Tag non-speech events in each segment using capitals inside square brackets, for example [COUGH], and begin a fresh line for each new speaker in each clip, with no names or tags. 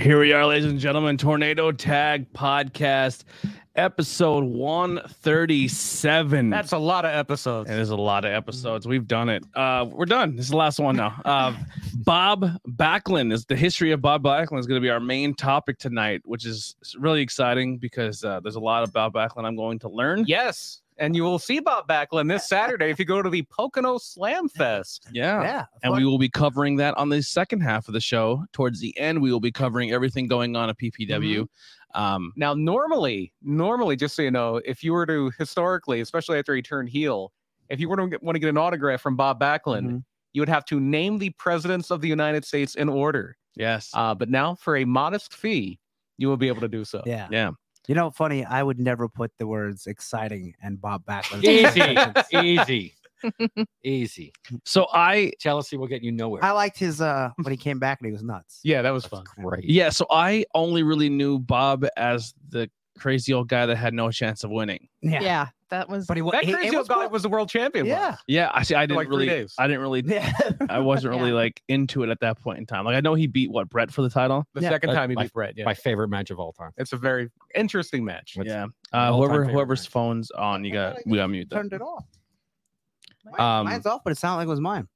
Here we are, ladies and gentlemen, Tornado Tag Podcast, episode 137.
That's a lot of episodes.
and there's a lot of episodes. We've done it. Uh, we're done. This is the last one now. Uh, Bob Backlund is the history of Bob Backlund is going to be our main topic tonight, which is really exciting because uh, there's a lot about Backlund I'm going to learn.
Yes. And you will see Bob Backlund this Saturday if you go to the Pocono Slam Fest.
Yeah.
Yeah.
Oh, And we will be covering that on the second half of the show. Towards the end, we will be covering everything going on at PPW. Um,
now, normally, normally, just so you know, if you were to historically, especially after he turned heel, if you were to want to get an autograph from Bob Backlund, you would have to name the presidents of the United States in order.
yes.
Uh, but now, for a modest fee, you will be able to do so.
Yeah.
yeah.
You know, funny, I would never put the words exciting and Bob Backlund.
Easy,
[LAUGHS]
easy, easy.
So I
Jealousy will get you
[LAUGHS]
nowhere.
I liked his uh when he came back and he was nuts.
Yeah, that was fun.
That's great.
yeah, so I only really knew Bob as the crazy old guy that had no chance of winning.
Yeah.
Yeah, that was.
But he wa-
That
it- it
crazy old
was
guy
cool.
was the world champion. once.
Yeah.
Yeah, I see I didn't
like three
really
days.
I didn't
[LAUGHS]
really
[LAUGHS] Yeah.
I wasn't really
Yeah.
like into it at that point in time. Like I know he beat what Brett for the title.
The
Yeah.
second
Uh,
time he
my-
beat Brett. Yeah.
My favorite match of all time.
It's a very interesting match.
That's-
yeah.
my
Uh,
all-time
whoever
favorite
whoever's
match.
phone's on, you got we got mute that.
Turned it off. Mine-
Um,
Mine's off, but it sounded like it was mine.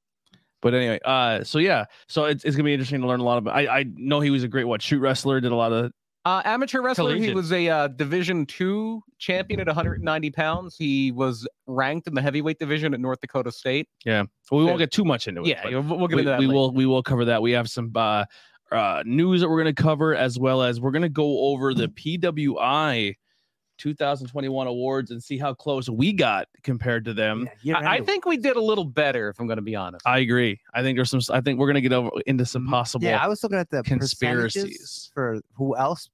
But anyway, uh, so yeah, so it's, it's gonna be interesting to learn a lot about. I I know he was a great what shoot wrestler, did a lot of
Uh, amateur wrestler. He
Collegiate.
was a uh, Division two champion at 190 pounds. He was ranked in the heavyweight division at North Dakota State.
Well, we
Yeah.
won't get too much into it.
Yeah,
but
we'll we'll get
we,
into that.
we
later.
will we will cover that. We have some uh, uh, news that we're going to cover as well as we're going to go over the PWI 2021 awards and see how close we got compared to them.
Yeah, you're
I, I
right.
think we did a little better, if I'm going to be honest.
I agree. I think there's some. I think we're going to get over into some
Mhm.
possible.
Yeah, I was looking at the percentages
conspiracies.
for who else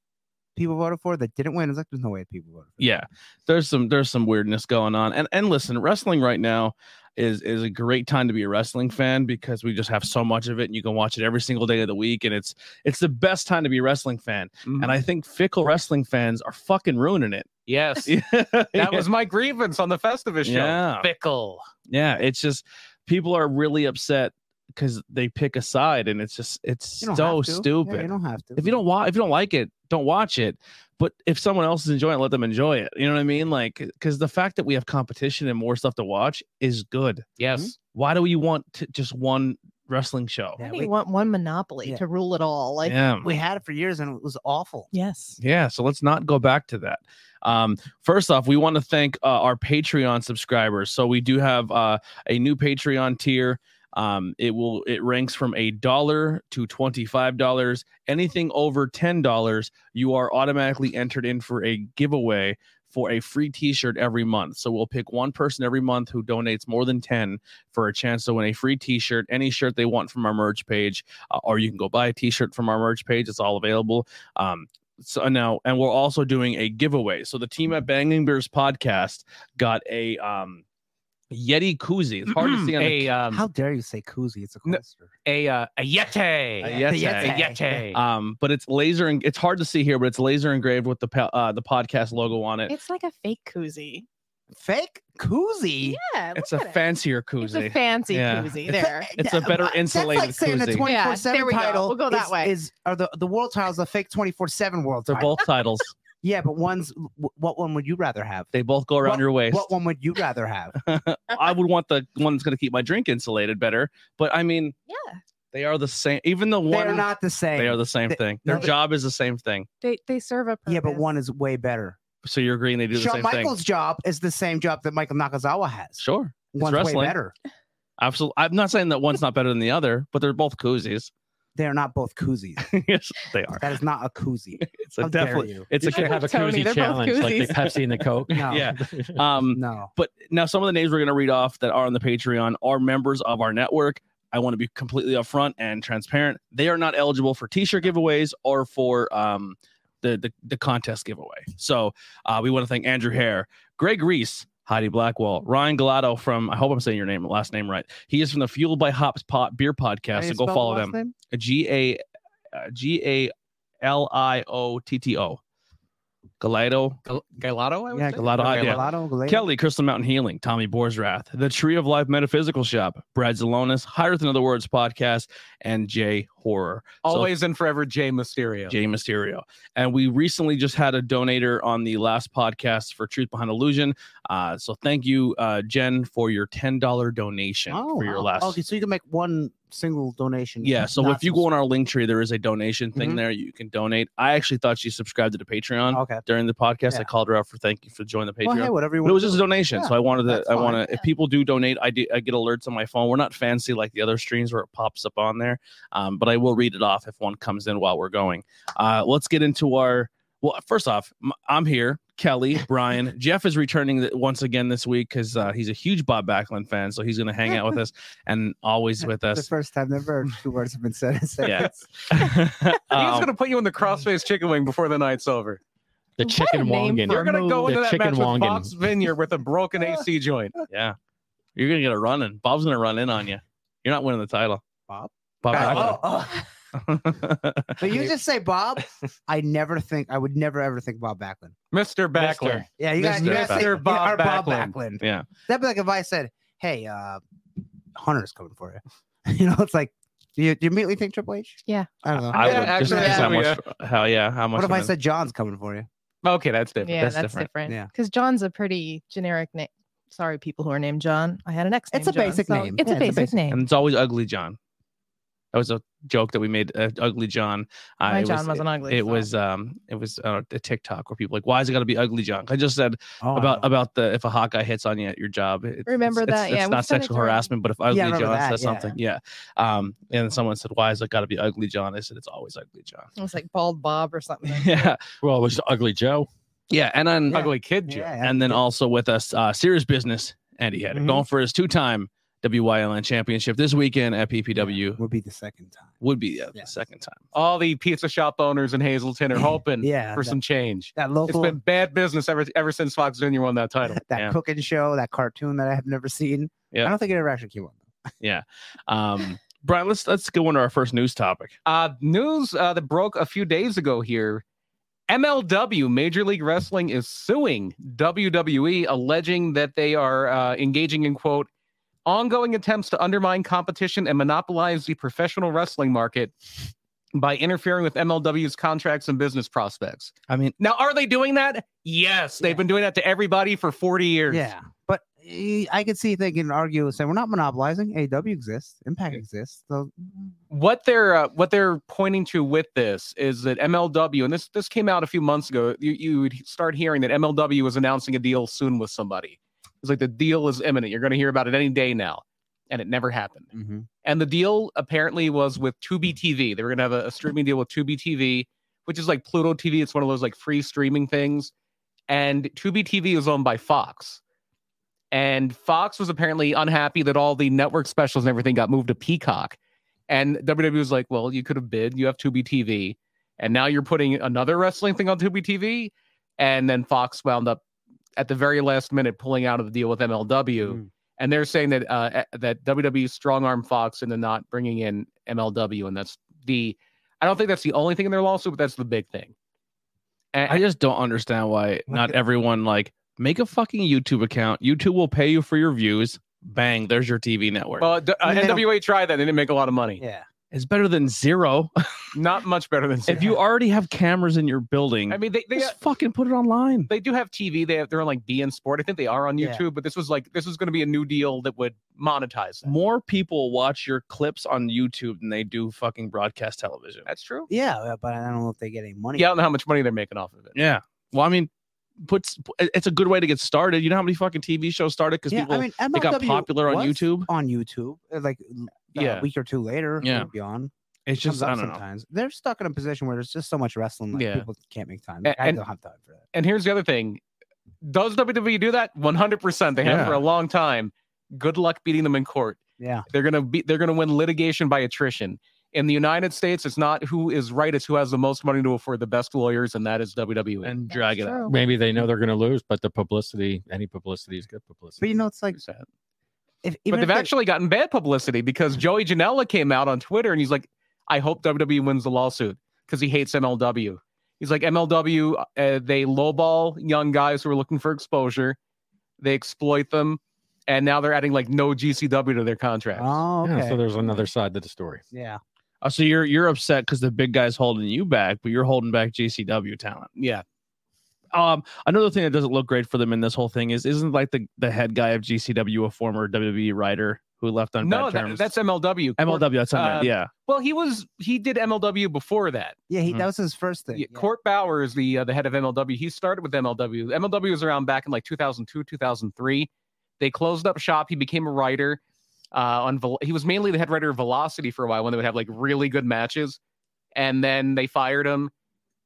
people voted for that didn't win. It's like there's no way people voted. For.
yeah there's some there's some weirdness going on and and listen wrestling right now is is a great time to be a wrestling fan because we just have so much of it and you can watch it every single day of the week and it's it's the best time to be a wrestling fan
Mhm.
and i think fickle wrestling fans are fucking ruining it
Mm-hmm.
[LAUGHS]
yes, that was my grievance on the Festivus show.
yeah
Fickle.
yeah it's just people are really upset because they pick a side and it's just it's
You don't
so
have to. Yeah,
stupid
you don't have to.
if you don't watch if you don't like it don't watch it but if someone else is enjoying it let them enjoy it you know what i mean like because the fact that we have competition and more stuff to watch is good
Yes.
why do we want to just one wrestling show
Yeah,
Why do
we,
you want one monopoly
Yeah.
to rule it all? Like,
yeah
we had it for years and it was awful.
yes.
yeah so let's not go back to that um first off we want to thank uh, our patreon subscribers so we do have uh a new patreon tier um it will it ranks from a dollar to 25 dollars anything over 10 dollars you are automatically entered in for a giveaway for a free t-shirt every month so we'll pick one person every month who donates more than 10 for a chance to win a free t-shirt any shirt they want from our merch page uh, or you can go buy a t-shirt from our merch page it's all available um so now and we're also doing a giveaway so the team at banging bears podcast got a um yeti koozie it's hard to see on the
a um,
How dare you say koozie? It's a
No.
coaster.
a uh, a yeti.
A yeti.
A yeti.
Uh,
um but it's laser and it's hard to see here but it's laser engraved with the pa- uh, the podcast logo on it
It's like a fake koozie.
Fake koozie.
Yeah.
it's a
look at it.
fancier
It's a
koozie
fancy
Yeah.
It's
koozie.
a- [LAUGHS]
There.
It's a better
uh,
insulated
That's like saying the
koozie.
24
Yeah, there
7
we go.
title.
We'll go that
is,
way.
Is, are the, the world titles the fake 24 7 world
they're
title.
both titles
Yeah, but one's wh- what one would you rather have?
they both go around
What-
your waist
What one would you rather have?
i would want the one that's going to keep my drink insulated better but i mean
yeah.
they are the same even the [LAUGHS] one
They're not the same.
they are the same
They-
thing
no,
their
they-
job is the same thing
They they serve a purpose.
yeah, but one is way better.
so you're agreeing they do the
Shawn
same
Michaels'
thing
job is the same job that Michael Nakazawa has.
sure it's
One's
wrestling.
way better.
absolutely i'm not saying that one's not better than the other but they're both koozies [LAUGHS]
They are not both koozies.
yes [LAUGHS] they are
That is not a koozie.
it's
How
a definitely
dare you?
it's
You
[LAUGHS]
a
should have a
Tony,
koozie
they're both
challenge, like the
koozies.
Pepsi and the
[LAUGHS]
Coke.
No.
[LAUGHS] Yeah. um
No.
but now some of the names we're going to read off that are on the Patreon are members of our network. I want to be completely upfront and transparent. They are not eligible for t-shirt giveaways or for um, the, the the contest giveaway. So uh, we want to thank Andrew Hare, Greg Reese, Heidi Blackwell, Ryan Galato from I hope I'm saying your name last name right. He is from the Fueled by Hops Pot Beer Podcast. So go follow them. uh, G A G A L I O T T O. Galado,
Gal- Galato, I would
Yeah,
say?
Galato,
Or
uh, yeah.
Galato.
Gelato, Galate.
Kelly, Crystal Mountain Healing, Tommy Borsrath, The Tree of Life Metaphysical Shop, Brad Zelonis, Higher Than Other Words podcast, and Jay Horror. So
Always and forever Jay Mysterio.
Jay Mysterio. And we recently just had a donator on the last podcast for Truth Behind Illusion. Uh, so thank you, uh, Jen, for your $10 donation for your
Oh, wow.
last.
Okay, so you can make one single donation.
Yeah, so
Not
if you go on our link tree, there is a donation thing
Mhm.
there. You can donate. I actually thought she subscribed to the Patreon
Okay.
during the podcast. I
Oh. Yeah.
called her out for thank you for joining the Patreon.
Well, hey, whatever you
But
want.
it was just a donation,
Yeah,
so I wanted to.
that's
I
fine.
want to. If people do donate, I do. I get alerts on my phone. We're not fancy like the other streams where it pops up on there, um, but I will read it off if one comes in while we're going. Uh, let's get into our. Well, first off, m- I'm here.
[LAUGHS]
Kelly, Brian, Jeff is returning th- once again this week because uh, he's a huge Bob Backlund fan, so he's going to hang out with us and
[LAUGHS]
always with
the
us.
first time ever [LAUGHS] two words have been said. in [LAUGHS]
Yeah. [LAUGHS]
sentence.
He's
Um,
gonna put you in the crossface chicken wing before the night's over.
The
What a
chicken
name
wongan.
for
You're gonna go
The
into that
chicken
match
wongan.
with Bob's Vineyard with a broken
[LAUGHS]
AC joint.
yeah, you're going to get a run in. Bob's going to run in on you. You're not winning the title,
Bob?
Bob
Oh,
Backlund.
oh.
oh.
[LAUGHS]
But you just say Bob. I never think. I would never ever think Bob Backlund.
Mr. Backler.
Yeah, you got you
Mr.
gotta
Backlund.
say or Bob,
Backlund.
Backlund.
Yeah.
That'd be like if I said, "Hey, uh, Hunter's coming for you." [LAUGHS] You know, it's like, do you, do you immediately think Triple H?
Yeah.
I don't know.
I
Yeah,
would just
actually,
because how
yeah.
much, how yeah, how much.
what if
I'm
I
in-
said John's coming for you?
Okay, that's different.
Yeah,
That's
that's,
different.
different.
Yeah.
Because John's a pretty generic name. Sorry, people who are named John. I had an ex.
It's
named
a
John,
basic
so
name.
It's
Yeah,
a basic name.
and it's always Ugly John. That was a joke that we made. Uh, Ugly John. Uh,
My
it
John
was,
wasn't ugly.
It,
so.
was um, it was uh, a TikTok where people like, why is it got to be Ugly John? I just said
Oh,
about about the if a hot guy hits on you at your job. It,
Remember
it's,
that,
It's,
yeah,
it's
we
not
sent it
sexual
to her.
harassment, but if Ugly
I remember
John
that,
says
yeah.
something, yeah. Um, and then someone said, why is it got to be Ugly John? I said, it's always Ugly John.
It was like Bald Bob or something.
[LAUGHS] yeah,
Well, it was Ugly Joe.
yeah, and then
Yeah.
Ugly kid joke.
yeah,
and then also with us, uh, serious business, Andy Hedder,
Mm-hmm.
Mhm.
going for his two-time WYLN championship this weekend at PPW.
would be the second time.
Would be uh, the
Yeah.
second time.
All the pizza shop owners in Hazleton
[CLEARS THROAT]
are hoping
Yeah,
for
that,
some change.
that
It's
local
been bad business ever ever since Fox Jr. won that title.
[LAUGHS] that
yeah.
cooking show, that cartoon that I have never seen.
Yeah.
I don't think it ever actually came on.
Um, [LAUGHS] Brian, let's let's go into our first news topic.
Uh, news uh, that broke a few days ago here MLW, Major League Wrestling, is suing WWE, alleging that they are uh, engaging in, quote, ongoing attempts to undermine competition and monopolize the professional wrestling market by interfering with MLW's contracts and business prospects.
I mean,
Now, are they doing that? Yes, they've
Yeah.
been doing that to everybody for 40 years.
Yeah, but eh, I could see they can argue and say we're not monopolizing. AW exists, Impact exists. So mm-hmm.
what they're uh, what they're pointing to with this is that MLW and this this came out a few months ago. You you would start hearing that MLW was announcing a deal soon with somebody. It's like the deal is imminent. You're going to hear about it any day now, and it never happened.
Mm-hmm.
And the deal apparently was with 2BTV. They were going to have a, a streaming deal with 2BTV, which is like Pluto TV. It's one of those like free streaming things. And 2BTV is owned by Fox. And Fox was apparently unhappy that all the network specials and everything got moved to Peacock. And WWE was like, well, you could have bid. You have 2BTV. And now you're putting another wrestling thing on 2BTV. And then Fox wound up at the very last minute pulling out of the deal with MLW and they're saying that uh, a- that WWE strong arm Fox into not bringing in MLW, and that's the I don't think that's the only thing in their lawsuit, but that's the big thing. And,
I just don't understand why
[LAUGHS]
not everyone like make a fucking YouTube account. YouTube will pay you for your views. Bang, there's your TV network.
well, d- uh,
And they don't-
NWA tried that; they didn't make a lot of money.
yeah,
it's better than
[LAUGHS]
zero.
Not much better than.
if you already have cameras in your building,
I mean, uh, they they,
just fucking put it online.
they do have TV. They have they're on like BN Sport. I think they are on
Yeah.
YouTube, but this was like this was going to be a new deal that would monetize them.
More people watch your clips on YouTube than they do fucking broadcast television.
That's true.
yeah, uh, but I don't know if they get any money.
Yeah, I don't know how much money they're making off of it.
Yeah. Well, I mean, puts it's a good way to get started. You know how many fucking TV shows started because
yeah.
people
I mean, MLW
they got popular on
was
YouTube.
On YouTube, uh, like l-
Yeah.
a week or two later,
Yeah.
or beyond.
It's
Comes
just I
up
don't know.
sometimes they're stuck in a position where there's just so much wrestling, like
Yeah.
people can't make time.
A-
Like, I
and-
don't have time for that.
and here's the other thing does WWE do that? 100%. They have
Yeah.
for a long time. Good luck beating them in court.
Yeah,
They're going to be they're going to win litigation by attrition. In the United States, it's not who is right, it's who has the most money to afford the best lawyers and that is E. WWE.
And [LAUGHS]
That's
drag it out.
true.
Maybe they know they're going to lose, but the publicity, any publicity is good
but
publicity.
Mm.
you know, it's like
It's sad.
if
but
even
they've
if they-
actually gotten bad publicity because Joey E Janela came out on Twitter and he's like, I hope WWE wins the lawsuit because he hates MLW. He's like MLW. Uh, they lowball young guys who are looking for exposure. They exploit them, and now they're adding like no GCW to their contract.
Ah.
Oh, okay.
Yeah, so there's another side to the story.
yeah.
Oh, so you're you're upset because the big guy's holding you back, but you're holding back GCW talent.
yeah,
Um, another thing that doesn't look great for them in this whole thing is isn't like the the head guy of GCW a former WWE writer who left on
no,
bad
that,
terms?
that's MLW.
MLW. That's what I meant,
uh,
yeah.
Well, he was he did MLW before that.
Yeah, he,
Mhm.
that was his first thing.
Yeah,
yeah.
Court Bauer is the uh, the head of MLW. He started with MLW. MLW was around back in like 2002, 2003. They closed up shop. He became a writer. Uh, on Vel- he was mainly the head writer of Velocity for a while when they would have like really good matches, and then they fired him.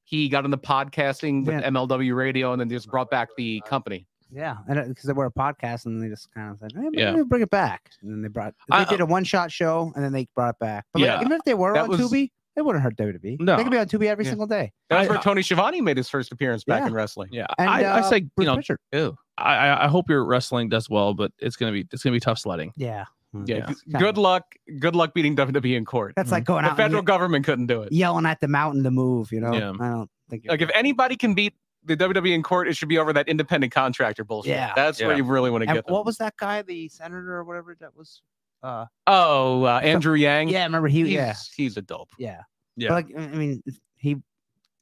He got into podcasting with
Man.
MLW radio, and then just brought back the company.
Yeah, and because they were a podcast, and they just kind of said, hey,
Yeah.
yeah. bring it back." And then they brought they
I-
did a one shot show, and then they brought it back. But like,
Yeah.
even if they were
That
on
was-
Tubi, it wouldn't hurt WWE.
No.
they could be on Tubi every
Yeah.
single day.
That was
I-
where Tony Schiavone made his first appearance back
uh, Yeah.
in wrestling.
Yeah,
And,
I, I
uh,
say you
Bruce
know,
Pritchard.
ew. I I- I hope your wrestling does well, but it's gonna be it's gonna be tough sledding.
Mm, Yeah,
Yeah,
Yeah.
g- good luck. Good luck beating WWE in court.
that's like going
The
out and
federal government couldn't do it.
ye- yelling at the mountain to move. You know,
Yeah.
I don't think you're-
Like if anybody can beat the WWE in court, it should be over that independent contractor bullshit.
Yeah.
that's where
Yeah.
you really want to
And
get. Them.
what was that guy, the senator or whatever that was? Uh,
oh, uh, Andrew Yang.
yeah, I remember he?
he's,
yeah,
he's a dope.
yeah,
Yeah.
But like, I I mean, he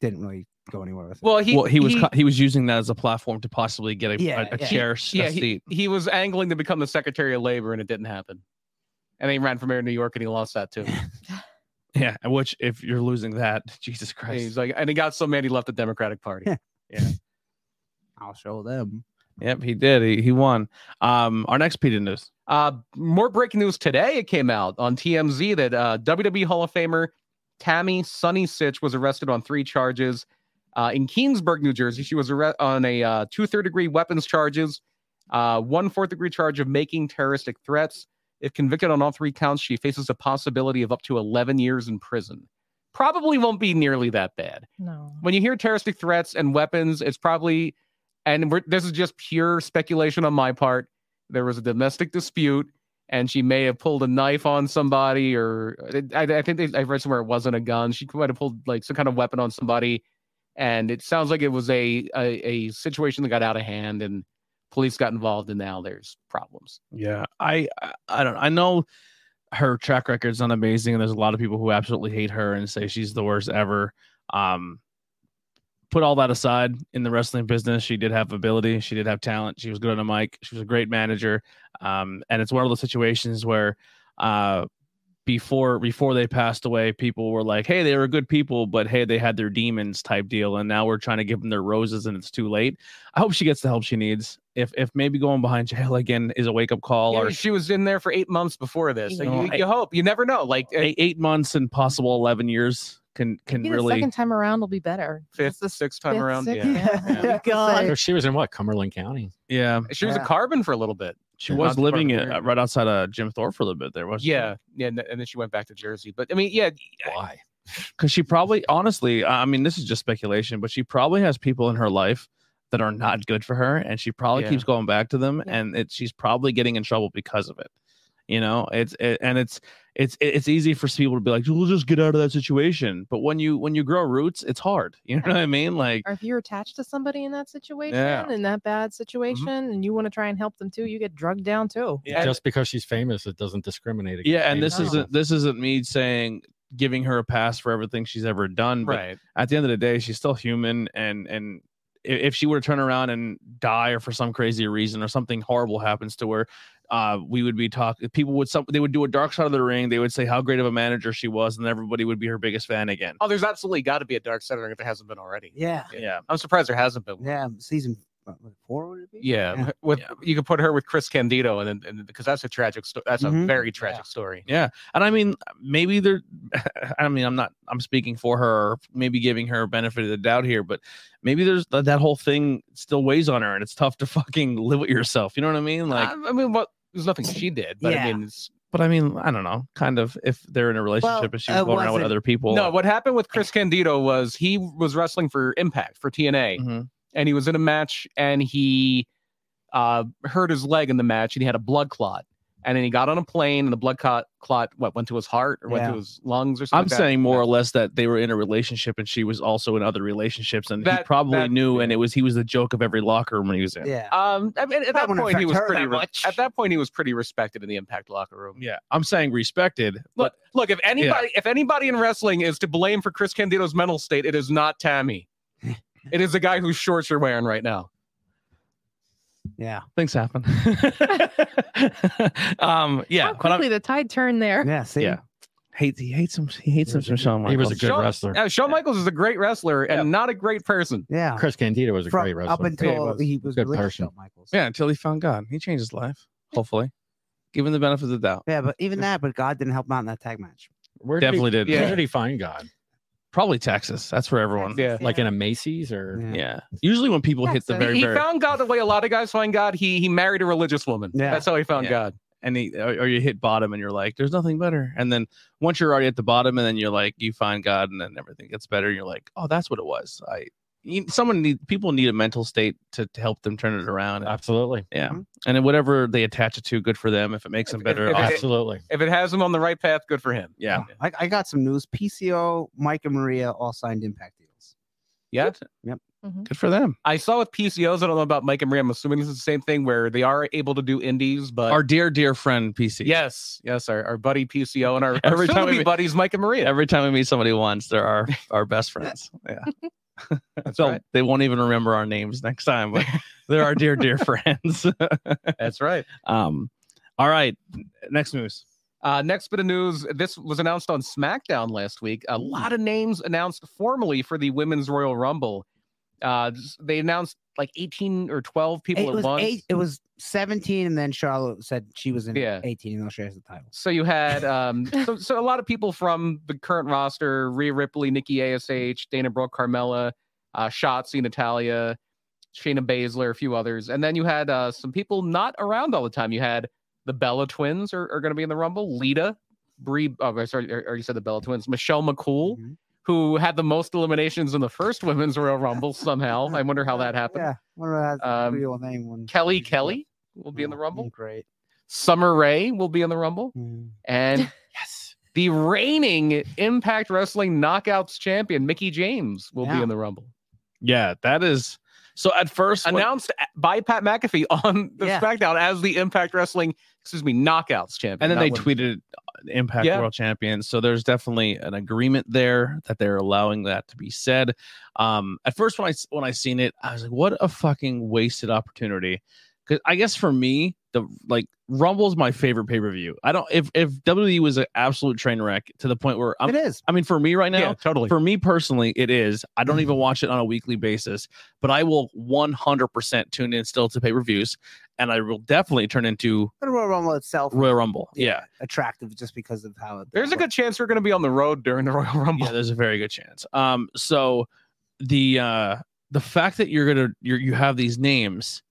didn't really go anywhere with it.
Well, he
well, he was
he,
co- he was using that as a platform to possibly get a,
Yeah,
a, a
yeah.
chair
yeah,
a seat.
he, he was angling to become the Secretary of Labor, and it didn't happen. And then he ran for mayor of New York, and he lost that
[LAUGHS]
too.
Yeah, which if you're losing that, [LAUGHS] Jesus
And
Christ.
he's like, and he got so mad he left the Democratic Party.
Yeah. I'll show them.
Yep, he did. He, he won. Um, our next Peter news.
Uh, more breaking news today. It came out on TMZ that uh, WWE Hall of Famer Tammy Sunny Sitch was arrested on three charges uh, in Keensburg, New Jersey. She was arre- on a uh, two third degree weapons charges, uh, one fourth degree charge of making terroristic threats. If convicted on all three counts, she faces a possibility of up to 11 years in prison. Probably won't be nearly that bad
No.
when you hear terroristic threats and weapons, it's probably, and we're, this is just pure speculation on my part. There was a domestic dispute, and she may have pulled a knife on somebody, or I, I think they, I read somewhere it wasn't a gun. She might have pulled like some kind of weapon on somebody, and it sounds like it was a a, a situation that got out of hand, and police got involved, and now there's problems.
Yeah, I I- I don't I know her track record's not amazing, and there's a lot of people who absolutely hate her and say she's the worst ever. Um, put all that aside, in the wrestling business, she did have ability, she did have talent, she was good on a mic, she was a great manager. Um, and it's one of those situations where, uh, before before they passed away, people were like, "Hey, they were good people, but hey, they had their demons" type deal, and now we're trying to give them their roses, and it's too late. I hope she gets the help she needs. If if maybe going behind jail again is a wake up call,
Yeah,
or
she was in there for eight months before this. so
No,
you,
I-
you hope you never know. Like uh,
eight, eight months and possible eleven years can can
Maybe the
really
second time around will be better.
fifth,
That's
sixth time
fifth,
around.
sixth-
Yeah.
[LAUGHS] Yeah.
Yeah.
God.
So she was in what Cumberland County?
yeah.
She was a
Yeah.
carbon for a little bit.
She
Yeah.
was
Not
living
part of
it uh,
her.
right outside of Jim Thorpe for a little bit there, wasn't
Yeah, yeah, and th- and then she went back to Jersey. But I mean, yeah,
Why?
Because she probably, honestly, I I mean, this is just speculation, but she probably has people in her life that are not good for her, and she probably
Yeah.
keeps going back to them,
Yeah.
and it, she's probably getting in trouble because of it. You know, it's it, and it's it's it's easy for people to be like, "We'll just get out of that situation," but when you when you grow roots, it's hard. [LAUGHS] You know what I mean? Like,
Or if you're attached to somebody in that situation,
Yeah. Mm-hmm.
in that bad situation, and you want to try and help them too, you get drugged down too.
yeah,
Just because she's famous, it doesn't discriminate. against
yeah, and this
famous
No.
people.
isn't this isn't me saying giving her a pass for everything she's ever done, but
right.
at the end of the day, she's still human, and and i- if she were to turn around and die, or for some crazy reason, or something horrible happens to her, uh, we would be talking. People would some they would do a dark side of the ring. They would say how great of a manager she was, and everybody would be her biggest fan again.
Oh, there's absolutely got to be a dark side of the ring if there hasn't been already.
Yeah,
Yeah,
I'm surprised there hasn't been. one.
yeah. um, Season what, was it four would it be?
Yeah,
Yeah.
with
Yeah.
you could put her with Chris Candido, and then and, because that's a tragic story. That's a
Mhm.
very tragic story.
and I mean maybe they're. [LAUGHS] I mean I'm not I'm speaking for her, or maybe giving her benefit of the doubt here, but maybe there's that, that whole thing still weighs on her, and it's tough to [LAUGHS] fucking live with yourself. You know what I mean? Like,
I, I mean, what there's nothing she did, but I
Yeah.
mean, it's,
but I mean I don't know. Kind of if they're in a relationship and she's
it
going around with
wasn't-
other people.
no. What happened with Chris Candido was he was wrestling for Impact for TNA,
Mhm.
and he was in a match and he uh, hurt his leg in the match, and he had a blood clot. and then he got on a plane, and the blood clot, clot what went to his heart or went
Yeah.
to his lungs or something.
I'm
like that.
saying more or
Yeah.
less that they were in a relationship and she was also in other relationships and he
That-
probably
that-
knew and it was he was the joke of every locker room he was in.
Yeah.
Um, I mean, at
That
that
wouldn't
point he
affect
was
her
pretty.
that
re-
much.
at that point he was pretty respected in the Impact locker room.
Yeah, I'm saying respected.
Look, look. If anybody, if anybody in wrestling is to blame for Chris Candido's mental state, it is not
[LAUGHS]
Tammy. it is the guy whose shorts you're wearing right now.
Yeah.
but things happen. [LAUGHS] um, yeah,
How
but I'm-
quickly the tide turned there.
Yeah. See.
Yeah. hates he hates him he hates him
was a
some Shawn Michaels.
He was a good
Shawn-
wrestler.
Uh, Shawn Michaels is a great wrestler and
Yeah.
not a great person.
Yeah.
Chris Candido was a
From-
great wrestler.
up until
Yeah, he was.
he was
Good
religious,
person.
Shawn Michaels.
yeah until he found God. He changed his life. Hopefully, give him the benefit of the doubt.
Yeah, but even that, but God didn't help him out in that tag match.
Where did
Definitely did.
He,
Yeah.
Where did he find God?
Probably Texas. That's where everyone.
Yeah.
Like in a Macy's or?
Yeah.
Yeah. Usually when people hit the
Texas.
very
he
very
found God the way a lot of guys find God. He he married a religious woman.
Yeah.
That's how he found
Yeah.
God.
and he, or, or you hit bottom and you're like, there's nothing better. And then once you're already at the bottom, and then you're like, you find God, and then everything gets better. You're like, oh, that's what it was. I, you, someone need people need a mental state to, to help them turn it around.
Absolutely.
yeah, and then whatever they attach it to, good for them. If it makes them
If-
better,
if-
awesome.
Absolutely.
If it has him on the right path, good for him.
yeah,
I, I got some news. PCO, Mike and Maria all signed impact deals.
Yeah.
good for them.
I saw with PCOs. I don't know about Mike and Maria. I'm assuming this is the same thing where they are able to do indies, but
Our dear dear friend PC.
yes, yes, our, our buddy PCO and our
[LAUGHS] Every
every
time
time
we
be
meet-
buddies, Mike and Maria.
Every time we meet somebody once, they're our our best
[LAUGHS]
friends. Yeah. [LAUGHS]
That's
so
right.
they won't even remember our names next time,
[LAUGHS]
but they're our dear dear friends. [LAUGHS]
That's right.
um, all right, next news.
Uh, next bit of news. This was announced on SmackDown last week.
Hmm.
A lot of names announced formally for the Women's Royal Rumble. Uh, s- they announced like 18 or 12 people
it
at
was
once.
eight, it was 17, and then Charlotte said she was in
Yeah.
18, and now she has the title.
So you had um, so, so a lot of people from the current roster: Rhea Ripley, Nikki Ash, Dana Brooke, Carmella, uh, Shotzi, Natalia, Shayna Baszler, a few others, and then you had uh, some people not around all the time. You had the Bella Twins are, are going to be in the Rumble. Lita, Brie, oh sorry, I already said the Bella Twins. Michelle McCool,
Mhm.
who had the most eliminations in the first Women's Royal Rumble somehow. I wonder how that happened.
Yeah, wonder what that's
Um,
real name. When
Kelly Kelly will be in the
Oh,
Rumble.
Great.
Summer Rae will be in the Rumble.
Mm.
And yes, the reigning Impact Wrestling Knockouts champion Mickey James will be
Yeah.
in the Rumble.
Yeah, that is. So at first, when-
Announced a- by Pat McAfee [LAUGHS] on the
Yeah.
SmackDown as the Impact Wrestling, excuse me, Knockouts
and
champion.
then
not
they
women.
tweeted uh, Impact
Yeah.
World Champion. So there's definitely an agreement there that they're allowing that to be said. Um, at first, when I s- when I seen it, I was like, "What a fucking wasted opportunity!" Because I guess for me, the like Rumble's my favorite pay per view. I don't if if WWE was an absolute train wreck to the point where I'm.
Mm. it is.
I mean, for me right now,
Yeah, totally.
for me personally, it is. I don't even watch it on a weekly basis, but I will 100% tune in still to pay reviews, and I will definitely turn into
The Royal Rumble itself,
Royal Rumble. Yeah,
attractive just because of how it.
There's a good chance we're going to be on the road during the [LAUGHS] Royal Rumble.
[LAUGHS]
yeah, there's a very good chance. Um, so the uh the fact that you're gonna you you have these names,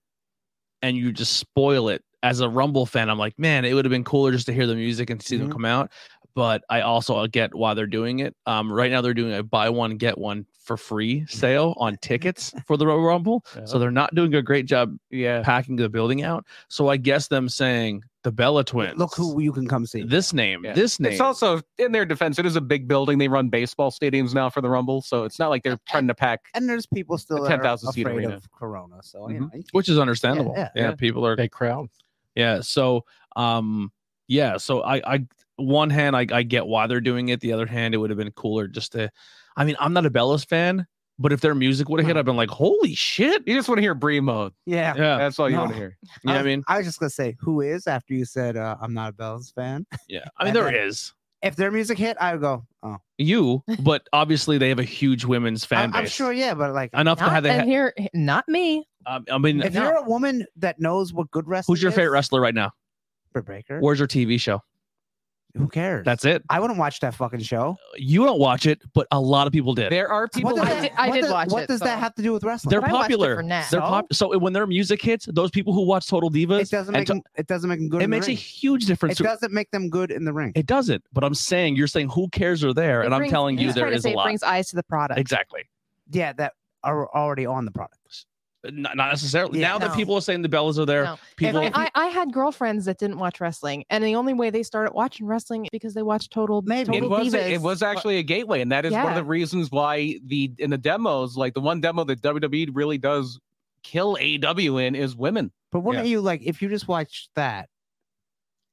and you just spoil it as a Rumble fan, I'm like, man, it would have been cooler just to hear the music and see them
Mhm.
come out. But I also uh, get why they're doing it. Um, right now they're doing a buy one get one for free
Mm-hmm.
sale on tickets for the Royal
[LAUGHS]
Rumble, so they're not doing a great job
yeah.
packing the building out. So I guess them saying the Bella Twins,
Look who you can come see.
this name,
Yeah.
this name.
It's also in their defense. It is a big building. They run baseball stadiums now for the Rumble, so it's not like they're trying to pack.
and there's people still
The
that are
10,000 seat
afraid
arena.
of Corona, so
Mhm.
you know, you can't-
Mm-hmm. which is understandable.
yeah,
yeah,
yeah.
people are
Big crowd.
Yeah. So, um, yeah. So I, I, one hand, I, I get why they're doing it. The other hand, it would have been cooler just to, I mean, I'm not a Bellas fan, but if their music would have hit, I've been like, holy shit.
You just want to hear Brie mode.
yeah.
Yeah.
That's all you
No.
want to hear.
You know what I mean?
I was just gonna say who is after you said uh, I'm not a Bells fan.
Yeah. I mean,
And
there
then-
is
If their music hit, I would go, oh, [LAUGHS]
you, but obviously they have a huge women's fan
I, am
base.
sure, yeah, but like,
Enough to
Not,
have
and
that.
here, eh, not me.
Um, I mean,
if
no.
you're a woman that knows what good wrestling,
who's your favorite
is,
wrestler right now?
Britt Baker,
Where's your TV show?
who cares?
That's it.
I wouldn't watch that fucking show.
You don't watch it, but a lot of people did.
There are people.
What does
I
that-
did- I
what
did
does-
watch
What
it,
does that
so-
have to do with wrestling?
They're
But I watched it
popular.
for Nat.
They're pop. So when their music hits, those people who watch Total Divas,
it doesn't
and
make
to-
them, it doesn't make them good.
it
in the
makes a
ring.
huge difference.
It doesn't make them good in the ring.
It doesn't. But I'm saying you're saying who cares are there, and
It
I'm
brings-
telling you
he's
there
trying to
is a
say It
lot.
brings eyes to the product.
Exactly.
yeah, that are already on the product.
Not, not necessarily.
Yeah.
now that
No.
people are saying the Bellas are there,
No.
people.
If I, I had girlfriends that didn't watch wrestling, and the only way they started watching wrestling is because they watched Total
Maybe.
Total
It was
Divas.
it was actually a gateway, and that is one of
Yeah.
the reasons why the in the demos, like the one demo that WWE really does kill AW in is women.
But wouldn't you like if you just watch that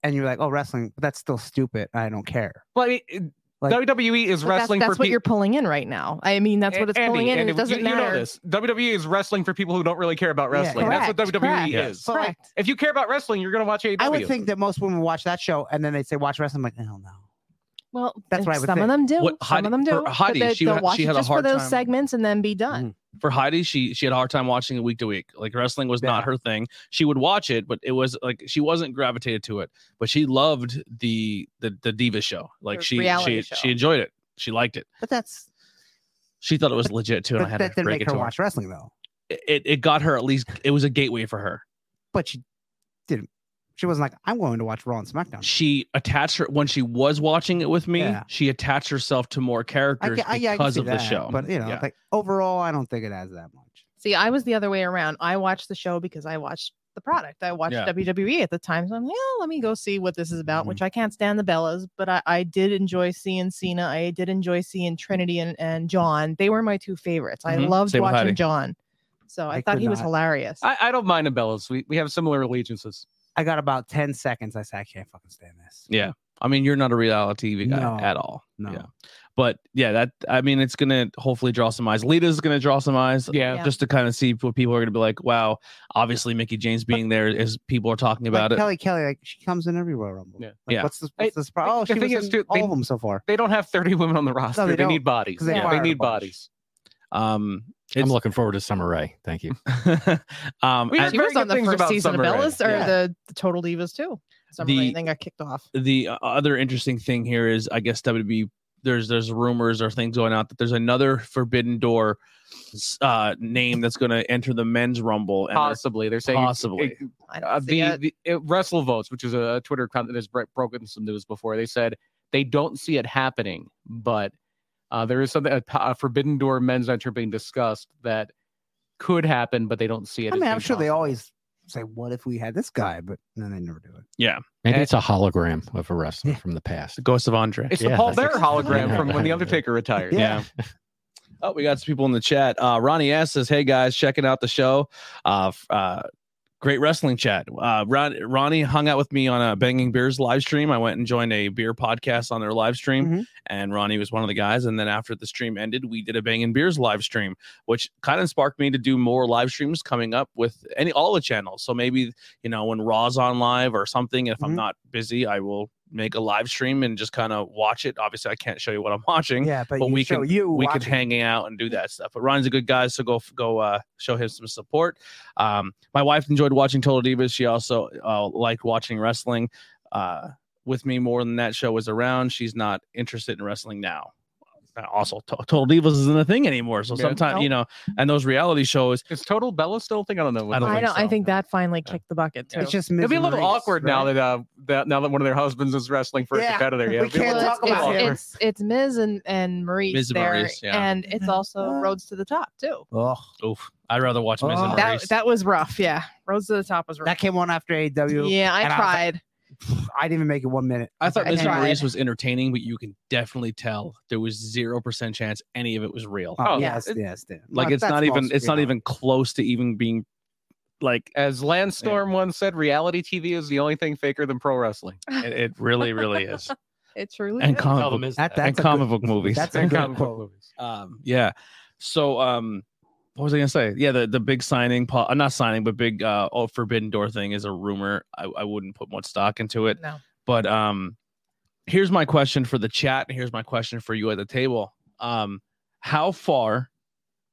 and you're like, oh, wrestling, that's still stupid. I don't care.
But it, it-
Like-
WWE is
But that's-
wrestling
That's,
for
what
people.
you're pulling in right now. I mean, that's what it's pulling in, and it doesn't
you,
matter.
You know this. WWE is wrestling for people who don't really care about
Yeah.
wrestling. That's
Correct,
what WWE
correct.
is.
But, like,
Correct.
If you care about wrestling, you're going to watch E AW.
I would think that most women watch that show and then they say watch wrestling. I'm like, hell no.
Well,
That's what I would
some of
think.
them do.
What
some
Heidi-
of them do.
for
but
Heidi,
they-
she
they'll
had-
watch
she
it
had a
just
hard
for those
time.
segments and then be done.
for Heidi, she she had a hard time watching it week to week. Like wrestling was not
Yeah.
her thing. She would watch it, but it was like she wasn't gravitated to it. But she loved the the the diva show. Like
The
she she
reality show.
she enjoyed it. She liked it.
But that's
She thought it was legit too, and I
but
had
that
to
didn't
break
make
it
her
to her.
watch wrestling though.
It it got her at least. It was a gateway for her.
But she didn't. She wasn't like, I'm going to watch Raw and SmackDown.
She attached her when she was watching it with me.
Yeah.
She attached herself to more
I,
characters
ca- I, yeah, I can
because
see
of
that,
the show.
But you know,
Yeah.
like overall, I don't think it has that much.
See, I was the other way around. I watched the show because I watched the product. I watched
Yeah.
WWE at the time. So I'm like, oh, let me go see what this is about,
Mhm.
Mm-hmm.
which I can't stand the Bellas, but I, I did enjoy seeing Cena. I did enjoy seeing Trinity and, and John. They were my two favorites. I
Mm-hmm.
Mhm.
loved
Same with Heidi.
watching John. So I,
I
thought
could
he was
not.
hilarious.
I, I don't mind Abellas. We, we have similar allegiances.
I got about 10 seconds. I said, I can't fucking stand this.
Yeah. I mean, you're not a reality TV guy
No.
at all.
No.
Yeah. But yeah, that I mean, it's gonna hopefully draw some eyes. Lita's gonna draw some eyes.
Yeah.
Yeah.
Just to kind of see what people are gonna be like. Wow, obviously Mickey James being there is people are talking
Like
about it.
Kelly Kelly, like she comes in every Royal Rumble.
Yeah.
Like,
Yeah.
What's the,
I-
what's the surprise? Oh,
the
she
thing is,
was in
too,
all
they-
of them so far.
They don't have 30 women on the roster.
they
they, need
don't,
bodies.
Because they,
Yeah.
They
fired a
need
bunch.
bodies.
Um, [LAUGHS]
I'm
it's-
looking forward to Summer Rae. Thank you.
um,
We
and
she
very
was on
good
the
things
first
about
season
Summer
of
Rae.
Bellas or
Yeah.
the, the Total Divas too. Summer
The-
Rae, I think got kicked off.
the uh, other interesting thing here is, I guess WWE. There's there's rumors or things going out that there's another Forbidden Door s- uh, name that's going to enter the men's rumble. And they're-
Possibly. They're saying
Possibly.
it-
I don't
uh,
see
the,
it.
the it, Wrestle Votes, which is a Twitter account that has bre- broken some news before, they said they don't see it happening, but uh, there is something a, po- a Forbidden Door men's entrance being discussed that could happen, but they don't see it.
I
as
mean,
being
I'm sure they
possible.
always say, "What if we had this guy?" But then they never do it.
Maybe
And-
it's a hologram of a wrestler from the past.
the Ghost of Andre.
It's the
Yeah,
Paul
that's
Bear
exactly-
hologram
Yeah.
from when the Undertaker retired.
Yeah. oh, we got some people in the chat. Uh, Ronnie S says, "Hey guys, checking out the show. Uh, f- uh, great wrestling chat. Uh, Ron- Ronnie hung out with me on a Banging Beers live stream. I went and joined a beer podcast on their live stream,
Mhm.
and Ronnie was one of the guys. And then after the stream ended, we did a Banging Beers live stream, which kind of sparked me to do more live streams coming up with any all the channels. So maybe you know when Raw's on live or something. If I'm
Mhm.
not busy, I will." Make a live stream and just kind of watch it. Obviously, I can't show you what I'm watching,
Yeah,
But
you
we
show
can-
you
we could
watching.
hang out and do that stuff. But Ron's a good guy, so go go uh, show him some support. Um, my wife enjoyed watching Total Divas. She also uh, liked watching wrestling uh, with me more than that show was around. She's not interested in wrestling now. Uh, Also, to- Total Divas isn't a thing anymore. So
Yeah.
sometimes you know, and those reality shows.
Is Total Bella still a thing? I don't know. what
I don't
that
I
think
is.
don't. I
so.
think that finally kicked the bucket too.
It's just
It'll be a little
miseries,
awkward now
right?
that uh that now that one of their husbands is wrestling for
Yeah.
a competitor.
We
Yeah, it'll be a
can't
little
Well,
talk
it's,
about
awkward.
him.
it's, it's Ms. and and Maurice
Ms. and
there,
Maurice, yeah.
and it's
Mm-hmm.
also Roads to the Top too.
Ugh.
Oof, I'd rather watch Miz and
Oh.
That
Maurice.
that was rough. Yeah, Roads to the Top was
that
rough.
came on after E AEW.
yeah, I
and I was like-
tried.
I didn't even make it one minute.
I thought
I
Miz and
tried.
Maurice was entertaining, but you can definitely tell there was zero percent chance any of it was real.
Oh,
Oh,
yes,
it-
yes, Dan.
like
That-
it's
that's
not even
false,
it's not
yeah.
even close to even being like
As Landstorm once said, reality TV is the only thing faker than pro wrestling.
It, it really, really is.
It truly
And
is.
comic
Tell
book,
them is
That-
and
that.
[LAUGHS] that's a
comic
good-
book movies.
That's a
And
[LAUGHS]
good
comic book
quote.
movies.
um, yeah. So, um, what was I gonna say? Yeah, the, the big signing, po- uh, not signing, but big uh, oh, Forbidden Door thing is a rumor. I, I wouldn't put much stock into it.
no.
But um, here's my question for the chat, and here's my question for you at the table. Um, how far?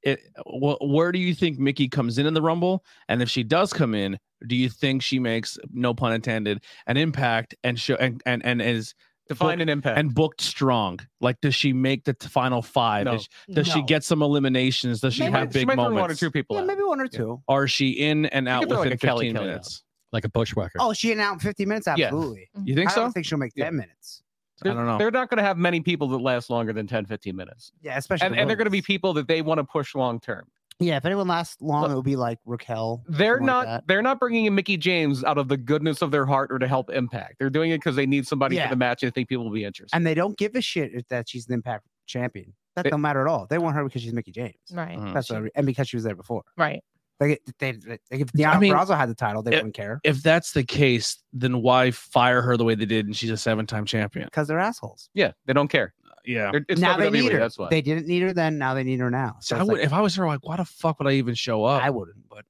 It, wh- where do you think Mickey comes in in the Rumble? And if she does come in, do you think she makes, no pun intended, an impact and show and and, and is
Define an impact.
and booked strong? Like, does she make the t- final five?
No.
Is she- does she
No.
get some eliminations? Does she
Maybe-
have
she
big
might throw
moments?
one or two people.
Yeah,
out.
maybe one or
Yeah.
two.
Are she in and out
could throw,
within
like, a
15
Kelly Kelly out.
minutes?
like a bushwhacker.
Oh, she in out in 15 minutes.
Yeah.
Absolutely.
You think
I
so?
don't think she'll make
Yeah.
10 minutes.
I don't know.
They're not going to have many people that last longer than 10, 15 minutes.
Yeah, especially
And, and they're going to be
women's.
people that they want to push long term.
Yeah, if anyone lasts long, it would be like Raquel.
They're
something
not
like that.
they're not bringing in Mickey James out of the goodness of their heart or to help impact. They're doing it because they need somebody
Yeah.
for the match and they think people will be interested.
and they don't give a shit if that she's an Impact champion. That
They-
don't matter at all. They want her because she's Mickey James.
Right.
Mm,
Mhm.
That's what, and because she was there before.
Right.
Like it- they, they, like if Deanna
I mean,
Purrazzo had the title, they
it-
wouldn't care
If that's the case, then why fire her the way they did and she's a seven time champion?
because they're assholes.
yeah, they don't care.
Yeah.
They're- it's
now they
WWE,
need her.
E, That's why.
They didn't need her then. Now they need her now.
So
So
I
it's
would,
like,
if uh, I was her, like, why the fuck would I even show up?
I
I,
wouldn't, but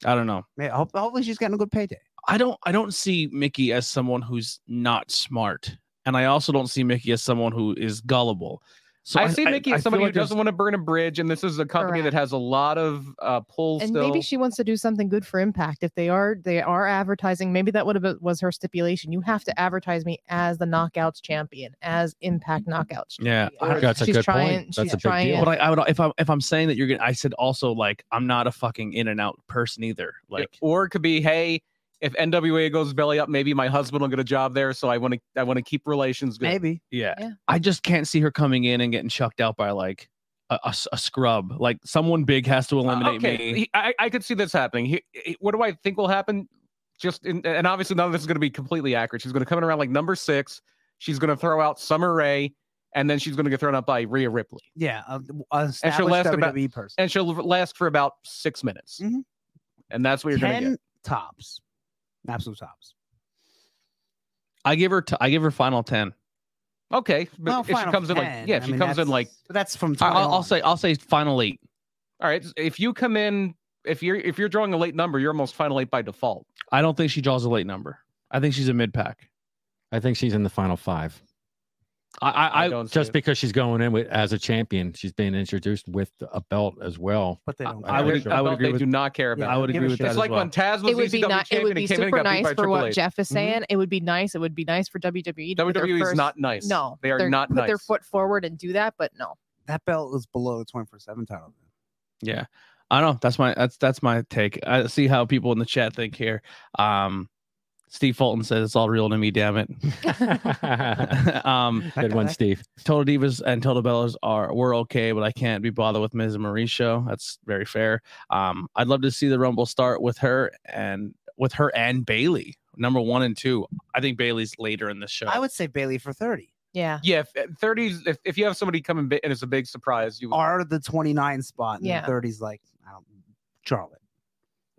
don't know.
yeah, hope, hopefully she's getting a good payday.
I don't, I don't see Mickey as someone who's not smart, and I also don't see Mickey as someone who is gullible. So
I, see Mickey
I
as
feel
somebody
like
who
there's-
doesn't want to burn a bridge, and this is a company
Correct.
that has a lot of uh, pull
And
still.
maybe she wants to do something good for impact. If they are they are advertising, maybe that would have been, was her stipulation. You have to advertise me as the knockouts champion, as impact
Mm-hmm.
knockouts.
Yeah,
champion. Or
That's a
she's
good point.
trying,
That's
She's
a big
trying.
deal.
But I, I would if I'm if I'm saying that you're gonna I said also like I'm not a fucking in and out person either. Like
or it could be, hey, if NWA goes belly up, maybe my husband will get a job there, so I want to I want to keep relations good.
Maybe
yeah.
Yeah.
I just can't see her coming in and getting chucked out by like a, a s- a scrub. Like someone big has to
Uh,
eliminate
okay,
me.
he- I, I could see this happening. He, he- what do I think will happen? Just in, and obviously none of this is going to be completely accurate. She's going to come in around like number six. She's going to throw out Summer Rae, and then she's going to get thrown out by Rhea Ripley,
yeah. A, a
last
established
about-
WWE person.
and she'll last for about six minutes,
Mhm.
and that's what you're going to
Ten
get.
tops, absolute tops.
I give her t- I give her final ten.
Okay, but
Well,
if she
final
comes in like
10,
yeah, if
I
she
mean,
comes in
that's-
like
but that's from.
I,
20
I'll, I'll
on.
say I'll say final eight.
all right, if you come in. If you're if you're drawing a late number, you're almost final eight by default.
I don't think she draws a late number. I think she's a mid pack.
I think she's in the final five.
I I, I
don't see
just
it.
because she's going in with as a champion, she's being introduced with a belt
[LAUGHS]
as well.
but they don't.
I
I
care.
would
Sure.
I would
Belt
agree
they
with
do not care
Yeah,
about.
I would
give
agree
a
with
shit.
that
It's
as
like
well.
when Taz was
It would be
ECW
not. It
E champion
would
and
be
came in and
super
got beat
nice
by
for
Triple
what
H. Mm-hmm.
Jeff is saying. It would be nice. It would be nice for WWE. to put their
WWE E is
first-
not nice.
No,
they are
they're-
not
put
nice.
their foot forward and do that, but no.
that belt is below the twenty four seven title.
yeah. I don't know. That's my that's that's my take. I see how people in the chat think here. Um Steve Fulton says it's all real to me, damn
[LAUGHS] Good
it. [LAUGHS]
Mm,
um
one, Steve.
Total Divas and Total Bellas are were okay, but I can't be bothered with Ms. Mauricio. That's very fair. Um, I'd love to see the Rumble start with her and with her and Bailey, number one and two. I think Bailey's later in the show.
I would say Bailey for thirty
Yeah.
Yeah, if, at 30s. If, if you have somebody come and, bi- and it's a big surprise, you would-
or the twenty nine spot. And
Yeah.
the thirties like I don't, Charlotte.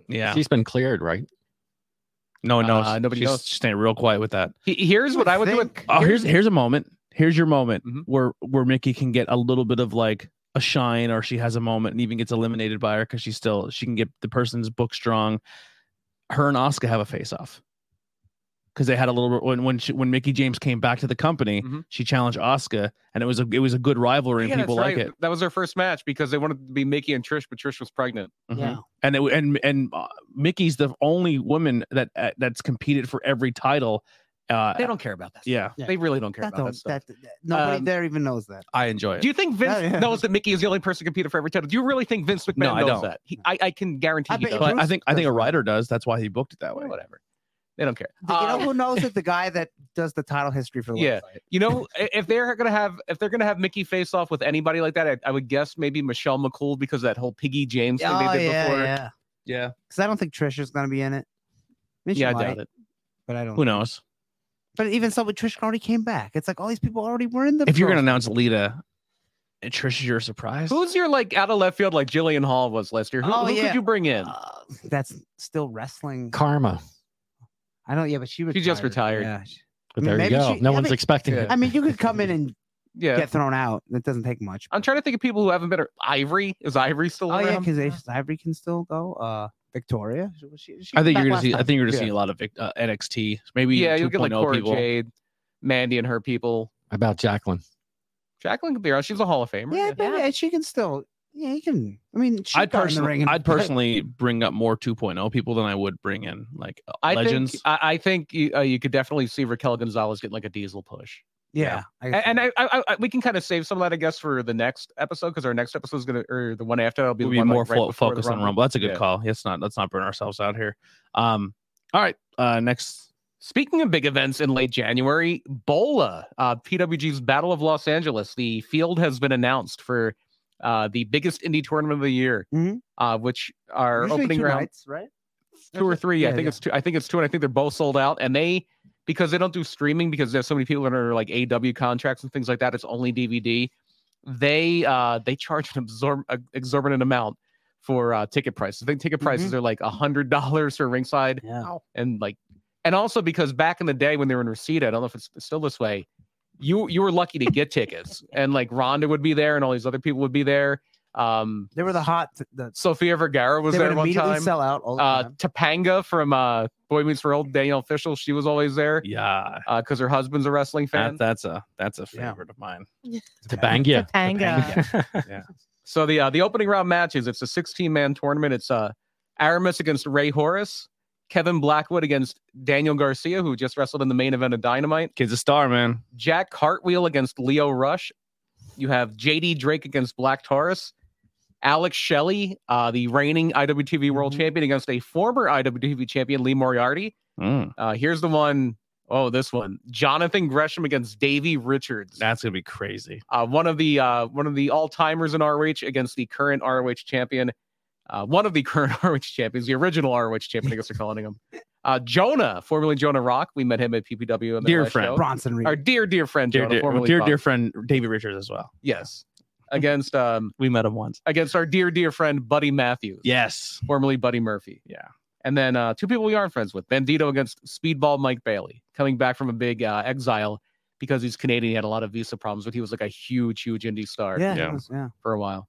yeah,
She's been cleared, right?
no one knows.
Uh, nobody
She's
knows.
staying real quiet with that.
He- here's what I would do.
Think-
With,
Oh, here's here's a moment. Here's your moment
Mhm.
where where Mickey can get a little bit of like a shine, or she has a moment and even gets eliminated by her because she's still she can get the person's book strong. Her and Oscar have a face off because they had a little bit when when she, when Mickey James came back to the company,
Mhm.
she challenged Oscar, and it was a it was a good rivalry,
Yeah,
and
that's
people
right.
like it.
That was their first match because they wanted to be Mickey and Trish, but Trish was pregnant.
Mhm.
Yeah.
and it w- and and uh, Mickey's the only woman that uh, that's competed for every title. Uh,
They don't care about that.
yeah,
Yeah.
They really don't care
That
about that
don't,
stuff.
that, that- nobody
Um,
there even knows that.
I enjoy it.
do you think Vince
yeah.
knows that Mickey is the only person competing for every title? Do you really think Vince McMahon
No, I
knows
don't.
that? He, I, I can guarantee
I
he
bet
does.
you
but I
Bruce
think I think a
doesn't.
writer does. That's why he booked it that way.
Whatever. They don't care.
You know
Um, [LAUGHS]
who knows it? The guy that does the title history for the
Yeah.
website.
You know, i- if they're gonna have if they're gonna have Mickey face off with anybody like that, I, I would guess maybe Michelle McCool because of that whole Piggy James thing
Oh,
they did
yeah,
before.
yeah.
Yeah,
Because I don't think Trisha's gonna be in it. I mean, she
Yeah, I
might,
doubt it.
But I don't.
who knows?
But even so, with Trish already came back. It's like all these people already were in the.
if you're gonna
roster.
announce Lita, and Trish, you're surprised.
Who's your like out of left field like Jillian Hall was last year? Who,
Oh,
who
yeah.
could you bring in?
Uh, that's still wrestling.
Karma.
I don't. Yeah, but she retired.
She just retired.
Yeah. she- I mean,
But there you
maybe
go.
she-
no
yeah,
one's
but-
expecting
Yeah.
it.
I mean, you could come in and
[LAUGHS] yeah.
get thrown out. It doesn't take much.
I'm trying to think of people who haven't been. ar- Ivory is Ivory still
Oh yeah,
around?
because Ivory can still go. Uh, Victoria. She- she- she
I think
was
you're gonna see.
back last
I
time.
think you're gonna
Yeah.
see a lot of Vic- uh, NXT. Maybe
yeah, you'll
2.0
get like Cora
people.
Jade, Mandy, and her people.
About Jacqueline.
Jacqueline could be around. She's a Hall of Famer.
Yeah, but
Yeah.
yeah, she can still. Yeah, you can. I mean, she
I'd
got in the
personally,
ring and-
I'd personally bring up more 2.0 people than I would bring in like uh,
I
legends.
think I, I think you, uh, you could definitely see Raquel Gonzalez getting like a diesel push.
Yeah, I
A-
can see
And
that.
I, I, I, we can kind of save some of that, I guess, for the next episode because our next episode is gonna, or the one after, that'll be
we'll
the
be
one,
more
like, right
fo-
before the
focused on Rumble. That's a good
Yeah.
call. Let's not let's not burn ourselves out here. Um. All right. Uh. Next.
Speaking of big events in late January, Bola, uh, PWG's Battle of Los Angeles, the field has been announced for uh, the biggest indie tournament of the year,
Mhm.
uh, which are
Usually
opening
two
round
nights, right?
two or three. I
Yeah,
think
yeah.
it's two. I think it's two, and I think they're both sold out. And they because they don't do streaming because there's so many people that are like AW contracts and things like that. It's only DVD. They uh they charge an absorb- a- exorbitant amount for uh ticket prices. I think ticket prices
Mm-hmm.
are like a hundred dollars for ringside,
Yeah.
and like and also because back in the day when they were in Reseda, I don't know if it's still this way. You you were lucky to get
[LAUGHS]
tickets, and like Rhonda would be there, and all these other people would be there. Um,
They were the hot. The,
Sophia Vergara was
they
there
would
one
immediately
time
sell out all the
uh,
time.
Topanga from uh, Boy Meets World, Danielle Official. She was always there
Yeah,
because her husband's a wrestling
that,
fan.
that's a that's a
Yeah.
favorite of mine.
Tabanga.
Topanga.
So the uh, the opening round matches. It's a 16 man tournament. It's uh, Aramis against Ray Horace, Kevin Blackwood against Daniel Garcia, who just wrestled in the main event of Dynamite.
Kid's a star, man.
Jack Cartwheel against Leo Rush. You have JD Drake against Black Taurus. Alex Shelley, uh, the reigning IWTV World
Mhm.
Mm-hmm.
Champion, against a former IWTV Champion, Lee Moriarty.
Mm,
Uh, here's the one oh this one. Jonathan Gresham against Davey Richards.
that's gonna be crazy.
Uh, one of the uh, one of the all timers in ROH against the current ROH champion. Uh, one of the [LAUGHS] current ROH champions, the original ROH champion, I guess they're calling
[LAUGHS]
him. Uh, Jonah, formerly Jonah Rock. We met him at PPW. On the
Dear
last
friend.
show.
Bronson Reed.
Our dear, dear friend
Dear
Jonah,
dear, well,
formerly
dear,
Bob.
dear friend David Richards as well.
Yes, against um
We met him once.
against our dear, dear friend Buddy Matthews,
Yes.
formerly Buddy Murphy.
Yeah.
And then uh, two people we aren't friends with Bandito against Speedball Mike Bailey, coming back from a big uh, exile because he's Canadian. He had a lot of visa problems, but he was like a huge, huge indie star
yeah,
yeah.
it was- yeah.
for a while.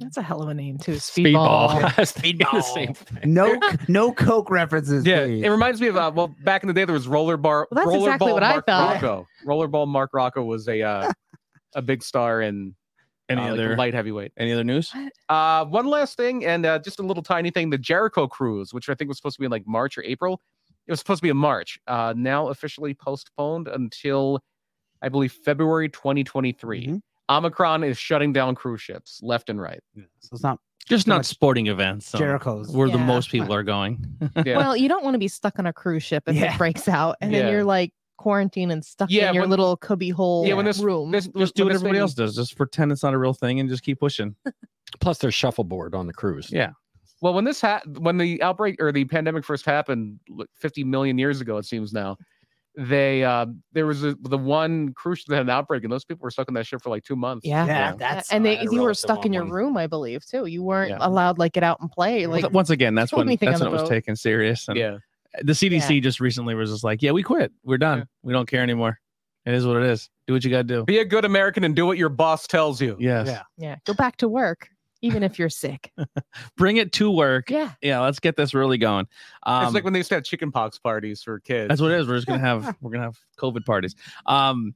That's a hell of a name too.
Speedball. [LAUGHS]
Speedball.
Speedball. Same thing.
No, no Coke references.
Yeah,
please.
it reminds me of uh, well, back in the day there was roller bar.
Well, that's
roller
exactly
ball
what I
Mark
thought.
Rocco. Rollerball Mark Rocco was a uh, a big star in
Any
uh, like,
other
light heavyweight.
any other news?
Uh, one last thing, and uh, just a little tiny thing: the Jericho Cruise, which I think was supposed to be in like March or April, it was supposed to be in March. Uh, now officially postponed until I believe February 2023.
Mhm.
Omicron is shutting down cruise ships left and right.
Yeah, So it's not
Just
Pretty
not
much
sporting events. so
Jericho's.
Where the
Yeah.
most people are going.
[LAUGHS] Yeah.
Well, you don't want to be stuck on a cruise ship and
Yeah.
it breaks out, and
Yeah.
then you're like quarantined and stuck
Yeah,
in your
when-
little cubbyhole
yeah, when this-
room.
This-
Just do
when
what
this
everybody
thing-
else does. Just pretend it's not a real thing and just keep pushing.
Plus, there's shuffleboard on the cruise.
Yeah.
Well, when this ha- when the outbreak or the pandemic first happened, like, 50 million years ago, it seems now, they uh, there was a, the one cruise ship that had an outbreak, and those people were stuck on that ship for like two months.
yeah.
yeah,
Yeah.
that's
and
I
they
had a
you were
relative
stuck in
on
your
one.
room, I believe, too. You weren't
Yeah.
allowed like get out and play. Like
Once again, that's
told
when
me thing
that's
on
when it
the
was
boat.
taken serious. And
Yeah.
the CDC just recently was just like, yeah, we quit. We're done.
Yeah.
We don't care anymore. It is what it is. Do what you got to do.
Be a good American and do what your boss tells you.
Yes.
Yeah.
yeah, go back to work, even if you're sick.
Bring it to work.
Yeah.
Yeah. Let's get this really going. Um,
it's like when they used to have chickenpox parties for kids.
that's what it is. We're just gonna have we're gonna have COVID parties. Um,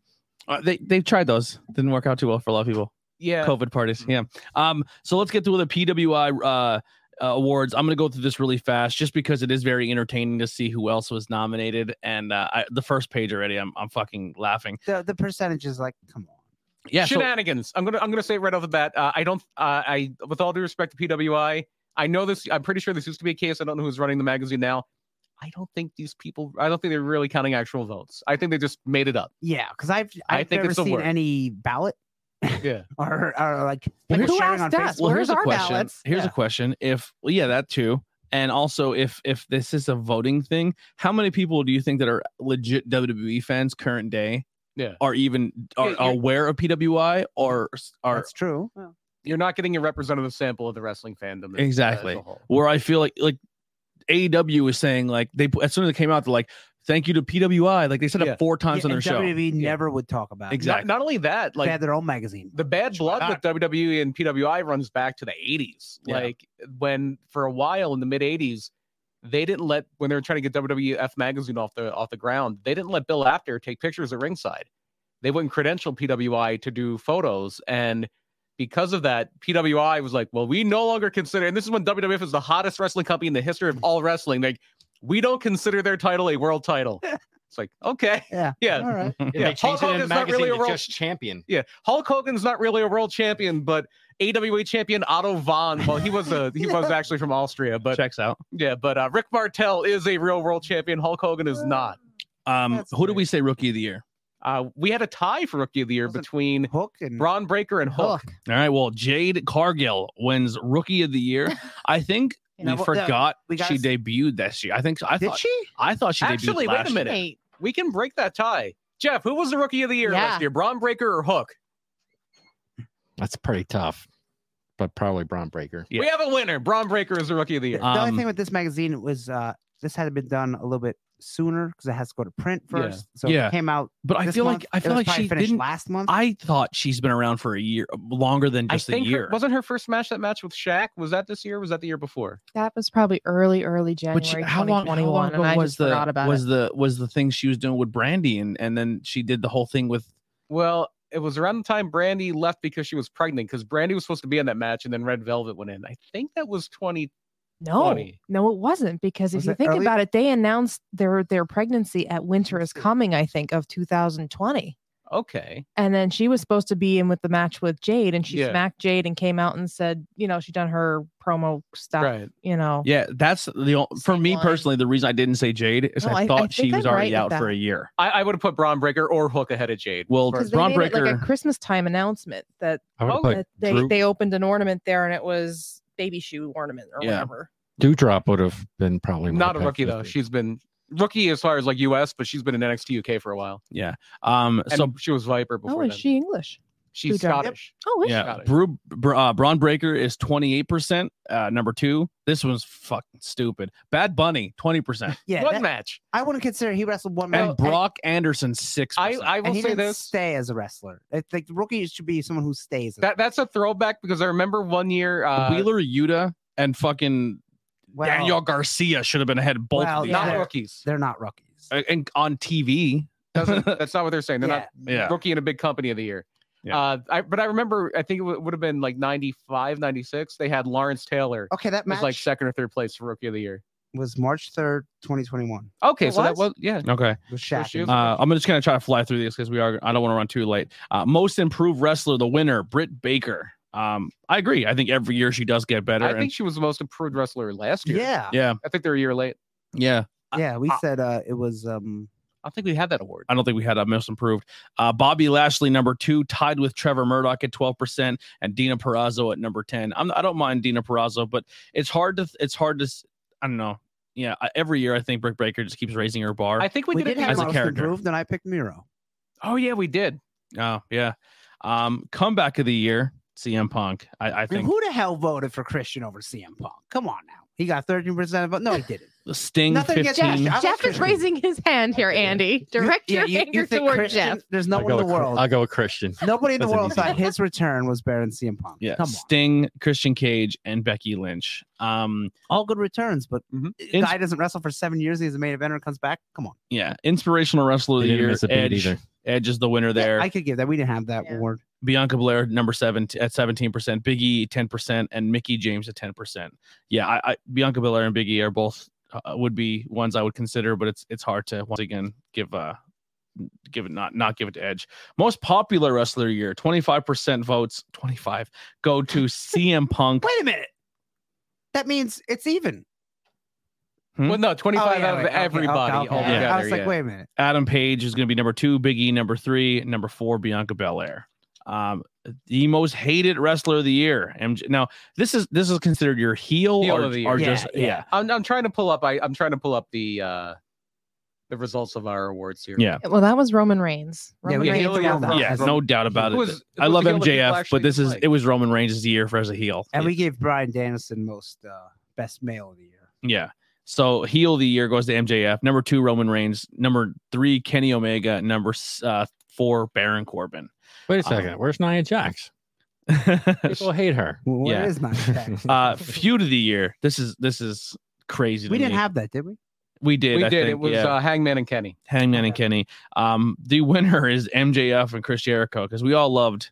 uh, they they've tried those. Didn't work out too well for a lot of people.
yeah.
COVID parties. Yeah. Um, so let's get to the PWI uh, uh, awards. I'm going to go through this really fast just because it is very entertaining to see who else was nominated. And uh, I, the first page already, I'm, I'm fucking laughing.
the, the percentage is like, come on.
Yeah. So,
Shenanigans. I'm gonna I'm gonna say it right off the bat. Uh, I don't. Uh, I with all due respect to PWI, I know this. I'm pretty sure this used to be a case. I don't know who's running the magazine now. I don't think these people. I don't think they're really counting actual votes. I think they just made it
[LAUGHS]
up.
Yeah, because I've
I
I've
think
never
it's the
seen
word.
any ballot
Yeah.
or, or like
Well,
people
who
sharing on
asked us?
Facebook.
Well,
here's
Where's
a
our
question.
ballots?
Here's
Yeah.
a question. If well, yeah, that too. And also, if if this is a voting thing, how many people do you think that are legit WWE fans current day?
Yeah.
Are even
Yeah,
are
you're-
aware of PWI or are
That's true.
You're not getting a representative sample of the wrestling fandom. as-
Exactly.
as a whole.
where I feel like like AEW is saying like they as soon as it came out they're like thank you to PWI like they said
Yeah.
it four times
Yeah,
on their
and
show.
WWE
Yeah.
never would talk about it.
Exactly.
Not, not only that,
They
like
had their own magazine.
the bad blood with WWE E and PWI runs back to the 80s.
Yeah.
Like when for a while in the mid 80s, they didn't let when they were trying to get WWF magazine off the off the ground, they didn't let Bill Apter take pictures at ringside. They wouldn't credential PWI to do photos and because of that, PWI was like, well, we no longer consider, and this is when WWF is the hottest wrestling company in the history of all wrestling. Like, we don't consider their title a world title. it's like, okay,
Yeah.
yeah,
All right.
[LAUGHS]
Yeah,
They changed
Hulk
it in
Hogan's
the
not
magazine
really a
to
role-
just champion.
yeah, Hulk Hogan's not really a world champion, but AWA champion Otto Von. Well, he was
[LAUGHS]
a he was actually from Austria,
[LAUGHS]
but
Checks out.
yeah, but uh,
Uh.
Rick Martel is a real world champion. Hulk Hogan is not.
Um,
That's
who do we say rookie of the year?
Uh, we had a tie for Rookie of the Year
Wasn't-
between
Hook and
Braun Breaker and Hook.
Hook.
All right. Well, Jade Cargill wins Rookie of the Year. I think
[LAUGHS] You know
we
what, that-
forgot
we
she
gotta s-
debuted this year. I think so. I
did
thought
she?
I thought she
Actually,
debuted
wait a
last year.
minute.
Wait,
We can break that tie. Jeff, who was the Rookie of the Year
Yeah.
last year? Braun Breaker or Hook?
That's pretty tough, but probably Braun Breaker.
Yeah.
We have a winner. Braun Breaker is the Rookie of the Year.
Uh,
the only
Um,
thing with this magazine was uh, this had been done a little bit sooner because it has to go to print
Yeah.
first. So
Yeah.
it came out.
But I
this
feel
month.
like I
It
feel
was
like
probably
she
finished
didn't.
last month.
I thought she's been around for a year, longer than
I
just a
think her-
year.
wasn't her first match that match with Shaq? Was that this year? or Was that the year before?
that was probably early, early January
but she, how long? How
2021,
long
and I
ago was
just
the
forgot about
was
it.
the was the thing she was doing with Brandy, and and then she did the whole thing with.
Well, it was around the time Brandy left because she was pregnant. Because Brandy was supposed to be in that match, and then Red Velvet went in. I think that was 20.
No,
20.
no, it wasn't because
Was
if you
it
think
early?
about it, they announced their their pregnancy at Winter is Coming, I think, of 2020.
Okay,
And then she was supposed to be in with the match with Jade, and she
Yeah.
smacked Jade and came out and said, you know, she done her promo stuff,
right.
you know.
Yeah, that's the ol- for
Same
me
line.
personally. The reason I didn't say Jade is
No, I-
I
I
thought
think
she was
I'm
already
right
out
with
for
that.
a year.
I, I would have put Braun Breaker or Hook ahead of Jade.
Well,
For-
Because they
Braun
made it like
Breaker-
a Christmas time announcement that,
I would
Oh,
put
that they,
Drew,
they opened an ornament there and it was baby shoe ornament or
Yeah.
whatever.
Dewdrop would have been probably my
not a
pick
rookie
this
though.
week.
She's been rookie as far as like U.S., but she's been in NXT UK for a while.
Um,
And
so
she was Viper
Oh,
before.
is
then.
she English?
She's
Who died?
Scottish.
Oh, is she?
Yeah,
Got it.
Brew, Br- uh, Braun Breaker is twenty eight percent. Uh, number two, this one's fucking stupid. Bad Bunny twenty
[LAUGHS]
percent,
yeah,
One
that-
match.
I wouldn't consider he wrestled one
and
match.
Brock Anderson six.
I I
and
will
he
say
didn't
this.
stay as a wrestler. It's like the rookie should be someone who stays.
That that's a throwback because I remember one year. Uh,
Wheeler Yuta and fucking
well,
Daniel Garcia should have been ahead of both
Well,
of these.
not
Yeah.
rookies.
They're not rookies.
Uh, And on TV,
Doesn't- that's not what they're saying. They're not
yeah,
rookie in a big company of the year.
Yeah.
Uh, I, but I remember, I think it w- would have been like 95, 96. They had Lawrence Taylor
Okay, that
was
Oh, match
like second or third place for rookie of the year.
was March third, twenty twenty one.
Okay,
It
so that
was?
was, yeah.
okay.
With Shaq.
she
and-
was-
Uh, I'm just gonna try to fly through these because we are. I don't want to run too late. Uh, most improved wrestler, the winner, Britt Baker. Um, I agree. I think every year she does get better.
I
and-
think she was the most improved wrestler last year.
yeah,
yeah,
I think they're a year late.
yeah.
yeah. We
I-
said uh, it was um,
I think we had that award.
I don't think we had a most improved. Uh, Bobby Lashley number two, tied with Trevor Murdoch at twelve percent, and Dina Perrazzo at number ten. I'm, I don't mind Dina Perrazzo, but it's hard to it's hard to s- I don't know. Yeah, I- every year I think Brick Breaker just keeps raising her bar.
I think we,
we
did,
did
it.
have
as a
most
character.
improved, and I picked Miro.
oh, yeah, we did.
oh yeah, um, comeback of the year, CM Punk. I, I
I mean,
think
who the hell voted for Christian over CM Punk? Come on now. He got 13% of vote. No, he didn't.
Sting
Nothing against
fifteen.
Josh. I was
Jeff is
Christian.
raising his hand here,
Okay, yeah.
Andy.
You-
Direct
yeah,
your
you- you
anger
think
toward
Christian-
Jeff.
There's no
I'll
one
go,
in the
with, Chris-
world.
I'll go with [LAUGHS] Christian.
Nobody in the
That's an
world
easy
thought
one.
his return was better than CM Punk.
Yeah,
Come on.
Sting, Christian Cage, and Becky Lynch. Um,
All good returns, but
Mhm.
the guy doesn't wrestle for seven years. He's a main eventer and comes back. Come on.
yeah, inspirational wrestler of
He
the
didn't
year.
miss a beat
Edge,
either.
Edge is the winner
Yeah,
there.
I could give that. We didn't have that
Yeah.
award.
Bianca Blair number seven t- at seventeen percent, Biggie ten percent, and Mickey James at ten percent. Yeah, I, I Bianca Belair and Biggie are both uh, would be ones I would consider, but it's it's hard to once again give uh give it not not give it to Edge. Most popular wrestler year, twenty five percent votes, twenty five go to [LAUGHS] CM Punk.
Wait a minute. That means it's even.
Hmm?
Well, no, 25
Oh, yeah,
out of
wait, okay, okay,
everybody.
okay, okay.
altogether,
I was like,
yeah.
wait a minute.
Adam Page is going to be number two, Big E number three, number four, Bianca Belair. Um, the most hated wrestler of the year. MJ. Now this is this is considered your heel,
Heel
or,
of the year.
or
Yeah,
just
yeah.
yeah.
I'm, I'm trying to pull up. I, I'm trying to pull up the uh, the results of our awards here.
Yeah.
Well, that was Roman Reigns.
Yeah,
Roman
we
Reigns
really
got
have
that.
Roman.
yeah,
as
no doubt about it.
It was- it
I
was
love
the heel that people
MJF,
actually
but this is
disliked.
it was Roman Reigns' year for as a heel.
And we gave Brian Danielson most uh, best male of the year.
yeah. So heel of the year goes to MJF. Number two, Roman Reigns. Number three, Kenny Omega. Number s- uh, four, Baron
[LAUGHS]
Corbin.
Wait a
Um,
second. Where's Nia Jax? People hate her.
Well, what
Yeah.
is Nia Jax?
uh, feud of the year. This is this is crazy.
we
to
didn't
me.
have that, did we?
We did.
we
I
did.
Think,
it was
yeah.
uh, Hangman and Kenny.
Hangman and
okay.
Kenny. Um, the winner is MJF and Chris Jericho because we all loved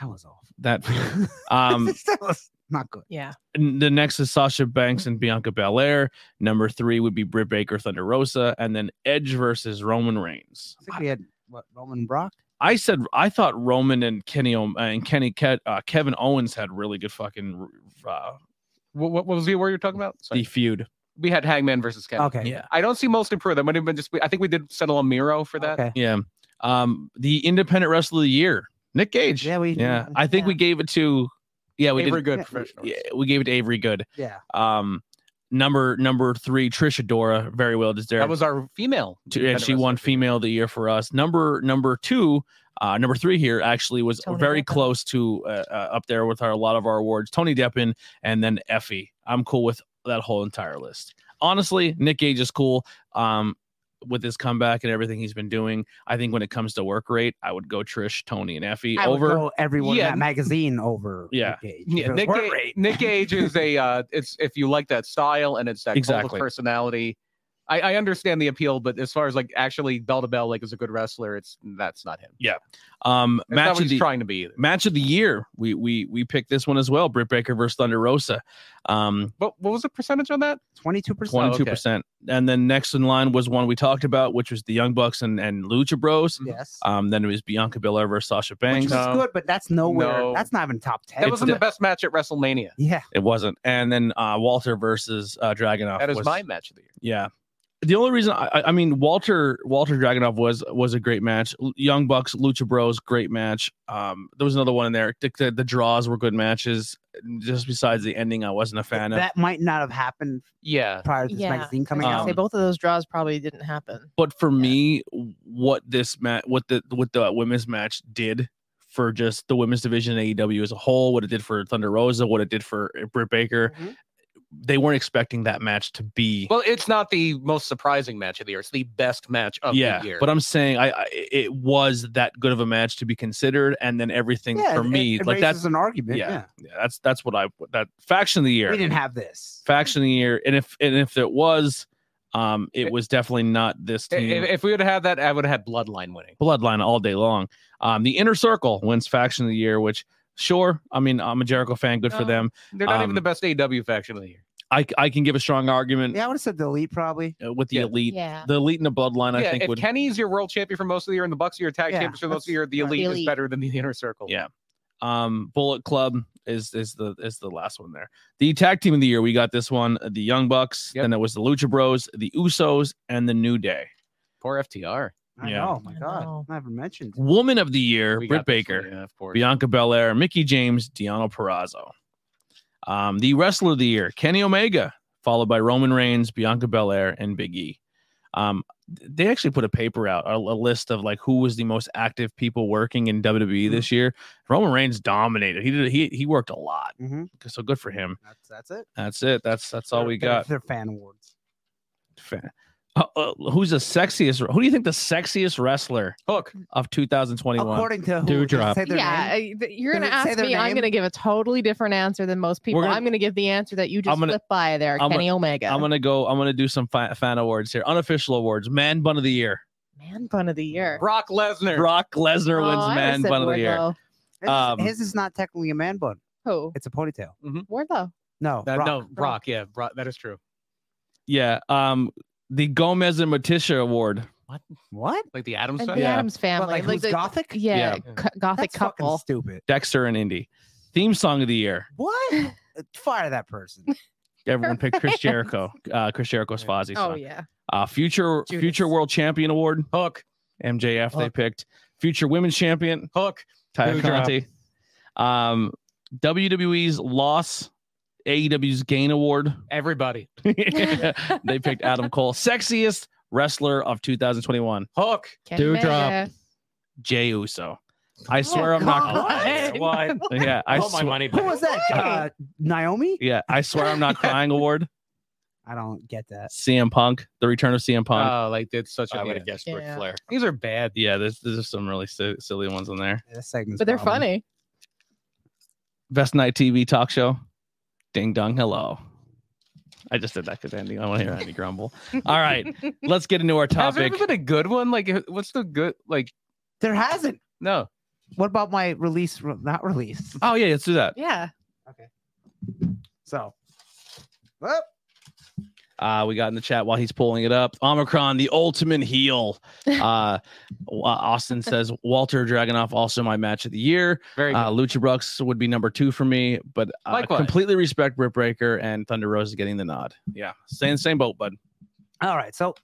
That was awful. [LAUGHS]
that. [LAUGHS] Um,
that was not good.
Yeah.
n- the next is Sasha Banks and Bianca Belair. Number three would be Britt Baker, Thunder Rosa, and then Edge versus Roman Reigns.
I think
I,
we had what Roman and Brock.
I said I thought Roman and Kenny O- and Kenny Ke- uh, Kevin Owens had really good fucking uh,
What, what what was the award you're talking about? Sorry.
the feud.
we had Hangman versus Kenny.
Okay.
Yeah,
I don't see most improved. That might have been just. I think we did settle on Miro for that.
Okay.
yeah. Um, the Independent Wrestler of the Year, Nick Gage.
Yeah, we.
Yeah, I think we gave it to. Yeah, we
Avery
did.
Good
Yeah.
professional.
Yeah, we gave it to Avery Good.
Yeah.
Um, number number three, Trisha Dora, very well deserved.
That was our female.
T- and she won female of the year for us. Number number two, uh, number three here actually was
Tony
very
Deppen.
close to uh, uh, up there with our, a lot of our awards. Tony Deppin and then Effie. I'm cool with that whole entire list. Honestly, Nick Gage is cool. Um, with his comeback and everything he's been doing, I think when it comes to work rate, I would go Trish, Tony, and Effie
I would
over.
Go everyone
Yeah.
in that magazine over.
[LAUGHS] Yeah.
Nick Gage.
Yeah,
Because
Nick,
we're
Ga-
great.
Nick
[LAUGHS]
Gage is a uh, it's if you like that style and it's that cult
Exactly.
of personality. I, I understand the appeal, but as far as like actually bell to bell, like is a good wrestler, it's that's not him.
Um,
That's
match
not
of
what he's
the-
trying to be either.
match of the year. We we we picked this one as well. Britt Baker versus Thunder Rosa. Um,
But what was the percentage on that?
22%.
twenty two percent. And then next in line was one we talked about, which was the Young Bucks and and Lucha Bros.
Yes.
Um, then it was Bianca Belair versus Sasha
Which
Banks.
was
no.
good, but that's nowhere.
No.
That's not even top 10.
That
It's
wasn't the best match at WrestleMania.
yeah.
It wasn't. And then uh, Walter versus uh, Dragunov.
That is
was-
my match of the year.
Yeah. The only reason I, I- I mean Walter Walter Dragunov was was a great match. L- Young Bucks Lucha Bros great match. Um, there was another one in there. The, the, the draws were good matches. Just besides the ending, I wasn't a fan of.
That might not have happened
Yeah.
prior to this
Yeah.
magazine
I was
coming
gonna
Um,
say
out.
both of those draws probably didn't happen.
but for
Yeah.
me what this match what the what the women's match did for just the women's division in AEW as a whole what it did for Thunder Rosa what it did for Britt Baker
Mhm.
they weren't expecting that match to be
Well, it's not the most surprising match of the year. It's the best match of
yeah
the year.
but I'm saying I, I it was that good of a match to be considered and then everything
Yeah,
for
it-
me
it
like
raises
that's
an argument.
yeah.
Yeah.
yeah, that's that's what I that faction of the year
We didn't have this.
faction of the year and if and if it was um it,
It-
was definitely not this
I-
team
if, if we would have had that, I would have had Bloodline winning.
bloodline all day long. Um, the inner circle wins faction of the year, which sure, I mean, I'm a Jericho fan, good for
No.
them.
They're not
Um,
even the best AW faction of the year.
I I can give a strong argument
Yeah, I would have said the elite probably.
uh, with the
Yeah.
elite,
Yeah.
the elite and the bloodline. I
yeah,
think
if
would
Kenny's your world champion for most of the year and the Bucks are your tag
Yeah,
champions for most of
that's-
the year, the
yeah.
elite, is
Elite.
better than the inner circle.
Yeah. um Bullet Club is is the is the last one there. The tag team of the year, we got this one, uh, the Young Bucks,
Yep.
then it was the Lucha Bros, the Usos, and the New Day.
Poor FTR.
I
Yeah.
know. oh My
I
God.
know.
Never mentioned.
Woman of the year,
We
Britt
got this
Baker.
one, yeah, of course.
Bianca Belair, Mickey James, Deanna Perrazzo. Um, the wrestler of the year, Kenny Omega, followed by Roman Reigns, Bianca Belair, and Big E. Um, they actually put a paper out, a, a list of like who was the most active people working in WWE
Mm-hmm.
this year. Roman Reigns dominated. He did. He he worked a lot.
Mhm.
So good for him.
That's, that's it.
That's it. That's that's all
They're-
we
they're-
got.
They're fan awards.
Fa- Uh, uh, who's the sexiest? Who do you think the sexiest wrestler
Hook.
of 2021?
According to who?
Dude
Did it
drop.
say their
yeah,
name?
I- th- you're
Does
gonna
it say
ask
their
me. I'm
name?
gonna give a totally different answer than most people.
gonna-
I'm gonna give the answer that you just
gonna-
flipped by there,
I'm
Kenny Omega.
I'm gonna go. I'm gonna do some fa- fan awards here. Unofficial awards. Man bun of the year.
Man bun of the year.
Brock Lesnar.
Brock Lesnar
Oh,
wins
I would've
man
said
bun of the year.
Wardlow.
His,
um,
his is not technically a man bun.
Who?
It's a ponytail.
Wardlow.
No.
Uh,
That-
Brock.
No, Brock. Yeah, Brock, that is true.
Yeah. Um, the Gomez and Matisha Award.
What?
Like the Adams
And
family.
the
Yeah.
Adams family.
What, like, who's
the,
gothic?
Yeah,
Yeah.
co- gothic
That's fucking
couple.
stupid.
Dexter and Indy. Theme song of the year.
[LAUGHS]
What? Uh, Fire that person.
Everyone picked Chris
Right.
Jericho. Uh, Chris Jericho's
Yeah.
Fozzy song.
Oh yeah.
Uh, future
Judas.
future world champion award. Hook. MJF they
Hook.
picked. Future women's champion.
Hook.
Ty
Who dropped?
Conti. Um, WWE's loss. AEW's gain award.
Everybody.
[LAUGHS] they picked Adam Cole. Sexiest wrestler of 2021.
Hook.
Kenny
Dewdrop.
Omega.
Jay Uso. I swear I'm not.
God.
What? Yeah, I
Oh,
Hold my
swear.
money
Oh, Who
back.
was that? Uh, Naomi?
Yeah, I swear I'm not crying. Award.
I don't get that.
CM Punk. The return of CM Punk.
Oh, like did such a.
I would
Yeah.
have guessed Ric
Yeah.
Flair.
These are bad.
yeah, there's there's some really si- silly ones in there.
This segment's
But they're
problem.
funny.
Best night TV talk show. Ding dong. Hello. I just did that because Andy. I want to hear Andy grumble. All right, let's get into our
Has there
topic.
ever been a good one? Like, what's the good? Like,
There hasn't.
no.
What about my release? re- Not release.
Uh,
Oh yeah, let's do that.
Yeah.
So, well,
Uh, we got in the chat while he's pulling it up. Omicron, the ultimate
[LAUGHS]
heel. Uh, Wa- Austin says Walter Dragonoff also my match of the year.
Very good.
Uh, Lucha Brooks would be number two for me, but I
Likewise.
completely respect Britt Breaker and Thunder Rose is getting the nod. Yeah, same same boat, bud.
all right. So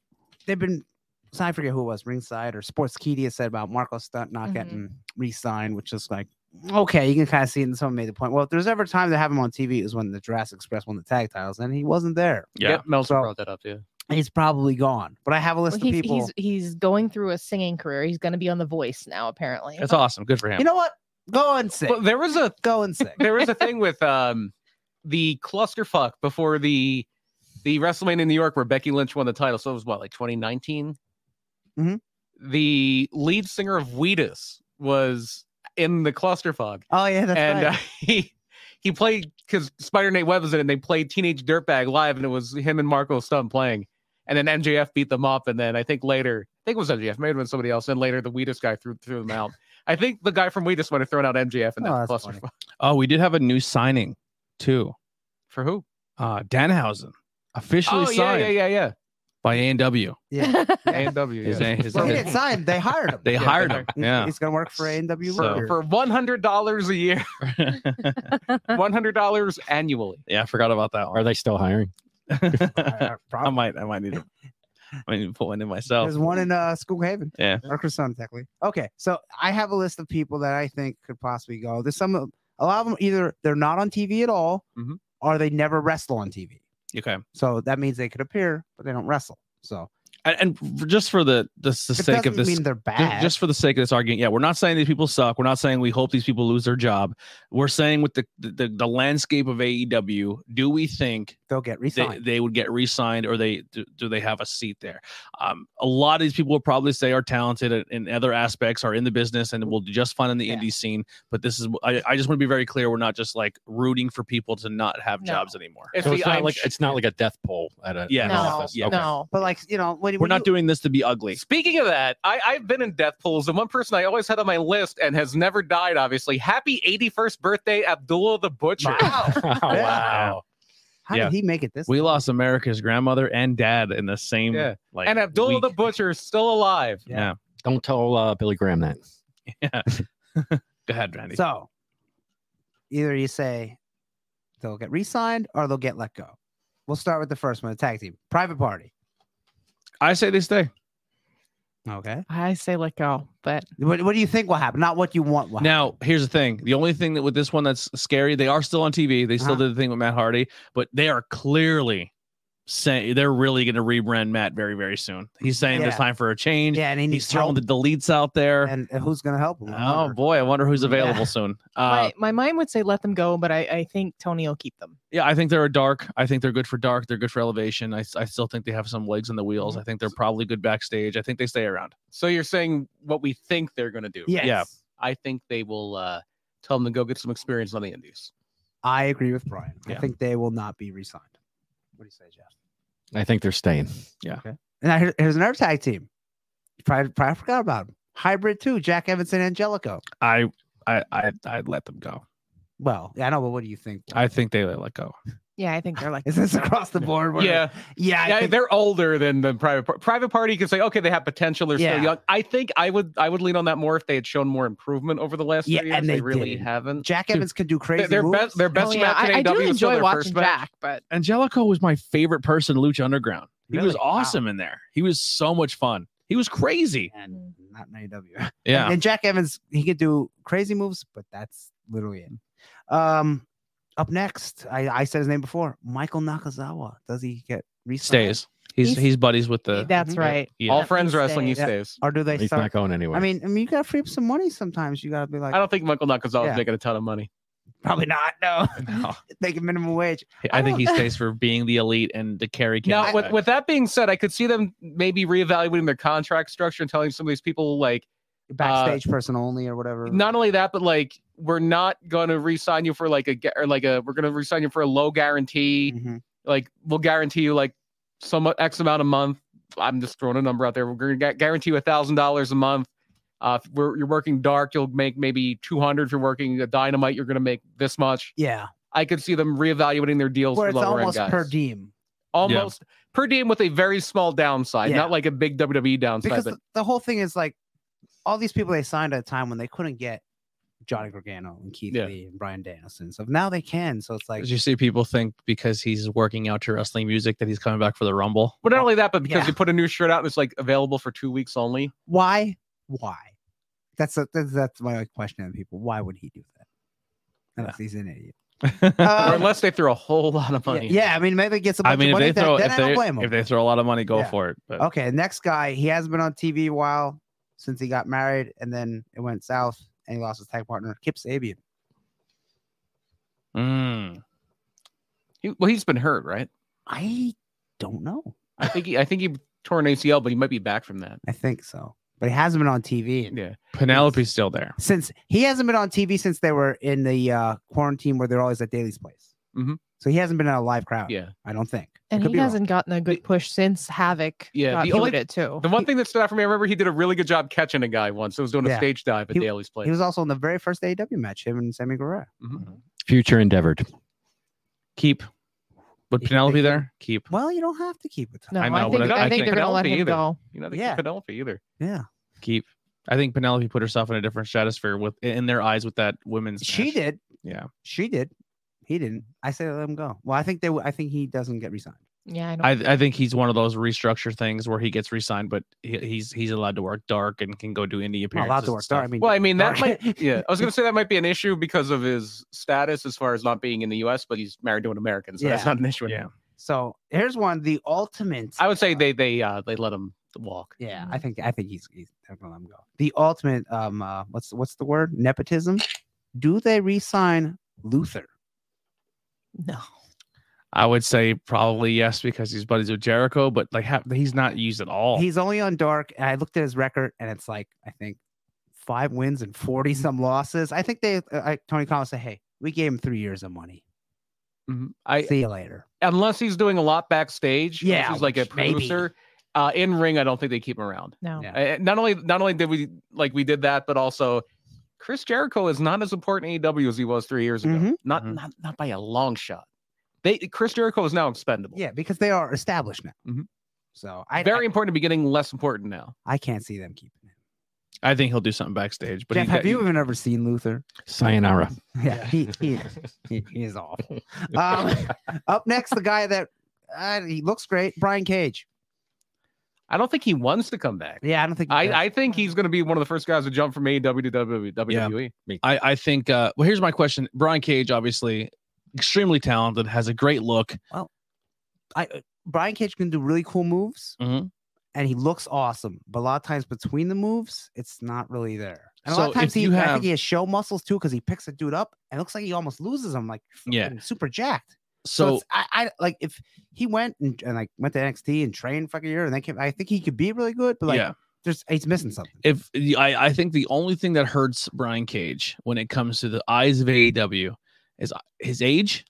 they've been so I forget who it was, ringside or Sportskeeda said about Marco Stunt not
Mhm.
getting re-signed, which is like okay, you can kind of see it. And someone made the point. Well, if there's ever time to have him on TV, it was when the Jurassic Express won the tag titles, and he wasn't there.
Yeah.
Yep, Melzer
So-
brought that up, yeah.
He's probably gone. But I have a list
Well,
of
he-
people.
he's he's going through a singing career. He's going to be on The Voice now, apparently. [LAUGHS]
That's awesome. Good for him.
you know what? Go and sick.
But there was a
Go and sick.
there was a thing with um the clusterfuck before the the WrestleMania in New York where Becky Lynch won the title. So it was what, like 2019?
Mhm.
The lead singer of Wheatus was in the clusterfuck.
Oh yeah, that's
and
right.
uh, [LAUGHS] he he played because Spider Nate Webb was in it and they played Teenage Dirtbag live and it was him and Marco Stunt playing. And then MJF beat them up. And then I think later, I think it was MJF, maybe it was somebody else. And later the Wheatus guy threw, threw them out. I think the guy from Wheatus might have thrown out MJF and
Oh,
that
that's
cluster.
Oh, we did have a new signing too.
For who?
Uh, Danhausen officially
Oh, yeah,
signed
yeah, yeah, yeah.
by A&W.
[LAUGHS]
yeah.
AMW.
His,
Yeah.
his,
Well, he
his-
didn't sign him. They hired him.
they
Yeah,
hired
they
him.
He's-
Yeah.
He's gonna work for AW.
So-
[LAUGHS]
Warrior.
For $100 a year, $100 annually.
yeah, I forgot about that
Are
one.
they still hiring?
[LAUGHS]
Uh,
[LAUGHS]
prob-
I might I might need to I need to put one in myself.
There's one in uh, School Haven.
Oh. Yeah.
Or Cressona, technically. Okay. So I have a list of people that I think could possibly go. There's some, of- a lot of them either they're not on TV at all
Mm-hmm.
Mhm.
or they never wrestle on TV.
Okay.
So that means they could appear, but they don't wrestle. So
And, and just for the the, the
it
sake of
doesn't
this
mean they're
Ju-
bad.
Just for the sake of this argument, yeah, we're not saying these people suck. We're not saying we hope these people lose their job. We're saying with the the, the landscape of AEW, do we think
They'll get
they,
resigned.
they would get re-signed or they do, do they have a seat there? Um, a lot of these people will probably say are talented in- in other aspects, are in the business, and will do just fine in the
Yeah.
indie scene. But this is I, I just want to be very clear. We're not just like rooting for people to not have
No.
jobs anymore.
If
So
the-
it's not
I'm
like
sh-
it's not like a death poll at a
Yeah.
an
No,
office.
yeah.
Okay. [LAUGHS]
No.
but like, you know, when,
We're
when
not
you-
doing this to be ugly.
Speaking of that, I, I've been in death pools, and one person I always had on my list and has never died, obviously. Happy 81st birthday, Abdullah the Butcher.
Wow.
Oh, wow.
How
Yeah.
did he make it this?
We lost America's grandmother and dad in the same
Yeah.
like
[LAUGHS] And Abdullah the
week.
Butcher is still alive.
yeah.
Don't tell uh, Billy Graham that.
Go ahead, Randy.
So either you say they'll get re-signed or they'll get let go. We'll start with the first one, the tag team, private party.
I say they stay.
Okay.
I say let go, but
What, what do you think will happen? Not what you want. Will happen.
Now, here's the thing. The only thing that with this one that's scary, they are still on TV. They still
Uh-huh.
did the thing with Matt Hardy, but they are clearly saying they're really going to rebrand Matt very, very soon. He's saying there's
Yeah.
time for a change.
yeah, and he needs
He's throwing
help,
the deletes out there.
and and who's going to help him? I
Oh
wonder.
boy, I wonder who's available
Yeah.
soon. Uh,
my, my mind would say let them go, but I, I think Tony will keep them.
yeah, I think they're a dark. I think they're good for dark. They're good for elevation. I, s- I still think they have some legs in the wheels. I think they're probably good backstage. I think they stay around.
So you're saying what we think they're going to do.
Yes.
yeah.
I think they will uh, tell them to go get some experience on the Indies.
I agree with Brian.
Yeah.
I think they will not be re-signed. What do you say, Jeff?
I think they're staying.
And now here- here's another tag team. You Probably, probably forgot about him. Hybrid too, Jack Evans and Angelico.
I I I I'd let them go.
Well, yeah, I know, but what do you think?
I think they let go.
Yeah, I
[LAUGHS]
think they're like
Is this across the board? where-
Yeah.
yeah, I
yeah
think-
they're older than the private par- private party. You can say, okay, they have potential. They're
Yeah.
still young. I think I would I would lean on that more if they had shown more improvement over the last
Yeah,
three years.
and they
really
didn't.
haven't.
Jack
Dude,
Evans can do crazy.
They- Their
moves.
best, their best
Oh,
match in
I, I do
AEW is still
enjoy
their
watching
first match.
Jack, but
Angelico was my favorite person in Lucha Underground. He was
Really? Wow.
awesome in there. He was so much fun. He was crazy.
and not in E AEW.
Yeah.
And, Jack Evans, he could do crazy moves, but that's literally it. Um, up next, I, I said his name before, Michael Nakazawa. Does he get re-signed?
stays. He's he's,
He's-
buddies with the
that's
Mhm.
right.
yeah.
All
Yeah.
friends
He
wrestling, he
stays.
stays.
or do they
He's
start?
not going anywhere.
I mean, I mean, you gotta free up some money sometimes. You gotta be like,
I don't think Michael Nakazawa
Yeah.
is making a ton of money.
probably not. No,
No.
make a minimum wage.
Oh, I
[LAUGHS] I
think he
don't-
stays for being the elite and the carry kid.
Now, with, with that being said, I could see them maybe reevaluating their contract structure and telling some of these people, like,
Backstage person only, or whatever.
not only that, but like, we're not going to re-sign you for like a gu- or like a we're going to re-sign you for a low guarantee.
Mhm.
Like, we'll guarantee you like some X amount a month. I'm just throwing a number out there. We're going to guarantee you a thousand dollars a month. Uh, if we're, you're working dark, you'll make maybe 200. If you're working a dynamite, you're going to make this much.
Yeah,
I could see them reevaluating their deals
where
for
it's
lower
almost
end guys.
per diem
almost per diem with a very small downside,
Yeah.
not like a big WWE downside.
because
but
the, the whole thing is like all these people they signed at a time when they couldn't get Johnny Gargano and Keith
Yeah.
Lee and Brian Danielson. So now they can. So it's like
Did you see people think because he's working out to wrestling music that he's coming back for the Rumble?
But not only that, but because
Yeah.
you put a new shirt out and it's like available for two weeks only.
why? Why? That's a, that's that's my question to people. Why would he do that? Unless he's an idiot.
or
Uh,
unless they threw a whole lot of money.
Yeah, yeah, I mean maybe he gets a bunch
I mean,
of
if
money.
they
then-
throw
then
if
I don't
they
blame him.
if they throw a lot of money, go
Yeah. Oh.
for it. But
Okay, next guy. He has been on TV a while since he got married, and then it went south, and he lost his tag partner, Kip Sabian.
Mm.
He, well, he's been hurt, right?
I don't know.
I think he, I think he tore an ACL, but he might be back from that.
I think so, but he hasn't been on TV in-
Yeah.
Penelope's still there.
since he hasn't been on TV since they were in the uh, quarantine where they're always at Daly's place.
Mm-hmm.
Mhm.
So he hasn't been in a live crowd.
Yeah.
I don't think.
And
Could
he
be wrong.
hasn't gotten a good push since Havoc
Yeah,
got
the only-
booted, too.
The one thing that stood out for me, I remember he did a really good job catching a guy once. It was doing a
Yeah.
stage dive at
He-
Daly's place. Mm-hmm.
He was Mm-hmm. also in the very first AEW match, him and Sammy Guerrero.
Future endeavored.
Keep. Would
Yeah,
Penelope
they-
there? Keep.
Well, you don't have to keep it.
no,
I
I,
know,
think,
but
I,
I
think
think
they're going to let him
Penelope
go.
you know, they
Yeah.
yeah. Penelope either.
Yeah.
Keep. I think Penelope put herself in a different stratosphere with in their eyes with that women's.
She
match.
did.
Yeah.
She did. He didn't. I say let him go. Well, I think they. w- I think he doesn't get resigned.
Yeah, I don't
I, I think he's one of those restructure things where he gets re-signed, but he, he's he's allowed to work dark and can go do indie
Well,
appearances.
allowed to
and
work. Sorry, I
stuff.
mean,
Well, I mean that
dark. [LAUGHS]
might. Yeah, I was gonna say that might be an issue because of his status as far as not being in the U.S., but he's married to an American, so that's
Yeah.
not an issue.
Yeah.
So here's one. The ultimate.
I would say they they uh they let him walk.
Yeah,
Mhm.
I think I think he's he's they're gonna let him go. The ultimate um uh, what's what's the word? Nepotism. Do they re-sign Luther?
know.
I would say probably yes because he's buddies with Jericho, but like ha- he's not used at all.
He's only on dark. And I looked at his record and it's like I think five wins and forty some losses. I think they uh, I, Tony Khan would say, Hey, we gave him three years of money.
Mhm. I
See you later.
unless he's doing a lot backstage. unless
Yeah,
he's like a
which maybe.
producer. Uh, in ring, I don't think they keep him around.
No.
Yeah.
Uh, not only not only did we like we did that, but also Chris Jericho is not as important in AEW as he was three years ago.
Mhm.
Not
Mhm.
not not by a long shot. They Chris Jericho is now expendable.
Yeah, because they are established now.
Mhm.
So I
very
I,
important in the beginning, less important now.
I can't see them keeping him.
I think he'll do something backstage, but
Jeff,
he,
have you even ever seen Luther?
Sayonara.
Yeah, he, he he, he is awful. Um, [LAUGHS] up next, the guy that uh, he looks great, Brian Cage.
I don't think he wants to come back.
Yeah, I don't think. he does.
I, I think he's going to be one of the first guys to jump from AEW to WWE.
I, I think. Uh, well, here's my question: Brian Cage, obviously, extremely talented, has a great look.
I uh, Brian Cage can do really cool moves,
Mhm.
and he looks awesome. But a lot of times between the moves, it's not really there. And a lot
So
of times
if
he,
you
I
have-
think he has show muscles too, because he picks a dude up and it looks like he almost loses him, like
Yeah.
fucking super jacked. So,
So,
it's, I, I like if he went and, and like went to NXT and trained fucking year, and then came, I think he could be really good, but like
yeah,
there's he's missing something.
if I, I think the only thing that hurts Brian Cage when it comes to the eyes of AEW is uh, his age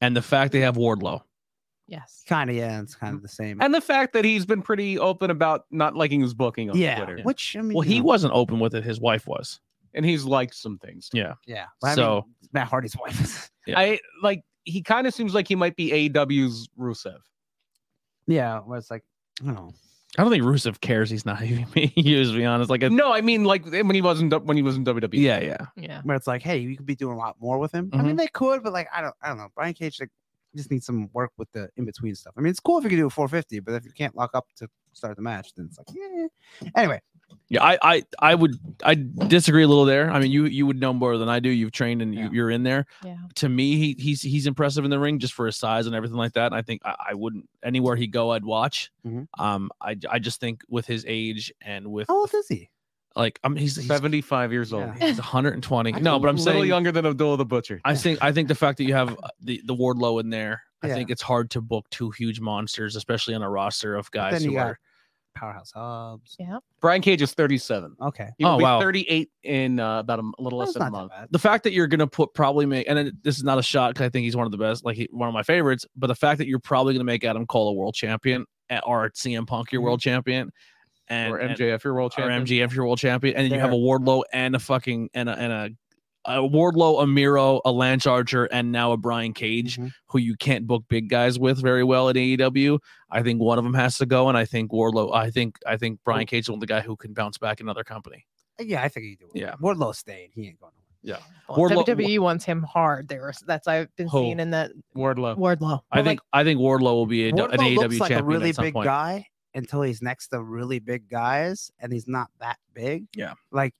and the fact they have Wardlow.
Yes.
Kind of yeah, it's kind of the same.
And the fact that he's been pretty open about not liking his booking on
yeah,
Twitter,
which I mean,
Well,
you
he
know,
wasn't open with it; his wife was.
and he's liked some things.
yeah. but I mean,
so-
it's Matt Hardy's [LAUGHS] wife.
Yeah.
I like he kind of seems like he might be AEW's Rusev.
yeah, where it's like, oh,
I don't think Rusev cares. He's not [LAUGHS] even being used. To be honest, like a,
No, I mean like when he wasn't when he was in E. WWE.
yeah, yeah.
Yeah.
where it's like, hey, you could be doing a lot more with him.
Mm-hmm.
I mean, they could, but like, I don't, I don't know. Brian Cage like just needs some work with the in between stuff. I mean, it's cool if you can do a 450, but if you can't lock up to start the match, then it's like, yeah. Anyway,
Yeah, I, I, I would, I disagree a little there. I mean, you, you would know more than I do. You've trained and
Yeah.
you, you're in there.
Yeah.
To me, he, he's, he's impressive in the ring just for his size and everything like that. And I think I, I wouldn't anywhere he go, I'd watch.
Mhm.
Um, I, I just think with his age and with
how old is he?
like, I mean, he's, he's,
seventy-five years old.
[LAUGHS]
Yeah.
he's 120.
I
no,
think
but I'm
a little
saying,
younger than Abdullah the Butcher.
I think, I think the fact that you have uh, the, the Wardlow in there, I
Yeah.
think it's hard to book two huge monsters, especially on a roster of
But
guys
then you
who
got
are.
Powerhouse Hubs.
Brian Cage is thirty-seven.
Okay,
He will
Oh,
be
wow.
thirty-eight in uh, about a, m- a little less
that's
than a
not
month.
that bad.
the fact that you're going to put probably make and it- this is not a shot because I think he's one of the best, like he, one of my favorites. But the fact that you're probably going to make Adam Cole a world champion eh, or CM Punk your world
Mm-hmm.
champion, and
or
and-
MJF, your world
or
champion.
MJF your world champion, and then you have a
There.
Wardlow and a fucking and a and a, a Wardlow, a Miro, a Lance Archer, and now a Brian Cage,
Mhm.
who you can't book big guys with very well at AEW. I think one of them has to go, and I think Wardlow. I think I think Brian Cage is one of the guy who can bounce back another company.
Yeah, I think he do it.
Yeah.
Wardlow stayed. He ain't going nowhere.
Well,
Wardlow-
WWE E wants him hard. There, was- that's I've been
Who? Oh.
seeing in that
Wardlow.
Wardlow.
I think I think Wardlow will be a,
Wardlow
an AEW
looks like a
champion
really
at some
big
point.
guy until he's next to really big guys, and he's not that big.
Yeah.
like,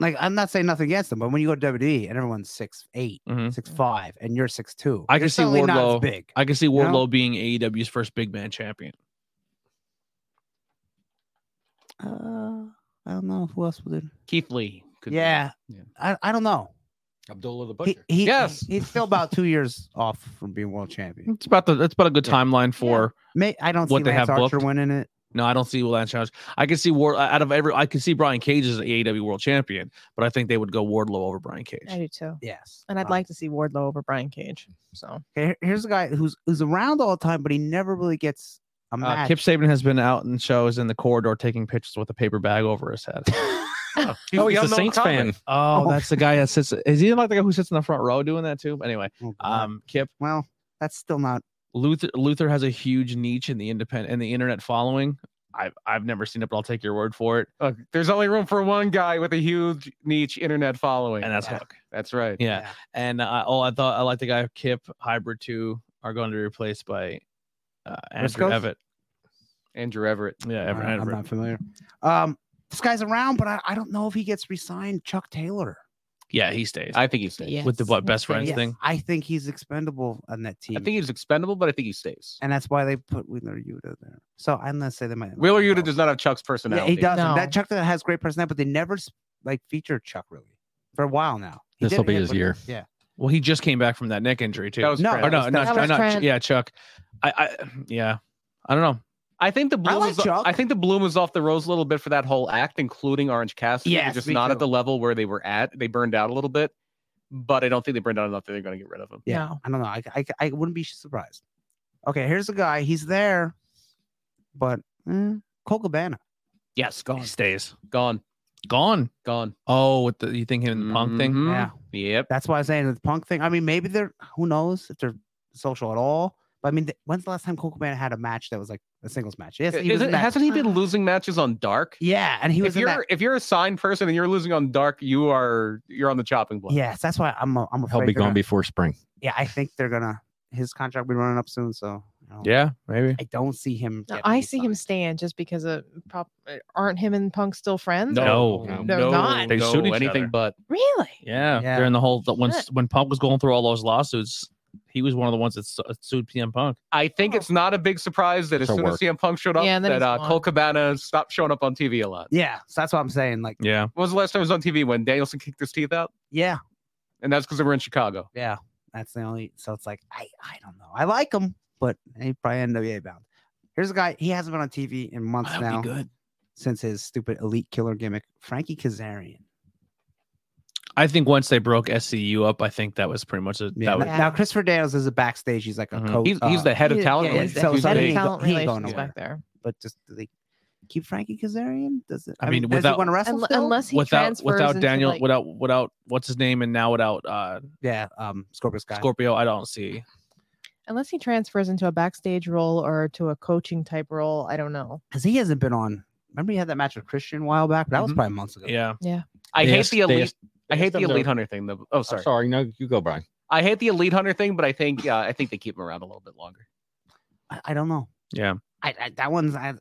like I'm not saying nothing against him, but when you go to WWE and everyone's six eight,
Mhm.
six five, and you're six two,
I can see Wardlow-
big.
I can see
know?
Wardlow being AEW's first big man champion.
Uh, I don't know who else would.
Keith Lee. could be.
Yeah,
Yeah.
I, I don't know.
Abdullah the
He,
Butcher.
he-
Yes.
he's still about two years [LAUGHS] off from being world champion.
It's about the that's about a good
Yeah.
timeline for.
May I don't see
What they
Lance
have
Archer
booked.
winning it.
No, I don't see Lance Archer. I can see Ward out of every. I can see Brian Cage as an AEW world champion, but I think they would go Wardlow over Brian Cage.
I do too.
Yes,
And I'd
Uh,
like to see Wardlow over Brian Cage.
[LAUGHS]
So
okay, here- Here's a guy who's who's around all the time, but he never really gets a match.
Uh, Kip Saban has been out in shows in the corridor taking pictures with a paper bag over his head.
He's
oh,
the
he's a
unknown
Saints
comic.
fan.
[LAUGHS] Oh,
Oh.
that's the guy that sits. Is he like the guy who sits in the front row doing that too? But anyway,
Oh, God.
um, Kip
well, that's still not.
Luther Luther has a huge niche in the independent in the internet following. I've I've never seen it, but I'll take your word for it.
Look, there's only room for one guy with a huge niche internet following.
And that's
Yeah.
Hook.
That's right.
Yeah. And uh, oh, I thought I like the guy Kip Hybrid Two are going to be replaced by uh, Andrew
Briscoes?
Everett.
Andrew Everett.
Yeah,
I-
Everett.
Uh, I'm
Everett.
not familiar. Um, this guy's around, but I, I don't know if he gets re-signed. Chuck Taylor.
Yeah, he stays
I think he stays.
yeah,
with the what best friends
Yes.
thing.
I think he's expendable on that team.
I think he's expendable, but I think he stays.
and that's why they put Wheeler Yuta there. So I'm gonna say they might.
Wheeler Yuta
does.
does not have Chuck's
Yeah,
personality.
he does.
No.
That Chuck that has great personality, but they never s- like featured Chuck really for a while now. He
This'll
did-
be
he-
his
but-
year.
Yeah.
Well, he just came back from that neck injury too.
That was
No,
Fred.
or no,
that
no,
was-
no,
that was
not-
Trent.
yeah, Chuck. I, I yeah, I don't know.
I think the bloom
like
is,
Chuck.
I think the bloom was off the rose a little bit for that whole act, including Orange Cassidy. They're
Yes,
just
me
not
too.
at the level where they were at. They burned out a little bit, but I don't think they burned out enough that they're going to get rid of him.
Yeah.
No.
I don't know. I, I I wouldn't be surprised. Okay, here's a guy. He's there, but mm, Cole Cabana.
Yes,
He
gone,
stays
gone,
gone.
gone.
Oh, with the you think him and the punk thing?
Mhm.
Yeah,
Yep.
that's why I'm saying the punk thing. I mean, maybe they're who knows if they're social at all. But I mean, th- when's the last time Cole Cabana had a match that was like a singles match? Yes, he was
Isn't-
in that-
hasn't he been losing matches on Dark?
[CLEARS THROAT] Yeah, and he was
if
in
you're
that.
if you're a signed person and you're losing on Dark, you are you're on the chopping block.
Yes, that's why I'm a, I'm afraid
He'll be
they're
gone
gonna-
before spring.
yeah, I think they're gonna his contract will be running up soon, so I don't-
Yeah, maybe.
I don't see him.
No,
getting
I see him
re-signed.
staying just because of prob- uh, aren't him and Punk still friends?
No.
No, they're not.
They
no,
sued each
anything
other.
but.
Really?
Yeah,
Yeah.
during the whole the, when
Shit.
when Punk was going through all those lawsuits, he was one of the ones that su- sued PM Punk.
I think
Oh.
it's not a big surprise that as
This'll
soon as
work.
CM Punk showed up,
Yeah, and then
that
he's
uh,
gone.
Cole Cabana stopped showing up on TV a lot.
Yeah, so that's what I'm saying. Like,
Yeah,
When was the last time he was on TV when Danielson kicked his teeth out?
yeah,
And that's because they were in Chicago.
yeah, that's the only. So it's like I, I don't know. I like him, but he probably NWA bound. Here's a guy. He hasn't been on TV in
Oh,
months now
good.
since his stupid elite killer gimmick. Frankie Kazarian.
I think once they broke SCU up, I think that was pretty much it.
Yeah.
That was,
now, now Christopher Daniels is a backstage. He's like a
Mhm.
coach.
He's, he's the head of
Yeah,
talent.
yeah,
relations.
so-
so
so
head
he
of
ain't go-
talent
he ain't going
relations
nowhere.
back there.
But just do they keep Frankie Kazarian? Does it?
I mean,
does
without-
he want to wrestle
Unle-
still?
unless he
without
transfers
without
into,
Daniel
like-
without without what's his name and now without uh
yeah, um, Scorpio Sky.
Scorpio, I don't see.
unless he transfers into a backstage role or to a coaching type role. I don't know.
because he hasn't been on. Remember, he had that match with Christian a while back. That was
Mhm.
probably months ago.
Yeah,
I
They
hate
asked-
the
they
elite.
asked-
I
they
hate
asked
the
them to-
elite hunter thing. Though. Oh,
I'm
sorry.
sorry. No, you go, Brian.
I hate the elite hunter thing, but I think uh, I think they keep him around a little bit longer.
I, I don't know.
Yeah.
I, I that one's I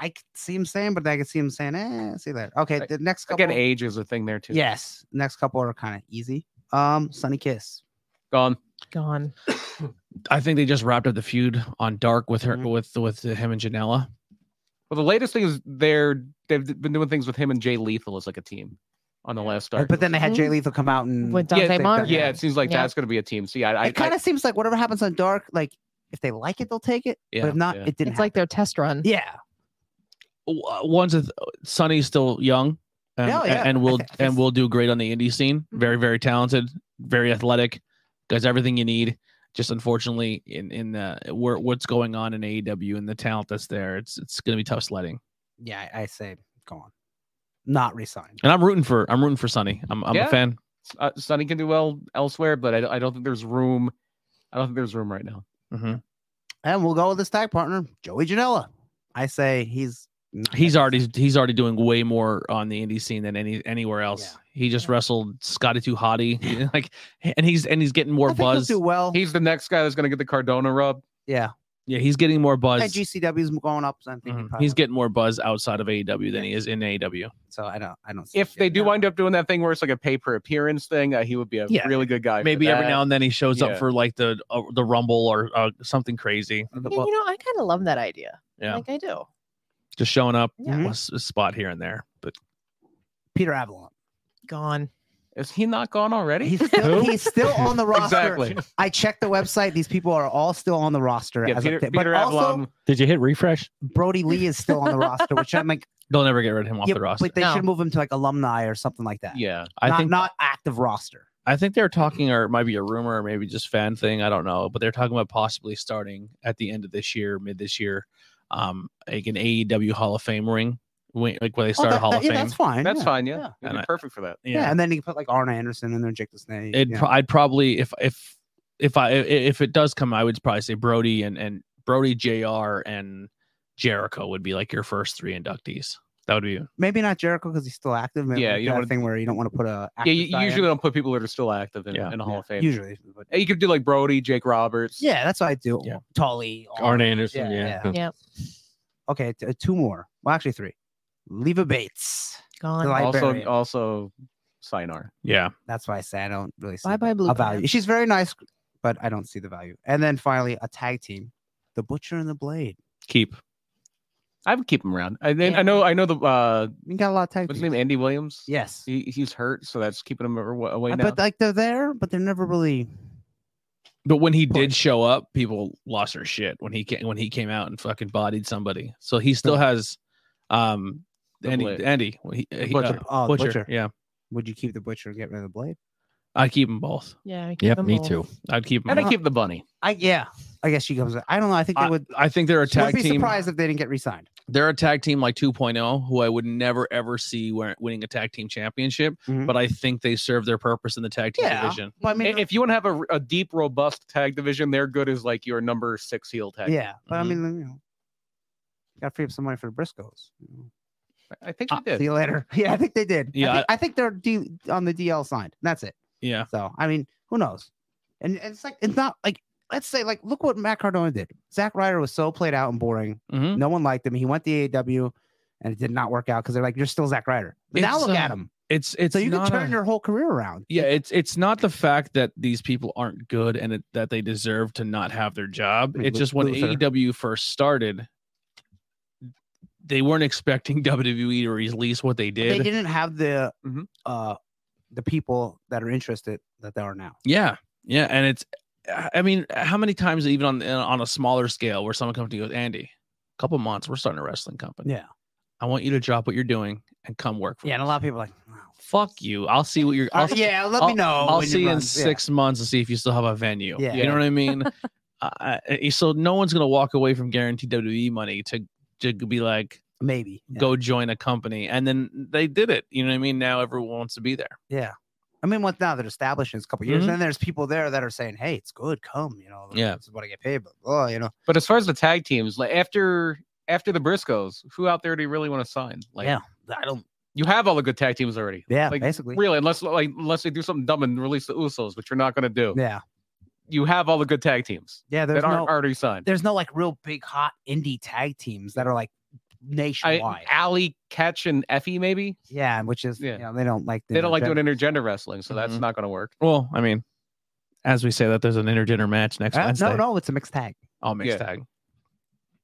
I could see him saying, but I could see him saying, eh, see you later. Okay,
Right.
the next couple.
Again, age is a thing there too.
yes, next couple are kind of easy. Um, Sunny Kiss.
gone.
Gone.
I think they just wrapped up the feud on Dark with her
Mhm.
with with him and Janela.
Well, the latest thing is they're they've been doing things with him and Jay Lethal as like a team on the last start.
But then they had Jay
Mhm.
Lethal come out and
With
Yeah,
Dante
they-
Martin.
yeah, it seems like
Yeah.
that's going to be a team. See, I, I,
it kind of seems like whatever happens on Dark, like if they like it, they'll take it.
Yeah,
but if not,
yeah.
it didn't.
It's like their test run.
happen. yeah,
w- uh, one's a th- Sonny's still young, and,
Yeah, Mm-hmm. yeah.
and
[LAUGHS]
will
I
and
think-
will do great on the indie scene. Very very talented, very athletic, does everything you need. Just unfortunately, in in uh, where what's going on in AEW and the talent that's there, it's it's gonna be tough sledding.
yeah. I, I say go on, not resign.
And I'm rooting for I'm rooting for Sonny. I'm I'm
Yeah.
a fan.
uh, Sonny can do well elsewhere, but I, I don't think there's room. I don't think there's room right now.
Mhm.
And we'll go with this tag partner, Joey Janela. I say he's not
He's
that-
already he's already doing way more on the indie scene than any anywhere else. He just
Yeah.
wrestled Scotty Too Hottie, [LAUGHS] like, and he's and he's getting more
I think he'll
buzz.
do well.
He's the next guy that's going to get the Cardona rub.
yeah,
Yeah, he's getting more buzz.
and GCW's going up. So I think
Mm-hmm.
he
Mhm.
probably
He's
will.
getting more buzz outside of AEW than he is in E AEW.
So I don't. I don't. see
If
him
they
getting
do
that.
wind up doing that thing where it's like a pay per appearance thing, uh, he would be a
Yeah.
really good guy. for
Maybe every
that.
now and then he shows
yeah.
up for like the uh, the Rumble or uh, something crazy,
Yeah, you know, I kind of love that idea.
Yeah.
Like I do.
just showing up
Yeah.
Mm-hmm.
a s- a spot here and there. But
Peter Avalon,
Gone.
Is he not gone already?
he's still, he's still
[LAUGHS]
on the roster.
exactly.
I checked the website; these people are all still on the roster.
Yeah,
as
Peter,
of today.
Peter
but also,
Avalon.
Did you hit refresh?
Brody Lee is still
[LAUGHS]
on the roster, which I'm like,
they'll never get rid of him off
yeah,
the roster.
but they
No.
should move him to like alumni or something like that.
yeah.
I
not,
think
not active roster.
I think they're talking, or it might be a rumor, or maybe just fan thing. I don't know, but they're talking about possibly starting at the end of this year, mid this year, um, like an AEW Hall of Fame ring, when, like where they
Oh,
start a
that-
Hall
that-
of
yeah,
Fame.
That's fine.
That's
yeah.
fine. Yeah. He'd
And
be
I-
perfect for that.
Yeah. and then you can put like Arn Anderson in there, Jake the Snake.
It.
yeah.
pro- I'd probably if if if I i- if it does come, I would probably say Brody and and Brody Jr. and Jericho would be like your first three inductees. That would be
Maybe not Jericho because he's still active. Maybe
Yeah,
like
you don't
that
wanna-
thing where you don't want to put a.
Yeah,
active
you
guy in.
usually don't put people that are still active in,
Yeah.
in a Hall
Yeah,
of Fame.
Usually, but-
You could do like Brody, Jake Roberts.
yeah, that's what I do.
Yeah.
Tully,
Arn Anderson.
Oh, Yeah,
Yeah.
Yeah.
Okay, t- uh, two more. Well, actually three. Leva Bates.
Gone.
Like-
Also,
Librarian.
also Sinar.
yeah.
That's why I say I don't really see
Bye bye blue.
a value. She's very nice, but I don't see the value. And then finally, a tag team, the Butcher and the Blade.
Keep
I would keep him around. I then
Yeah.
I know I know the uh
We got a lot of tag
what's
teams.
his name Andy Williams.
Yes,
He, he's hurt, so that's keeping him awa- away
Uh,
now.
but like they're there, but they're never really.
But when he did show up, people lost their shit when he came when he came out and fucking bodied somebody. So he still has um
The
Andy
Blade.
Andy well, he, he- uh,
Butcher.
Oh, the
Butcher,
Butcher.
Yeah.
Would you keep the Butcher and get rid of the Blade?
I keep them both.
Yeah. we keep
Yep.
them
Me
both.
too.
I'd keep them.
and I keep the bunny.
I yeah. I guess she comes. I don't know. I think they
I,
would.
I think they're a
would
tag
be
team.
surprised if they didn't get re-signed.
They're a tag team like 2.0 who I would never ever see wer- winning a tag team championship,
Mhm.
but I think they serve their purpose in the tag team
Yeah.
division.
But I
I-
mean,
If you want to have a, a deep, robust tag division, they're good as like your number six heel tag.
yeah. But
Mhm.
I mean, you know, got to free up some money for the Briscoes. you know.
I think you did.
Ah, See you later. [LAUGHS] Yeah, I think they did.
Yeah,
I think, I think they're D, on the DL signed. That's it.
Yeah.
So I mean, who knows? And, and it's like it's not like let's say like look what Matt Cardona did. Zack Ryder was so played out and boring.
Mhm.
No one liked him. He went to AAW, and it did not work out because they're like you're still Zack Ryder. But now
It's,
look at
um,
him.
It's it's
So you can
not
turn
a-
your whole career around.
yeah, it's it's not the fact that these people aren't good and it, that they deserve to not have their job.
Mm,
It's
Lu-
just when
Luther.
AEW first started, they weren't expecting [LAUGHS] WWE to release what they
They
did.
didn't have the
Mm-hmm.
Mhm.
uh the people that are interested that they are now.
Yeah, yeah, and it's, I mean, how many times even on on a smaller scale where someone comes to you and goes, Andy, a couple months, we're starting a wrestling company.
Yeah.
I want you to drop what you're doing and come work for.
Yeah,
us."
and a lot of people are like, wow.
Fuck you. I'll see what you're.
Uh,
I'll, s-
yeah, let me know.
I'll
Oh, when
see you in
run." Yeah.
six months and see if you still have a venue.
Yeah.
You know what I
[LAUGHS]
mean? uh, uh, so no one's going to walk away from guaranteed WWE money to, to be like,
maybe Yeah.
go join a company. And then they did it. You know what I mean? Now everyone wants to be there.
Yeah. I mean, once now they're established in a couple years,
Mm-hmm.
Mhm.
and then there's people there that are saying, "Hey, it's good. Come, you know,
Yeah.
this is what I get paid." But oh, you know,
But as far as the tag teams, like after after the Briscoes, who out there do you really want to sign? Like,
Yeah. I don't.
you have all the good tag teams already.
Yeah,
like,
basically.
Really, unless like unless they do something dumb and release the Usos, which you're not going to do.
Yeah,
You have all the good tag teams
yeah. There's
that aren't
no,
already signed.
there's no like real big hot indie tag teams that are like
I,
nationwide.
Alley, Catch, and Effie maybe
yeah, which is
Yeah.
you know they don't like
they don't like doing intergender wrestling, so that's
Mhm.
not going to work.
Well, I mean, as we say that, there's an intergender match next
Uh,
Wednesday.
no, no, it's a mixed tag.
All mixed
Yeah.
tag.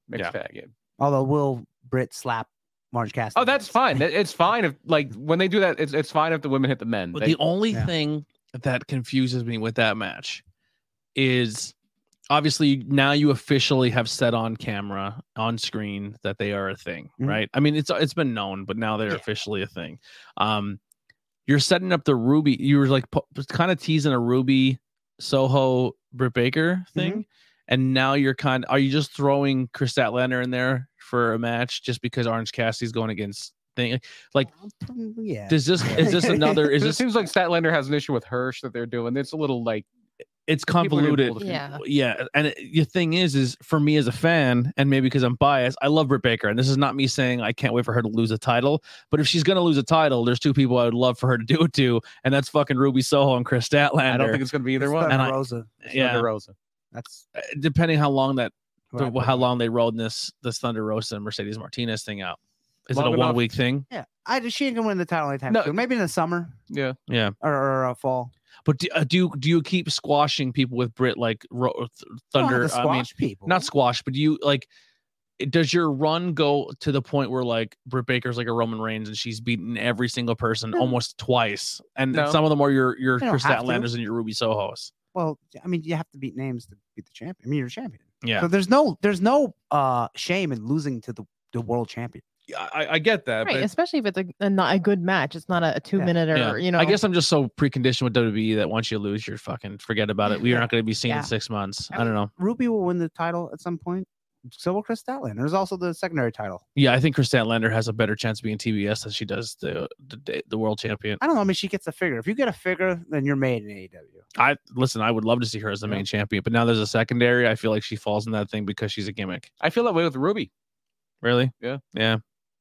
Mixed
Yeah.
tag. Yeah.
Although will Britt slap Marge Cassidy?
Oh, that's fine. That- It's fine if like when they do that, it's, it's fine if the women hit the men.
But
They-
the only
Yeah.
thing that confuses me with that match is obviously now you officially have said on camera, on screen that they are a thing,
Mhm.
right? I mean, it's it's been known, but now they're
Yeah.
officially a thing. Um, you're setting up the Ruby. You were like kind of teasing a Ruby Soho Britt Baker thing, and now you're kind. Are you just throwing Chris Statlander in there for a match just because Orange Cassidy's going against thing?
Yeah. [LAUGHS]
Does this is this another? Is
it
this
seems like Statlander has an issue with Hirsch that they're doing. It's a little like
it's
are gonna pull
convoluted.
the-
Yeah.
Yeah, and it, the thing is, is for me as a fan, and maybe because I'm biased, I love Britt Baker, and this is not me saying I can't wait for her to lose a title. But if she's gonna lose a title, there's two people I would love for her to do it to, and that's fucking Ruby Soho and Chris Statlander.
I don't think it's going to be either
It's
one.
and
Thunder
I-
Rosa.
yeah,
Rosa.
That's
depending how long that
who I
the,
put.
how long they rolled this this Thunder Rosa and Mercedes Martinez thing out. Is
Long
it a
enough.
one week thing?
Yeah, I just, she ain't gonna win the title anytime
No.
soon. Maybe in the summer
Yeah.
Yeah,
or, or uh, fall.
but do, uh, do you- do you keep squashing people with Brit like ro- th-
You don't have
Thunder?
to
I mean,
squash people.
not squash, but do you like? it- Does your run go to the point where like Britt Baker's like a Roman Reigns and she's beaten every single person
No.
almost twice, and
No.
some of them are your your
They don't
Chris
have to.
Statlanders and your Ruby Soho's.
Well, I mean, you have to beat names to beat the champion. I mean, you're a champion.
Yeah,
So there's no there's no uh shame in losing to the, the world champion.
I, I get that.
Right, especially if it's a, a not a good match. It's not a, a two minute or you know.
I guess I'm just so preconditioned with WWE that once you lose, you're fucking forget about it. You're not going to be seen
Yeah.
in six months.
I
I don't know.
Ruby will win the title at some point. So will Chris Statlander. There's also the secondary title.
Yeah, I think Chris Statlander has a better chance of being TBS than she does the the, the world champion.
I don't know. I mean, she gets a figure. If you get a figure, then you're made in E AEW.
I listen. I would love to see her as the
Yeah.
main champion, but now there's a secondary. I feel like she falls in that thing because she's a gimmick.
I feel that way with Ruby.
Really?
Yeah.
Yeah.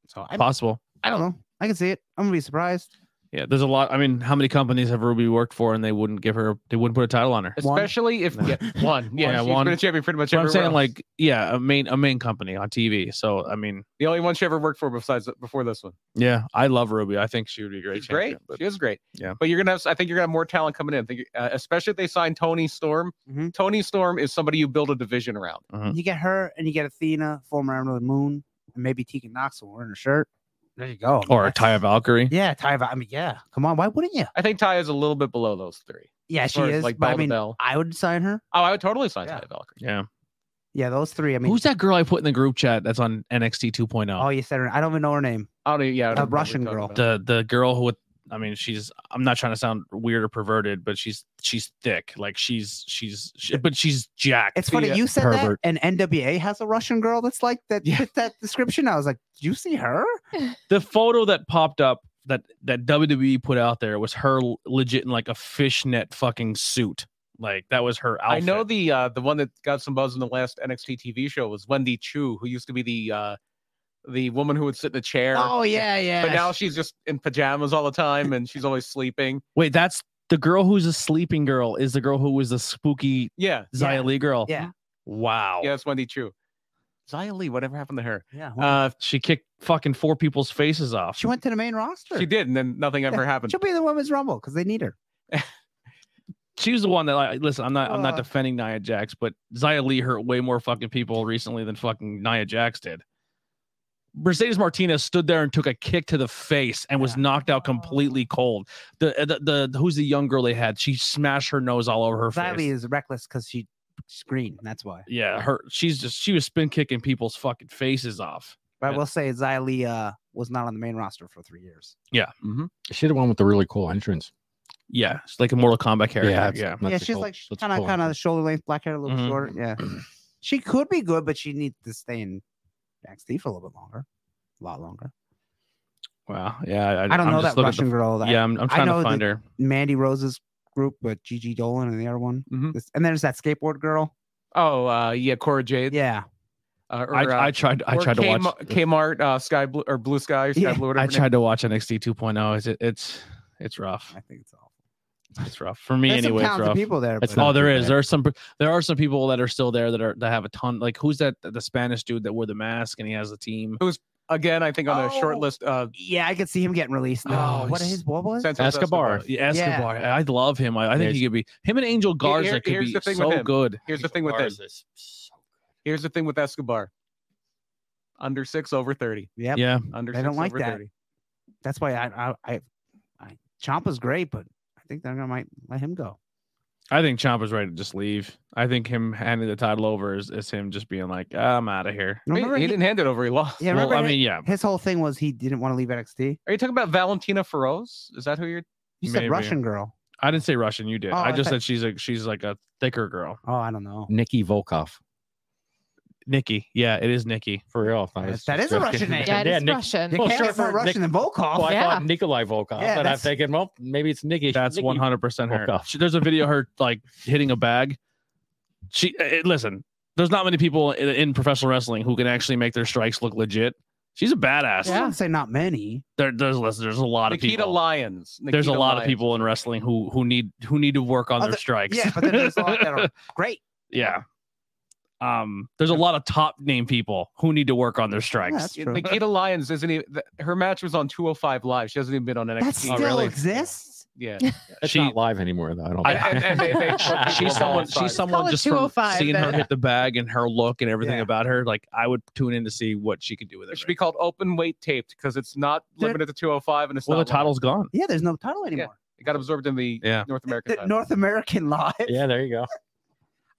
So I,
possible.
I don't know. I can see it. I'm gonna be surprised.
Yeah. There's a lot. I mean, how many companies have Ruby worked for and they wouldn't give her? They wouldn't put a title on her.
One.
Especially
[LAUGHS]
if
No.
yeah, one. Yeah,
Yeah,
she's
one.
been a champion pretty much
So I'm
everywhere
saying,
else.
like, yeah, a main a main company on TV. So I mean,
the only one she ever worked for besides before this one.
yeah, I love Ruby. I think she would be a great.
She's great.
champion, but-
she is great.
Yeah.
But you're gonna have. I think you're gonna have more talent coming in. I think, uh, especially if they sign Tony Storm.
Mm-hmm.
Mhm.
Tony Storm is somebody you build a division around.
Mm.
You get her and you get Athena, former Emerald Moon, and maybe Tegan Knox will wear her shirt. There you go.
or a
That's-
Taya Valkyrie.
Yeah, Ty. I mean, yeah. Come on, why wouldn't you?
I think Ty is a little bit below those three.
Yeah,
as
she
far as,
is.
like
but I
bell to
mean,
bell.
I would sign her.
Oh, I would totally sign
Yeah.
Ty Valkyrie.
Yeah.
Yeah, those three. I mean,
Who's that girl I put in the group chat that's on NXT 2.0?
Oh, you said her. I don't even know her name.
I don't. even- Yeah. I don't
A
know what we're
Russian
talking
girl.
about.
the the girl who with I mean she's I'm not trying to sound weird or perverted, but she's she's thick. Like she's she's she, but she's jacked.
It's funny
Yeah,
you said
pervert.
that, and NWA has a Russian girl that's like that
Yeah.
fit that description. I was like, "Do you see her?"
The photo that popped up that that WWE put out there was her l- legit in like a fishnet fucking suit. Like that was her outfit.
I know the uh, the one that got some buzz in the last NXT TV show was Wendy Chu, who used to be the uh, the woman who would sit in a chair.
Oh yeah, yeah.
But now she's just in pajamas all the time, and she's always sleeping.
Wait, that's the girl who's a sleeping girl is the girl who was the spooky
Yeah,
Xia
Yeah,
Li girl.
yeah.
Wow.
yeah, it's Wendy Chu. Zia Lee, whatever happened to her?
yeah. well,
Uh, she kicked fucking four people's faces off.
she went to the main roster.
She did, and then nothing ever happened.
She'll be in the women's rumble because they need her.
she was the one that I listen. I'm not. I'm not
Uh.
defending Nia Jax, but Zia Lee hurt way more fucking people recently than fucking Nia Jax did. Mercedes Martinez stood there and took a kick to the face and was
Yeah.
knocked out completely cold. The, uh, the the who's the young girl they had? She smashed her nose all over her
Riley
face.
is reckless because she screened. That's why.
Yeah, her. She's just she was spin kicking people's fucking faces off.
But
Yeah.
I will say, Xylee uh, was not on the main roster for three years.
She the one with the really cool entrance.
Yeah, it's like a Mortal Kombat character. Yeah,
that's-
yeah.
that's
yeah,
a
she's
cool-
like
that's a
kind of
cool
kind of
entrance.
shoulder length, black hair, a little
Mhm.
shorter. Yeah,
[CLEARS THROAT]
she could be good, but she needs to stay in NXT for a little bit longer, a lot longer.
Wow. Yeah, I,
I don't
I'm
know
just
that
looking at
Russian girl.
The,
That
yeah, I'm, I'm
I
trying
know
to
the-
find her.
Mandy Rose's group with Gigi Dolan and the other one.
Mm-hmm.
Mhm.
This- and there's that skateboard girl.
Oh, uh, yeah, Cora Jade.
Yeah,
Uh, or, uh,
I, I tried. I
or
tried to
Kmart,
watch.
Kmart uh, Sky Blue or Blue Sky or Sky
Yeah.
Blue. Whatever
I
her name-
tried to watch NXT 2.0. oh. It's it's it's rough.
I think it's awful.
It's rough for me
there's
anyway.
some
It's
talented
rough.
people there.
It's
but-
Oh,
not
there
too
is.
bad.
There are some. There are some people that are still there that are that have a ton. Like who's that? The Spanish dude that wore the mask and he has a team.
again. I think on a short
Oh.
list. Uh,
yeah, I could see him getting released. Now.
Oh,
what
he's-
his what was? it?
Santos
Escobar.
Yeah, Escobar. I love him. I, I think
Yes.
he could be him and Angel Garza
here-
could
here's
be
the thing with
so
him.
good.
Here's the thing with
Ours
this.
is so
Here's the thing with Escobar. Under six, over thirty.
Yep.
Yeah,
Under
They
six,
don't like
over
that.
thirty.
That's why I I I, I Champa's great, but I think they're gonna might let him go.
I think Ciampa's ready to just leave. I think him handing the title over is, is him just being like, I'm out of here.
He,
Remember
he
he-
didn't hand it over. He lost.
Yeah,
well,
remember
I
he-
mean, yeah,
his whole thing was he didn't want to leave NXT.
Are you talking about Valentina Feroz? Is that who you're?
You said
Maybe.
Russian girl.
I didn't say Russian. You did.
Oh,
I
I
just
thought-
said she's a she's like a thicker girl.
Oh, I don't know.
Nikki Volkov.
Nikki. Yeah, it is Nikki.
For real. I thought it
That-
was
that
just
is a
joking.
Russian
[LAUGHS]
name.
Yeah,
Yeah,
it's
Nick-
Russian.
You
Well,
can't
sure,
have a
for
Russian and Volkov.
Well, I
Yeah.
thought Nikolai Volkov,
Yeah,
but I'm
that's-
thinking, well, maybe it's Nikki.
That's
Nikki.
one hundred percent her.
Fuck off.
She- there's a video of her like hitting a bag. She eh, eh, listen. There's not many people in, in professional wrestling who can actually make their strikes look legit. She's a badass.
I
Yeah.
wouldn't say not many.
There, there's less- there's a lot of
Nikita
people.
Lyons.
there's a
Nikita
lot of
Lyons.
people in wrestling who who need who need to work on their
Other-
strikes.
Yeah, but then there's a lot that
[LAUGHS]
are great.
[LAUGHS] yeah. Um, there's a lot of top name people who need to work on their strikes.
that's true. [LAUGHS]
Nikita Lyons isn't even. th- Her match was on 205 Live. She hasn't even been on NXT.
That
Oh,
still exists.
Yeah.
[LAUGHS]
It's
She-
not live anymore, though. I don't
I-
think.
and- and they- they-
she's someone.
Call it
She's someone just from
205
seeing her
then.
hit the bag and her look and everything
Yeah.
about her. Like I would tune in to see what she could do with it.
It should be called open weight taped because it's not
There-
limited to 205 and it's
well, the
not live.
title's gone.
Yeah, there's no title anymore.
It got absorbed in the
Yeah.
North American
The
title.
North American [LAUGHS] Live.
[LAUGHS] yeah, there you go.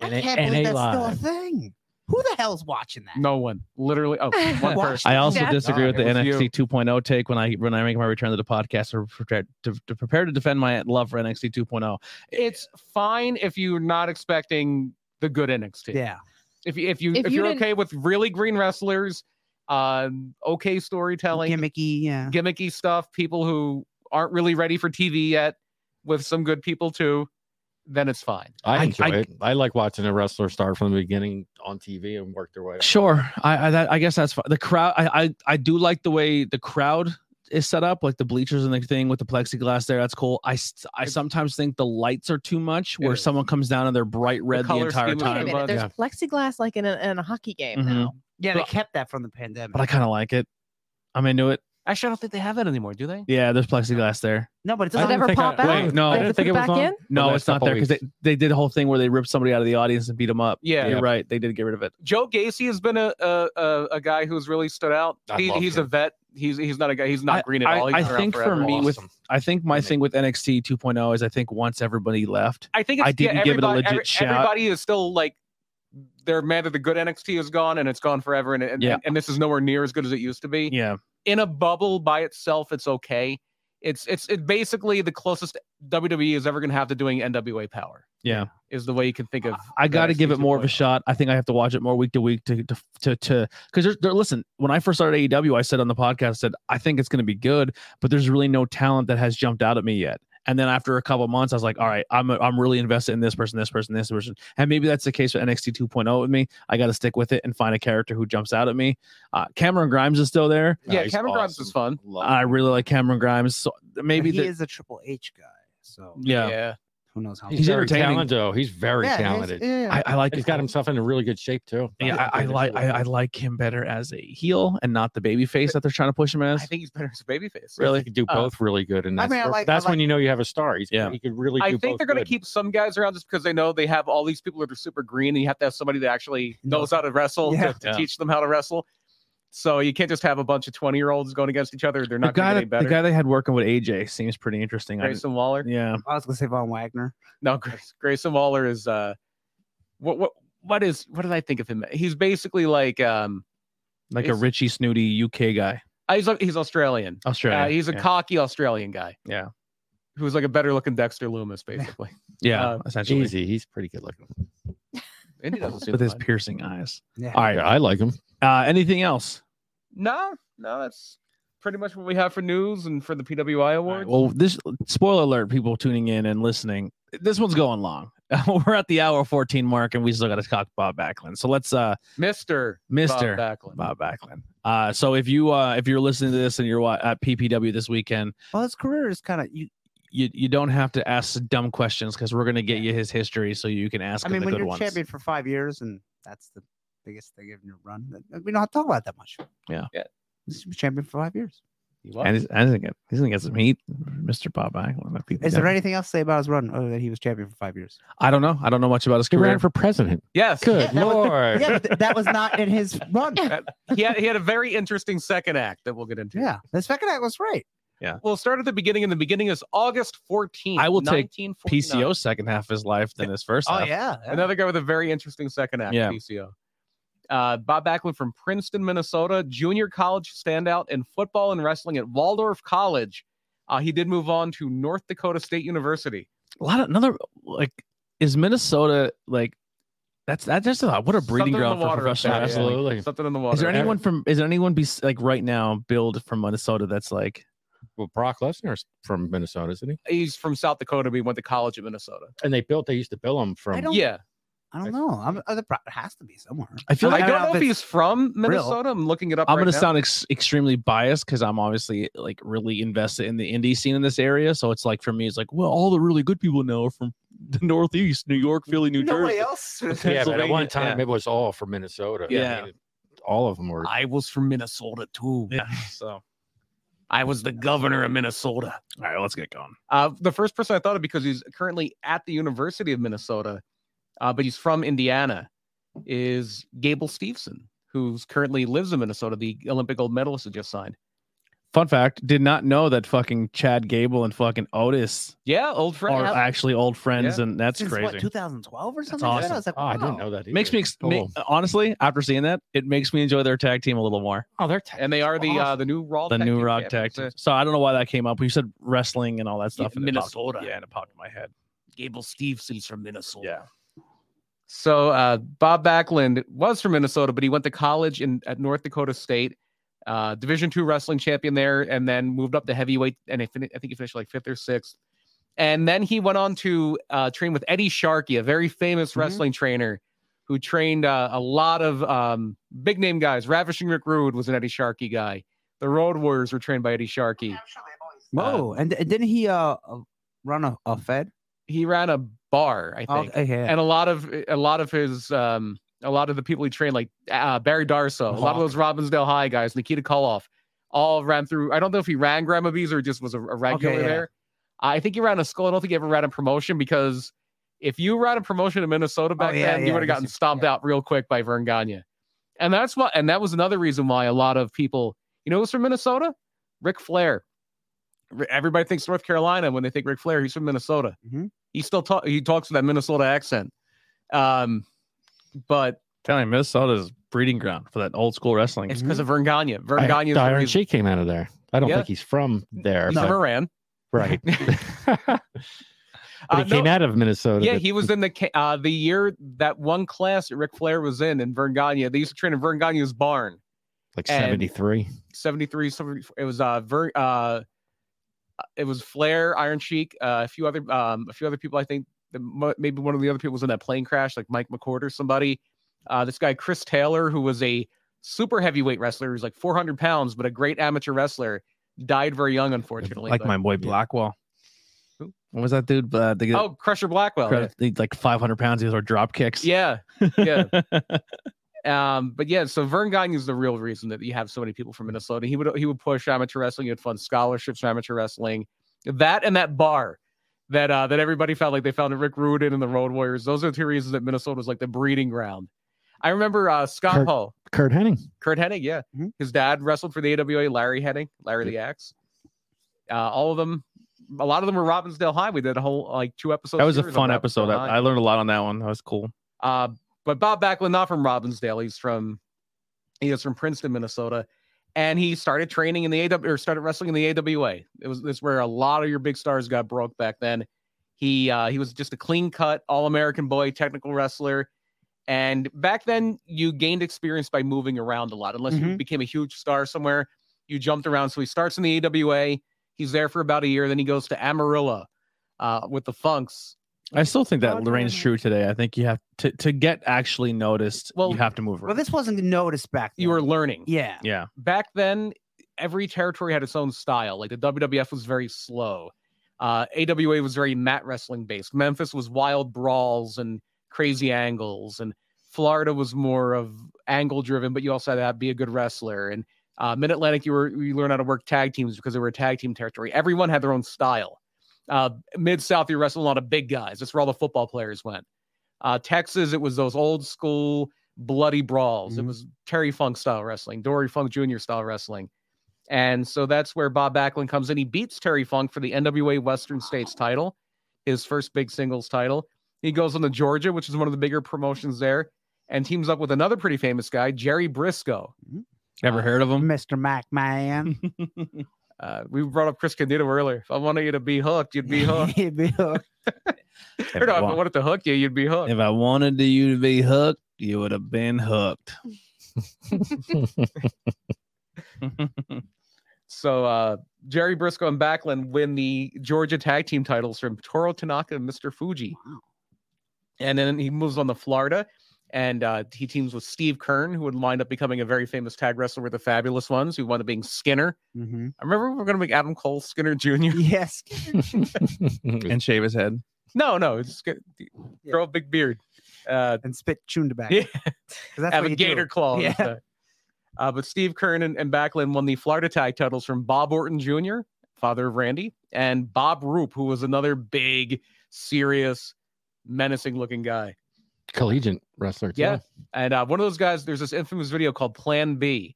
I
NA
can't believe
NA
that's still a
live.
thing. Who the hell's watching that?
No one. Literally.
[LAUGHS]
Oh, one
Watch
person.
I also
That's-
disagree with the
It was
NXT 2.0 take when I when I make my return to the podcast or prepare to, to prepare to defend my love for NXT 2.0.
It's fine if you're not expecting the good NXT.
Yeah.
If, you- if, you,
If
if,
you
you are
didn't-
okay with really green wrestlers, um, okay storytelling,
Gimmicky. Yeah.
[LAUGHS] gimmicky stuff, people who aren't really ready for TV yet, with some good people too, then it's fine.
I
I-
enjoy
I-
it. I like watching a wrestler start from the beginning on TV and work their way. up.
Sure, I I, that, I guess that's fine. the crowd. I, I I do like the way the crowd is set up, like the bleachers and the thing with the plexiglass there. That's cool. I s- I
It's-
sometimes think the lights are too much,
It
where
is.
someone comes down and they're bright red the,
color
entire
scheme
Wait a
time.
is-
minute. There's
Yeah.
plexiglass like in a, in a hockey game
Mhm.
now.
Yeah, they
But-
kept that from the pandemic.
But I kind of like it. I'm into it.
Actually, I don't think they have that anymore, do they?
Yeah, there's plexiglass there.
no, but it
I
doesn't.
Does it
didn't
ever
think
pop out?
Wait, no,
They
I
have to
didn't
put
think it
it
was
back
on.
in?
No,
last
it's not
couple
there because they,
weeks.
they did a whole thing where they ripped somebody out of the audience and beat them up.
Yeah.
You're right. They did get rid of it.
Joe Gacy has been a a, a, a guy who's really stood out.
I
He,
love
he's
him.
a vet. He's he's not a guy. He's not
I-
green at
I-
all. He's
I
been around
think for
forever.
me with-
Awesome.
I think my
Amazing.
thing with NXT 2.0 is I think once everybody left,
I think it's,
I didn't
yeah,
give it a
everybody-
legit
every-
shout.
Everybody is still like they're mad that the good NXT is gone and it's gone forever, and and,
Yeah.
and this is nowhere near as good as it used to be.
yeah,
In a bubble by itself, it's okay. It's it's it basically the closest WWE is ever going to have to doing NWA Power
yeah.
is the way you can think of.
I
the
got to
NXT
give it more of a
2.0.
shot. I think I have to watch it more week to week to to to to because there. Listen, when I first started AEW, I said on the podcast, I said I think it's going to be good, but there's really no talent that has jumped out at me yet. And then after a couple of months, I was like, all right, I'm I'm really invested in this person, this person, this person, and maybe that's the case with NXT 2.0 with me. I got to stick with it and find a character who jumps out at me. Uh, Cameron Grimes is still there.
No,
Yeah,
he's
Cameron Grimes is fun.
Love
I
him.
really like Cameron Grimes. So maybe
he
the,
is a Triple H guy, so
yeah.
who knows how.
He's,
He's
very
entertaining.
talented, though. He's very
Yeah, he's-
talented.
yeah.
I, I like
he's got himself in a really good shape too.
Yeah, I, I like I, I like him better as a heel and not the baby face that they're trying to push him as.
I think he's better as a babyface.
Really?
He could do
Uh,
both really good, and
I
that's,
mean, I like- I
that's when
like-
you know you have a star. He's,
Yeah.
he could really.
I
do
think
both
they're going to
good.
keep some guys around just because they know they have all these people that are super green, and you have to have somebody that actually
No.
knows how to wrestle
Yeah.
to, to
Yeah.
teach them how to wrestle. So you can't just have a bunch of twenty year olds going against each other. They're
the
not going
guy
to get any
that, the
better.
guy they had working with AJ seems pretty interesting. I
Grayson Waller.
didn't- yeah,
I was gonna say Von Wagner.
No, Grace, Grayson Waller is uh, what what what is what did I think of him? He's basically like um,
like a
It's-
Richie Snooty UK guy,
uh, he's he's Australian.
Australia.
Uh, he's a
yeah,
cocky Australian guy.
Yeah.
Who's like a better looking Dexter
[LAUGHS]
Loomis, basically.
yeah
uh,
essentially
Easy, he's pretty good looking.
and he doesn't seem
with his
fine.
piercing eyes.
Yeah.
All right,
Yeah, I like him.
uh, anything else?
No, no, that's pretty much what we have for news and for the PWI
All right,
awards.
well, this spoiler alert, people tuning in and listening, this one's going long. [LAUGHS] We're at the hour 14 mark, and we still got to talk Bob Backlund. So let's, uh,
Mister
Mister,
Bob Backlund.
Bob Backlund. Uh, so if you uh, if you're listening to this and you're wa- at PPW this weekend,
Well, his career is kind of you.
you you don't have to ask dumb questions because we're gonna get you his history so you can ask
I
him
mean,
the
when
good
you're
ones.
champion for five years, and that's the biggest thing in your run. that- We don't have to talk about it that much.
Yeah.
Yeah.
He's been champion for five years.
He was.
And he's, and he's gonna get he's gonna get some heat, Mr. Bob Backlund. at
Is there
PPW.
anything else to say about his run other than he was champion for five years?
I don't know. I don't know much about his
He
career.
ran for president.
[LAUGHS]
yes,
Good
that was-
[LAUGHS] lord.
Yeah, but th- that was not in his run.
[LAUGHS] he had, he had a very interesting second act that we'll get into.
Yeah, the second act was right.
We'll start at the beginning, and the beginning is August 14th.
I will take
1949.
PCO second half of his life than his first
Oh
half.
yeah, yeah.
Another guy with a very interesting second act,
Yeah.
PCO. Uh, Bob Backlund from Princeton, Minnesota, junior college standout in football and wrestling at Waldorf College. Uh, he did move on to North Dakota State University.
A lot of another like is Minnesota like That's that just uh, what a breeding
Something in
ground
the
for
water up
professional
there, yeah.
wrestling.
[LAUGHS] Absolutely.
Something in the water.
Is there anyone from? Is there anyone be like right now, build from Minnesota? That's like
Well, Brock Lesnar's from Minnesota, isn't he?
He's from South Dakota. We went to college in Minnesota.
And they built. They used to bill him from.
I don't-
Yeah,
I don't know. I'm, uh, there pro- there has to be somewhere.
I feel
I
like
don't
don't
know
know if
if
he's from Minnesota. I'm looking it up.
I'm
right
gonna
now.
sound ex- extremely biased because I'm obviously like really invested in the indie scene in this area. So it's like for me, it's like well, all the really good people know are from [LAUGHS] the Northeast, New York, Philly, New Jersey.
else. [LAUGHS]
Yeah, but at
Pennsylvania,
one time it was all from Minnesota. I
Yeah.
mean, all of them were.
I was from Minnesota too. [LAUGHS]
Yeah. So all
I was the governor of Minnesota.
right, let's get going.
Uh, the first person I thought of because he's currently at the University of Minnesota, uh, but he's from Indiana, is Gable Steveson, who's currently lives in Minnesota. The Olympic gold medalist who just signed.
Fun fact: Did not know that fucking Chad Gable and fucking Otis
Yeah, old friend.
are
Yep.
actually old friends,
Yeah.
and that's
Since
crazy.
what 2012 or something.
awesome.
I was like,
oh, I didn't
wow.
know that. Either.
makes me ex-
Cool.
ma- honestly after seeing that, it makes me enjoy their tag team a little more.
oh, they're. T-
and they are the uh, the new Raw.
the
tag
new
team
rock tag
champions.
team. So I don't know why that came up. We said wrestling and all that stuff.
Yeah,
and it popped-
Minnesota.
yeah, and it popped in my head.
Uh, Gable Steveson's from Minnesota.
Yeah.
So uh, Bob Backlund was from Minnesota, but he went to college in at North Dakota State, uh, Division two wrestling champion there, and then moved up to heavyweight, and I, fin- I think he finished like fifth or sixth. And then he went on to uh, train with Eddie Sharkey, a very famous Mm-hmm.
Mhm.
wrestling trainer, who trained uh, a lot of um, big name guys. Ravishing Rick Rude was an Eddie Sharkey guy. The Road Warriors were trained by Eddie Sharkey.
Whoa, and, and didn't he uh uh, run a, a Fed? Oh,
He ran a bar, I think.
Okay, yeah.
and a lot of a lot of his um a lot of the people he trained like uh, Barry Darso, a
Uh-huh.
lot of those Robbinsdale High guys, Nikita Koloff, all ran through. I don't know if he ran Grandma Bees or just was a, a regular
Okay, yeah.
there. I think he ran a school. I don't think he ever ran a promotion because if you ran a promotion in Minnesota back
Oh, yeah,
then,
yeah,
you would
I
have
guess
gotten
you-
stomped
yeah.
out real quick by Vern Gagne. And that's what, and that was another reason why a lot of people, you know, who's from Minnesota? Ric Flair. R- Everybody thinks North Carolina when they think Ric Flair. He's from Minnesota.
Mhm.
He still talk. He talks with that Minnesota accent. Um, but
Telling you, Minnesota's breeding ground for that old school wrestling.
it's because of
Mm-hmm.
Vern Gagne. Vern
I,
Gagne is
the
the
Iron
reason.
Sheik came out of there. I don't
Yeah.
think he's from there.
He's
but-
never ran.
Right. [LAUGHS] but
[LAUGHS] Uh,
he
no-
came out of Minnesota.
Yeah,
but-
he was in the ca- uh, the year that one class that Ric Flair was in in Vern Gagne. They used to train in Vern Gagne's barn.
like
and-
73.
73, 74 it was uh Ver, uh it was Flair, Iron Cheek, uh, a few other um a few other people I think the, mo- maybe one of the other people was in that plane crash like Mike McCord or somebody. Uh this guy Chris Taylor who was a super heavyweight wrestler who's like 400 pounds but a great amateur wrestler died very young unfortunately.
like
but-
my boy Blackwell.
Who?
What was that dude? Uh, the,
Oh, Crusher Blackwell. yeah.
the- like 500 pounds. He was our drop kicks.
[LAUGHS] Yeah. Yeah. um, but yeah, so Vern Gagne is the real reason that you have so many people from Minnesota. He would he would push amateur wrestling, he would fund scholarships for amateur wrestling. That and that bar that uh that everybody felt like they found at Rick Rudin and the Road Warriors. Those are the two reasons that Minnesota was like the breeding ground. I remember uh Scott
Kurt-
Hall,
Kurt Henning.
Kurt Hennig, yeah.
Mm-hmm.
Mhm.
His dad wrestled for the AWA, Larry Hennig, Larry the Axe. Uh, all of them a lot of them were Robbinsdale High. We did a whole like two episodes.
That was a fun episode. I, I learned a lot on that one. That was cool.
Uh, but Bob Backlund, not from Robbinsdale, he's from he is from Princeton, Minnesota, and he started training in the AW or started wrestling in the AWA. It was this is where a lot of your big stars got broke back then. He uh, he was just a clean cut All American boy, technical wrestler, and back then you gained experience by moving around a lot. Unless you
Mhm.
became a huge star somewhere, you jumped around. So he starts in the AWA. He's there for about a year. Then he goes to Amarillo uh, with the Funks,
I still think that
Oh,
reigns
yeah.
true today. I think you have to to get actually noticed.
Well,
you have to move.
Well,
Around.
this wasn't noticed back.
you
then.
were learning.
yeah.
yeah,
back then every territory had its own style like the wwf was very slow uh awa was very mat wrestling based memphis was wild brawls and crazy angles and florida was more of angle driven but you also had to be a good wrestler and uh, mid atlantic you were you learn how to work tag teams because they were a tag team territory everyone had their own style uh mid south you wrestled a lot of big guys that's where all the football players went uh texas it was those old school bloody brawls. It
Mhm.
was Terry Funk style wrestling, Dory Funk Jr. style wrestling. And so that's where Bob Backlund comes in. He beats Terry Funk for the NWA Western States title, his first big singles title. He goes on to Georgia, which is one of the bigger promotions there, and teams up with another pretty famous guy, Jerry Briscoe.
ever heard of him?
Mr. McMahon. [LAUGHS]
Uh, we brought up Chris Candido earlier. If I wanted you to be hooked, [LAUGHS] you'd be hooked.
He'd be hooked.
If
Or no,
I
if I
want-
[LAUGHS]
wanted to hook you, you'd be hooked.
if I wanted to you to be hooked, you would have been hooked.
So uh, Jerry Briscoe and Backlund win the Georgia tag team titles from Toro Tanaka and Mr. Fuji. And then he moves on to Florida and uh, he teams with Steve Kern, who would wind up becoming a very famous tag wrestler with the Fabulous Ones, who wound up being Skinner.
Mm-hmm.
I remember we were going to make Adam Cole Skinner Jr.
[LAUGHS] Yes.
and shave his head.
[LAUGHS] no, no, it's good. grow a big beard. Uh,
And spit chewed tobacco.
Yeah.
'Cause That's
have
what
a
you do.
gator claw.
Yeah.
Yeah. Uh, but Steve Kern and, and Backlund won the Florida tag titles from Bob Orton Jr., father of Randy, and Bob Roop, who was another big, serious, menacing looking guy.
Collegiate wrestler. Too. [LAUGHS]
Yeah. And uh, one of those guys, there's this infamous video called Plan B.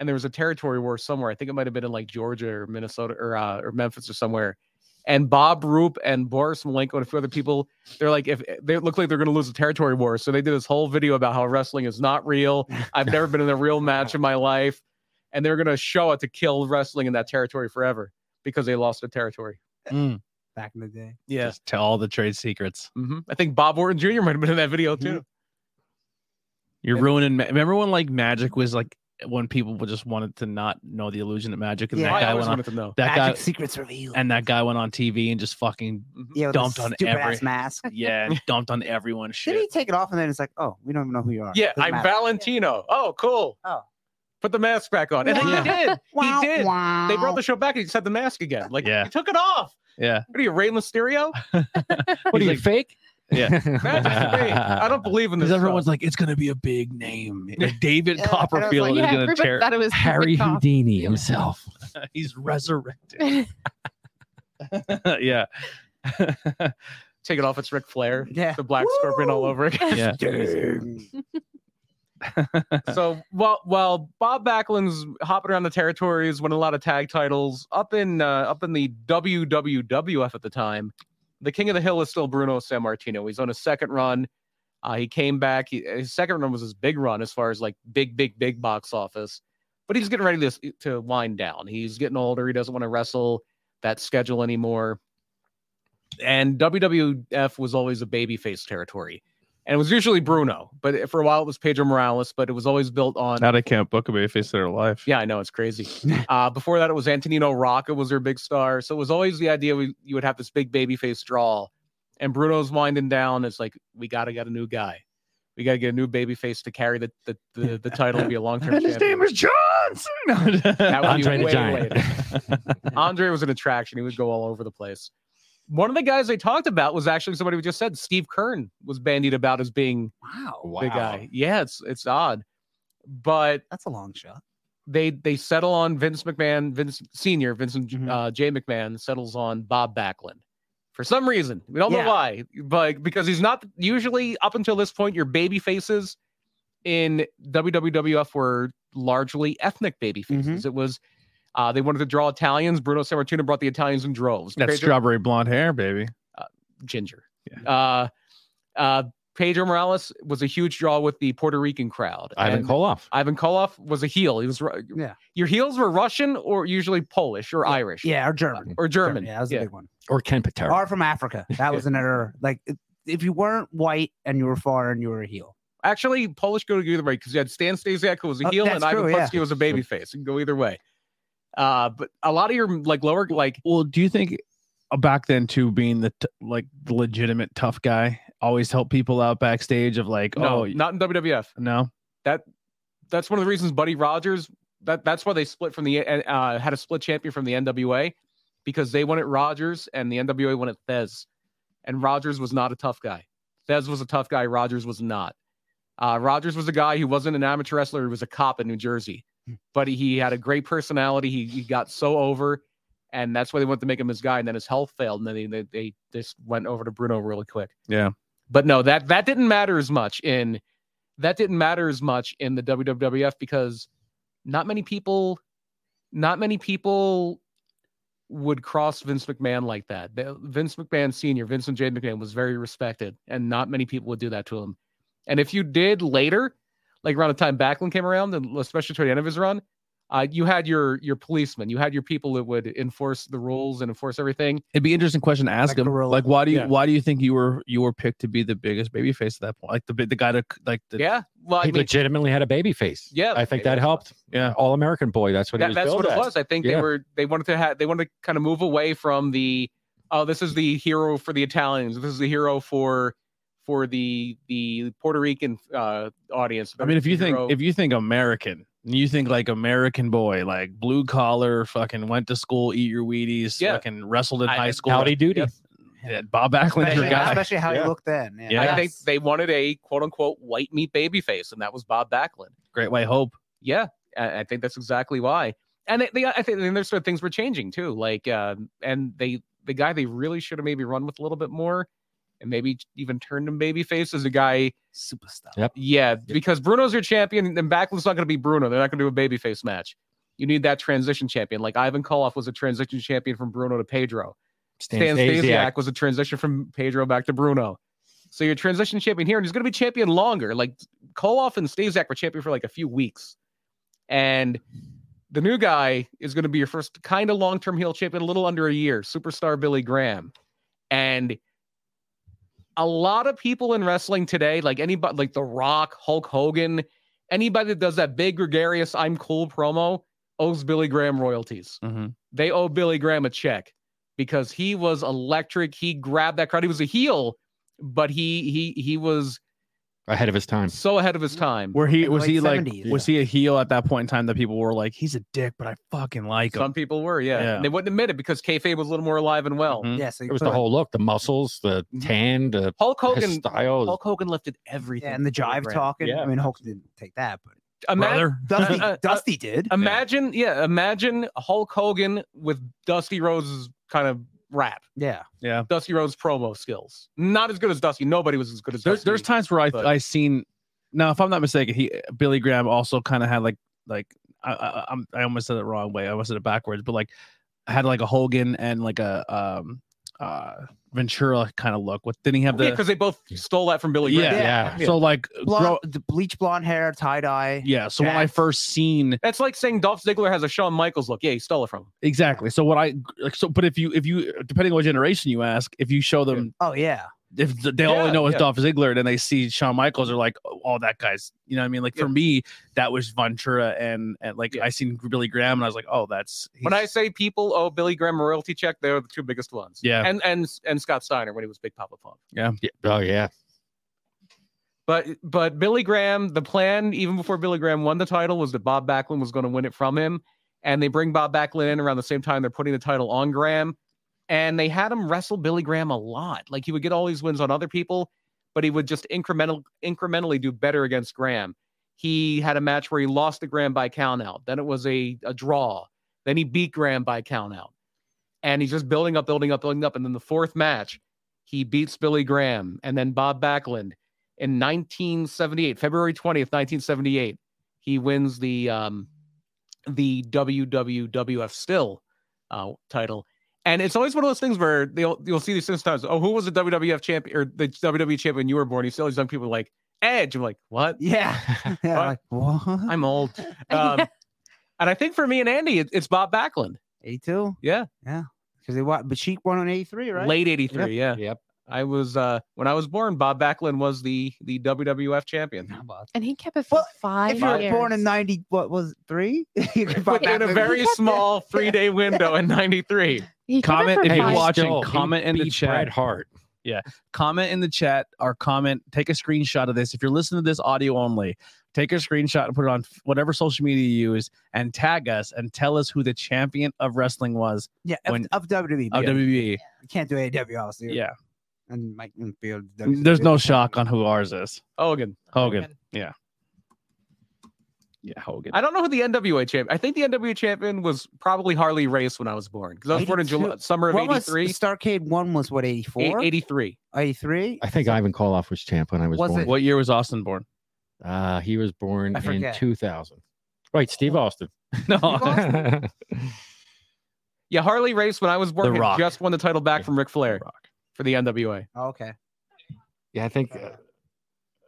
And there was a territory war somewhere. I think it might have been in like Georgia or Minnesota or uh, or Memphis or somewhere. And Bob Roop and Boris Malenko and a few other people, they're like, if they look like they're going to lose a territory war. So they did this whole video about how wrestling is not real. I've never been in a real match in my life. And they're going to show it to kill wrestling in that territory forever because they lost a territory.
Back in the day.
Yeah.
Just tell all the trade secrets.
hmm I think Bob Orton Jr. might have been in that video too.
You're
And-
ruining. Ma- Remember when like magic was like when people would just wanted to not know the illusion of magic, and
Yeah.
that
I
guy
always
went on.
wanted to know.
That guy
Magic secrets revealed.
and that guy went on TV and just fucking
yeah, with the
dumped on
stupid
every-
ass mask. [LAUGHS]
yeah dumped on everyone's
Did he
shit.
take it off and then it's like, oh, we don't even know who you are.
Yeah,
Doesn't
I'm
matter.
Valentino. Oh, cool.
Oh.
Put the mask back on. And
Wow.
then he did.
Wow,
he did.
wow.
They brought the show back and he just had the mask again. Like,
Yeah.
he took it off.
Yeah,
What are you, Rey Mysterio?
What are
He's
you
like-
fake?
Yeah.
Magic's
[LAUGHS]
great. I don't
[LAUGHS]
believe in this.
because
stuff.
everyone's like, it's gonna be a big [LAUGHS]
[LAUGHS]
name. Like, David
Yeah, and I was
Copperfield
like,
is
yeah,
gonna
everybody
tear.
thought it was
Harry
Cobb.
Houdini himself.
[LAUGHS] He's
[LAUGHS]
resurrected. [LAUGHS]
It
yeah,
take it off. It's Ric Flair.
Yeah.
[LAUGHS]
The Black Scorpion all
Woo!
over
[LAUGHS]
again.
yeah.
Dang.
so while while Bob Backlund's hopping around the territories, winning a lot of tag titles up in uh, up in the WWWF at the time, the King of the Hill is still Bruno San Martino. He's on his second run. Uh, he came back. He, his second run was his big run as far as like big, big, big box office. But he's getting ready to s- to wind down. He's getting older. He doesn't want to wrestle that schedule anymore. And WWF was always a babyface territory. And it was usually Bruno, but for a while it was Pedro Morales, but it was always built on
Now they can't book a babyface their life.
yeah, I know it's crazy. uh, before that, it was Antonino Rocca was their big star. So it was always the idea we, you would have this big babyface draw, and Bruno's winding down. It's like we gotta get a new guy. We gotta get a new babyface to carry the the the, the title and be a long term champion.
is Johnson. [LAUGHS] [LAUGHS] that
would be
Andre the
way
Giant. [LAUGHS]
Andre was an attraction. He would go all over the place. One of the guys they talked about was actually somebody we just said Steve Kern was bandied about as being
wow.
wow.
the guy. Yeah, it's it's odd, but
That's a long shot.
they they settle on Vince McMahon, Vince Senior, Vincent
Mhm.
uh, J. McMahon settles on Bob Backlund for some reason. We don't
Yeah.
know why, but because he's not usually up until this point, your baby faces in WWF were largely ethnic baby faces. It was uh, they wanted to draw Italians. Bruno Sammartino brought the Italians in droves. Pedro-
strawberry blonde hair, baby.
ginger. Uh, uh, Pedro Morales was a huge draw with the Puerto Rican crowd.
Ivan
and-
Koloff.
Ivan Koloff was a heel. He was Ru-
Yeah.
Your heels were Russian or usually Polish or Irish.
Yeah, or German.
Or German.
Yeah, that was a big one.
Or Ken Patera.
Or from Africa. That was another like if- if you weren't white and you were foreign, you were a heel.
Actually, Polish go either way because you had Stan Stasiak who was a
Oh,
heel and
that's
Ivan
true, yeah.
Putski was a babyface. You can go either way. Uh, but a lot of your like lower like
Well, do you think uh, back then too, being the t- like the legitimate tough guy, always helped people out backstage of like,
no,
oh y-
not in WWF.
no,
That's one of the reasons Buddy Rogers. That that's why they split from the uh, had a split champion from the NWA because they wanted Rogers and the NWA wanted Thez, and Rogers was not a tough guy. Thez was a tough guy. Rogers was not. Uh, Rogers was a guy who wasn't an amateur wrestler. He was a cop in New Jersey, but he had a great personality. He, he got so over, and that's why they wanted to make him his guy. And then his health failed, and then they, they they just went over to Bruno really quick.
Yeah.
but no, that that didn't matter as much in that didn't matter as much in the WWF because not many people, not many people would cross Vince McMahon like that. The- Vince McMahon Senior, Vincent J. McMahon, was very respected, and not many people would do that to him. And if you did later, like around the time Backlund came around, and especially toward the end of his run, uh, you had your your policemen, you had your people that would enforce the rules and enforce everything.
It'd be an interesting question to ask
Like
him.
gorilla.
Like, why do you
Yeah.
why do you think you were you were picked to be the biggest baby face at that point? Like the big the guy that like the
yeah, well, I
he
mean,
legitimately had a baby face.
Yeah,
I think
yeah.
that helped.
Yeah.
All American boy. That's what he
that,
was
that's what
billed
it
as.
was. I think
Yeah.
they were they wanted to have they wanted to kind of move away from the oh this is the hero for the Italians, this is the hero for for the the Puerto Rican uh, audience.
I mean, if you think
Hero-
if you think American, you think like American boy, like blue collar, fucking went to school, eat your Wheaties,
Yeah.
fucking wrestled in
I-
high school.
Howdy doody.
Yep.
Yeah, Bob Backlund's your
especially,
guy.
especially how
Yeah.
you look then. Yeah.
Yeah.
I think they wanted a quote unquote white meat baby face, and that was Bob Backlund.
Great White Hope.
Yeah, I, I think that's exactly why. And they, they, I think and there's sort of things were changing too. Like, um, and they, the guy they really should have maybe run with a little bit more, and maybe even turned him babyface is a guy.
superstar.
Yeah.
Yeah, because Bruno's your champion, and Backlund's not going to be Bruno. They're not going to do a babyface match. You need that transition champion. Like Ivan Koloff was a transition champion from Bruno to Pedro. Stan Stasiak was a transition from Pedro back to Bruno. So your transition champion here, and he's going to be champion longer. Like Koloff and Stasiak were champion for like a few weeks, and the new guy is going to be your first kind of long-term heel champion, a little under a year, superstar Billy Graham, and a lot of people in wrestling today, like anybody, like The Rock, Hulk Hogan, anybody that does that big gregarious "I'm cool" promo owes Billy Graham royalties they owe Billy Graham a check because he was electric. He grabbed that crowd. He was a heel, but he he he was
ahead of his time.
so ahead of his time.
Mm-hmm. Where he
In the
was
late
he like
70s.
was he a heel at that point in time that people were like he's a dick, but I fucking like him.
Some people were, yeah.
Yeah.
And they wouldn't admit it because kayfabe was a little more alive and well.
Mhm.
Yeah, so you
It was
put
the
a-
whole look, the muscles, the tan,
Mm-hmm.
the
Hulk
his
Hogan,
style.
Hulk Hogan lifted everything.
yeah, and the
for Billy
jive
Graham.
talking.
Yeah.
I mean, Hulk didn't take that, but
Ima-
Brother,
[LAUGHS]
Dusty,
uh, uh,
Dusty did.
Imagine, yeah, imagine Hulk Hogan with Dusty Rose's kind of rap,
yeah,
Dusty Rose promo skills. Not as good as Dusty. Nobody was as good as
there's
Dusty.
there's times where I
but-
I seen now if I'm not mistaken, he Billy Graham also kind of had like like I, I I'm I almost said it the wrong way. I almost said it backwards, but like had like a Hogan and like a um uh Ventura kind of look. What didn't he have the
yeah, because they both stole that from Billy.
Yeah.
Graham.
yeah.
so like
blonde,
grow-
the bleach blonde hair, tie dye.
yeah. So when I
Jax.
first seen
That's like saying Dolph Ziggler has a Shawn Michaels look. Yeah, he stole it from him.
exactly. So what I like so but if you if you depending on what generation you ask, if you show them
Oh yeah, [LAUGHS]
if th- they only
Yeah,
know it's
yeah.
Dolph Ziggler and then they see Shawn Michaels, they're like, oh, oh, that guy's, you know what I mean? Like for
Yeah.
me, that was Ventura and, and like
Yeah.
I seen Billy Graham and I was like, oh, that's
When I
he's-
say people owe Billy Graham a royalty check, they're the two biggest ones.
Yeah.
and and and Scott Steiner when he was Big Papa Pump.
Yeah. Oh yeah.
But but Billy Graham, the plan even before Billy Graham won the title was that Bob Backlund was going to win it from him, and they bring Bob Backlund in around the same time they're putting the title on Graham, and they had him wrestle Billy Graham a lot. Like he would get all these wins on other people, but he would just incremental incrementally do better against Graham. He had a match where he lost to Graham by count out. Then it was a, a draw. Then he beat Graham by count out. And he's just building up, building up, building up. And then the fourth match, he beats Billy Graham and then Bob Backlund in 1978, February 20th, 1978, he wins the um, the WWWF still uh, title. And it's always one of those things where you'll you'll see these things times. Oh, who was the WWF champion or the WWE champion you were born? You see all these young people like Edge. I'm like, what? [LAUGHS]
yeah, yeah.
What?
Like what?
I'm
[LAUGHS]
old. Um, and I think for me and Andy, it, it's Bob Backlund,
Eighty-two.
Yeah.
yeah. Because they what? But Sheik won on eighty-three, right?
late '83. Yeah.
Yep.
I was uh, when I was born. Bob Backlund was the the
[LAUGHS]
WWF champion.
How about-
And he kept it for
Well,
five
If you were
years.
born in ninety, what was it, three? [LAUGHS] You could buy
But in a
back-
very
[LAUGHS]
small three day window in '93.
he kept it
comment
for
if you
five-
watch- watching,
Still, he
comment in the
beat
chat.
Bret Hart.
comment in the chat or comment, take a screenshot of this. If you're listening to this audio only, take a screenshot and put it on f- whatever social media you use and tag us and tell us who the champion of wrestling was
Yeah, of-
when-
of WWE.
of E.
yeah.
WWE.
You can't do AW, obviously.
Yeah.
and Mike Enfield.
Mm, There's no shock on who ours is.
Hogan.
Hogan. Yeah. Yeah, Hogan.
I don't know who the NWA champion. I think the NWA champion was probably Harley Race when I was born because I was born in
82.
July, summer of
What was
'83.
Starcade one was what 84?
83.
83?
I think Ivan Koloff was champ when I was,
Was
born.
it-
What year was Austin born?
Uh, he was born
I
in
forget.
2000. Right, Steve Austin. [LAUGHS]
No.
Yeah, Harley Race when I was born
The
had
Rock.
just won the title back from Ric Flair for the NWA.
Oh, okay.
yeah, I think uh,
Yep,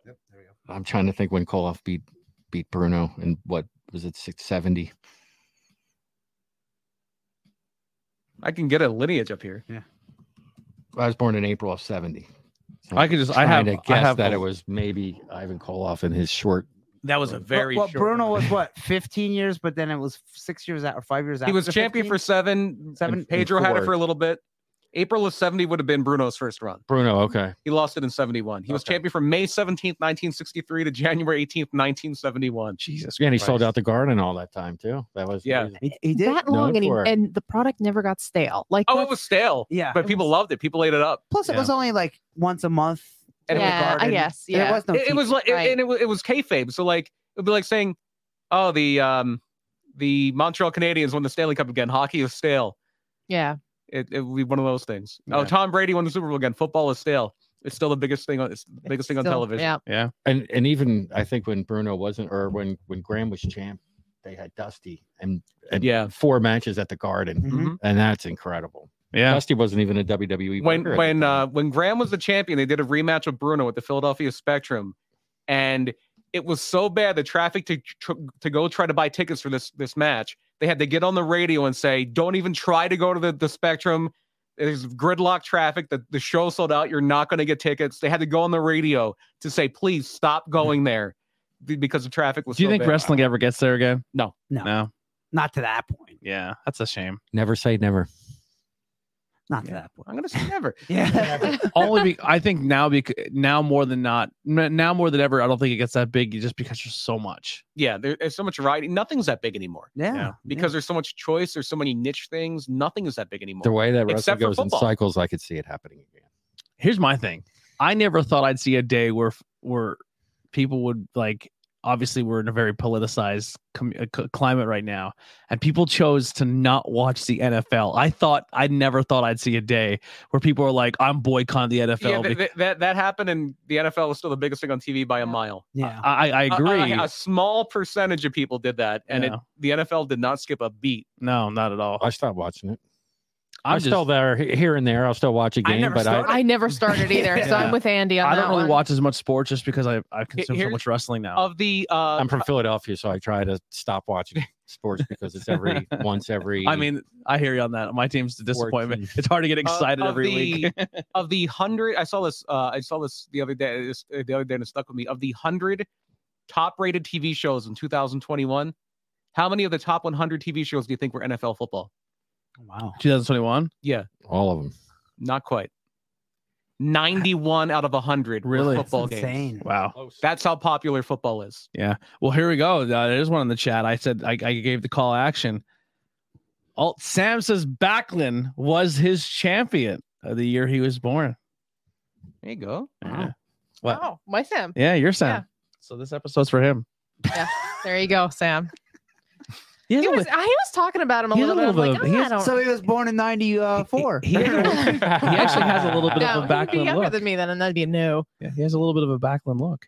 there we go.
I'm trying to think when Koloff beat beat Bruno and what was it 670.
I can get a lineage up here.
I was born in April of 70. So
I could just- I
trying
have-
to
I
guess
have
that
a-
it was maybe Ivan Koloff in his short.
That was a very
well,
short
Bruno
one.
was what 15 years, but then it was six years out or five years out.
He was champion for seven.
seven.
and
Pedro had it
four.
for a little bit. April of 70 would have been Bruno's first run.
Bruno, okay.
He lost it in 71. He was
Okay.
champion from May 17th, 1963 to January 18th, 1971.
Jesus. And he sold out the garden all that time too. That was
Yeah.
crazy.
He, he did.
that
No,
long, and, he-
for-
and the product never got stale. Like,
Oh, it
that's-
was stale,
Yeah.
but people loved it. People ate it up.
Plus, it
Yeah.
was only like once a month.
And it was
yeah, I
garden.
guess,
There
yeah.
was no.
It, it was
TV.
like,
Right.
and it was, it was kayfabe. So like, it'd be like saying, "Oh, the um, the Montreal Canadiens won the Stanley Cup again. Hockey is stale.
yeah,
It, it would be one of those things. Oh,
Yeah.
Tom Brady won the Super Bowl again. Football is stale. It's still the biggest thing on it's the biggest thing on
still-
television.
Yeah,
And and even I think when Bruno wasn't or when when Graham was champ, they had Dusty and, and
Yeah.
four matches at the garden.
Mhm.
And that's incredible.
Yeah.
Dusty wasn't even a WWE.
Mm-hmm. When
worker at the
when
time.
uh, when Graham was the champion, they did a rematch with Bruno at the Philadelphia Spectrum, and it was so bad the traffic to tr- to go try to buy tickets for this this match. They had to get on the radio and say, "Don't even try to go to the, the Spectrum. There's gridlock traffic. The the show sold out. You're not going to get tickets." They had to go on the radio to say, "Please stop going there," be- because the traffic was.
Mm-hmm. Do you
so
think
bad.
wrestling ever gets there again?
No.
No.
No.
Not to that point.
Yeah. That's a shame.
never say never.
Not to
Yeah.
that point.
I'm going to say never.
[LAUGHS] Yeah.
Only be, I think now because now more than not n- now more than ever I don't think it gets that big just because there's so much.
yeah, there- there's so much variety. Nothing's that big anymore.
Yeah,
yeah.
because there's so much choice. There's so many niche things. Nothing is that big anymore.
The way that wrestling
Except for
goes in
football.
cycles, I could see it happening again.
Here's my thing. I never thought I'd see a day where f- where people would like obviously we're in a very politicized com- uh, c- climate right now and people chose to not watch the NFL. I thought I never thought I'd see a day where people are like I'm boycotting the NFL.
Yeah,
bec-
th- th- that that happened, and the NFL was still the biggest thing on TV by a
Yeah.
mile.
Yeah.
I, I
A- a-
agree.
A, small percentage of people did that, and
Yeah.
it, the NFL did not skip a beat.
no, not at all.
I stopped watching it.
I'm
I'm
just-
still there he- here and there. I'll still watch a
I
game,
never
but I,
started.
I never started either, so
Yeah.
I'm with Andy on
I
that
don't really
one.
watch as much sports just because I I consume so
here's-
much wrestling now.
Of the, uh,
I'm from Philadelphia, so I try to stop
[LAUGHS]
watching sports because it's every once every.
I mean, I hear you on that. My team's the disappointment.
14.
It's hard to get excited
of
every week. [LAUGHS]
the- of the hundred, I saw this. Uh, I saw this the other day. This, uh, the other day, and it stuck with me. Of the hundred top-rated TV shows in 2021, how many of the top 100 TV shows do you think were NFL football?
Wow.
[LAUGHS] 2021.
all of them.
Not quite. 91 out of 100 were
Really? That's
football games.
Insane.
Wow.
That's how popular football is.
Well, here we go. Uh, there's one in the chat. I said I, I gave the call action. Alt Sam says Backlund was his champion of the year he was born.
There you go.
Yeah. What?
Wow, my Sam.
Yeah, you're Sam. So this episode's for him.
There you go, Sam.
He
He
hasn't
was, I was talking about him a
He's
little,
a little
bit. I'm
bit of-
like, "Ah,
he's-
I don't.
So he was born in [LAUGHS] '94.
[LAUGHS] He- he- he actually has a little bit
no,
of a
he would be
Backlund
younger
look.
than me then, and that'd be a no.
Yeah, he has a little bit of a Backlund look.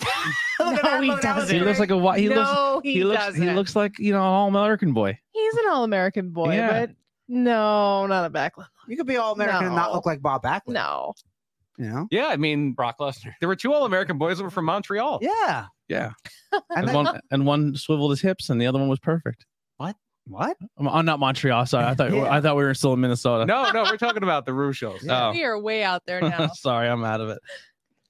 [LAUGHS] No, he doesn't.
He looks like a wi- he
no,
looks
he,
he looks
doesn't.
he looks like you know all American boy.
He's an all-American boy,
Yeah.
but no, not a Backlund.
You could be all American and not
No.
look like Bob Backlund.
No,
You know?
Yeah, I mean,
Brock Lesnar.
there were two All-American boys that were from Montreal.
Yeah.
Yeah,
[LAUGHS] And
and
then,
one and one swiveled his hips, and the other one was perfect.
what?
I'm, I'm not Montreal. Sorry, I thought
Yeah.
I thought we were still in Minnesota.
No, no, we're talking about the Rue shows. Um,
Yeah.
we are way out there
[LAUGHS]
now. [LAUGHS]
sorry, I'm out of it.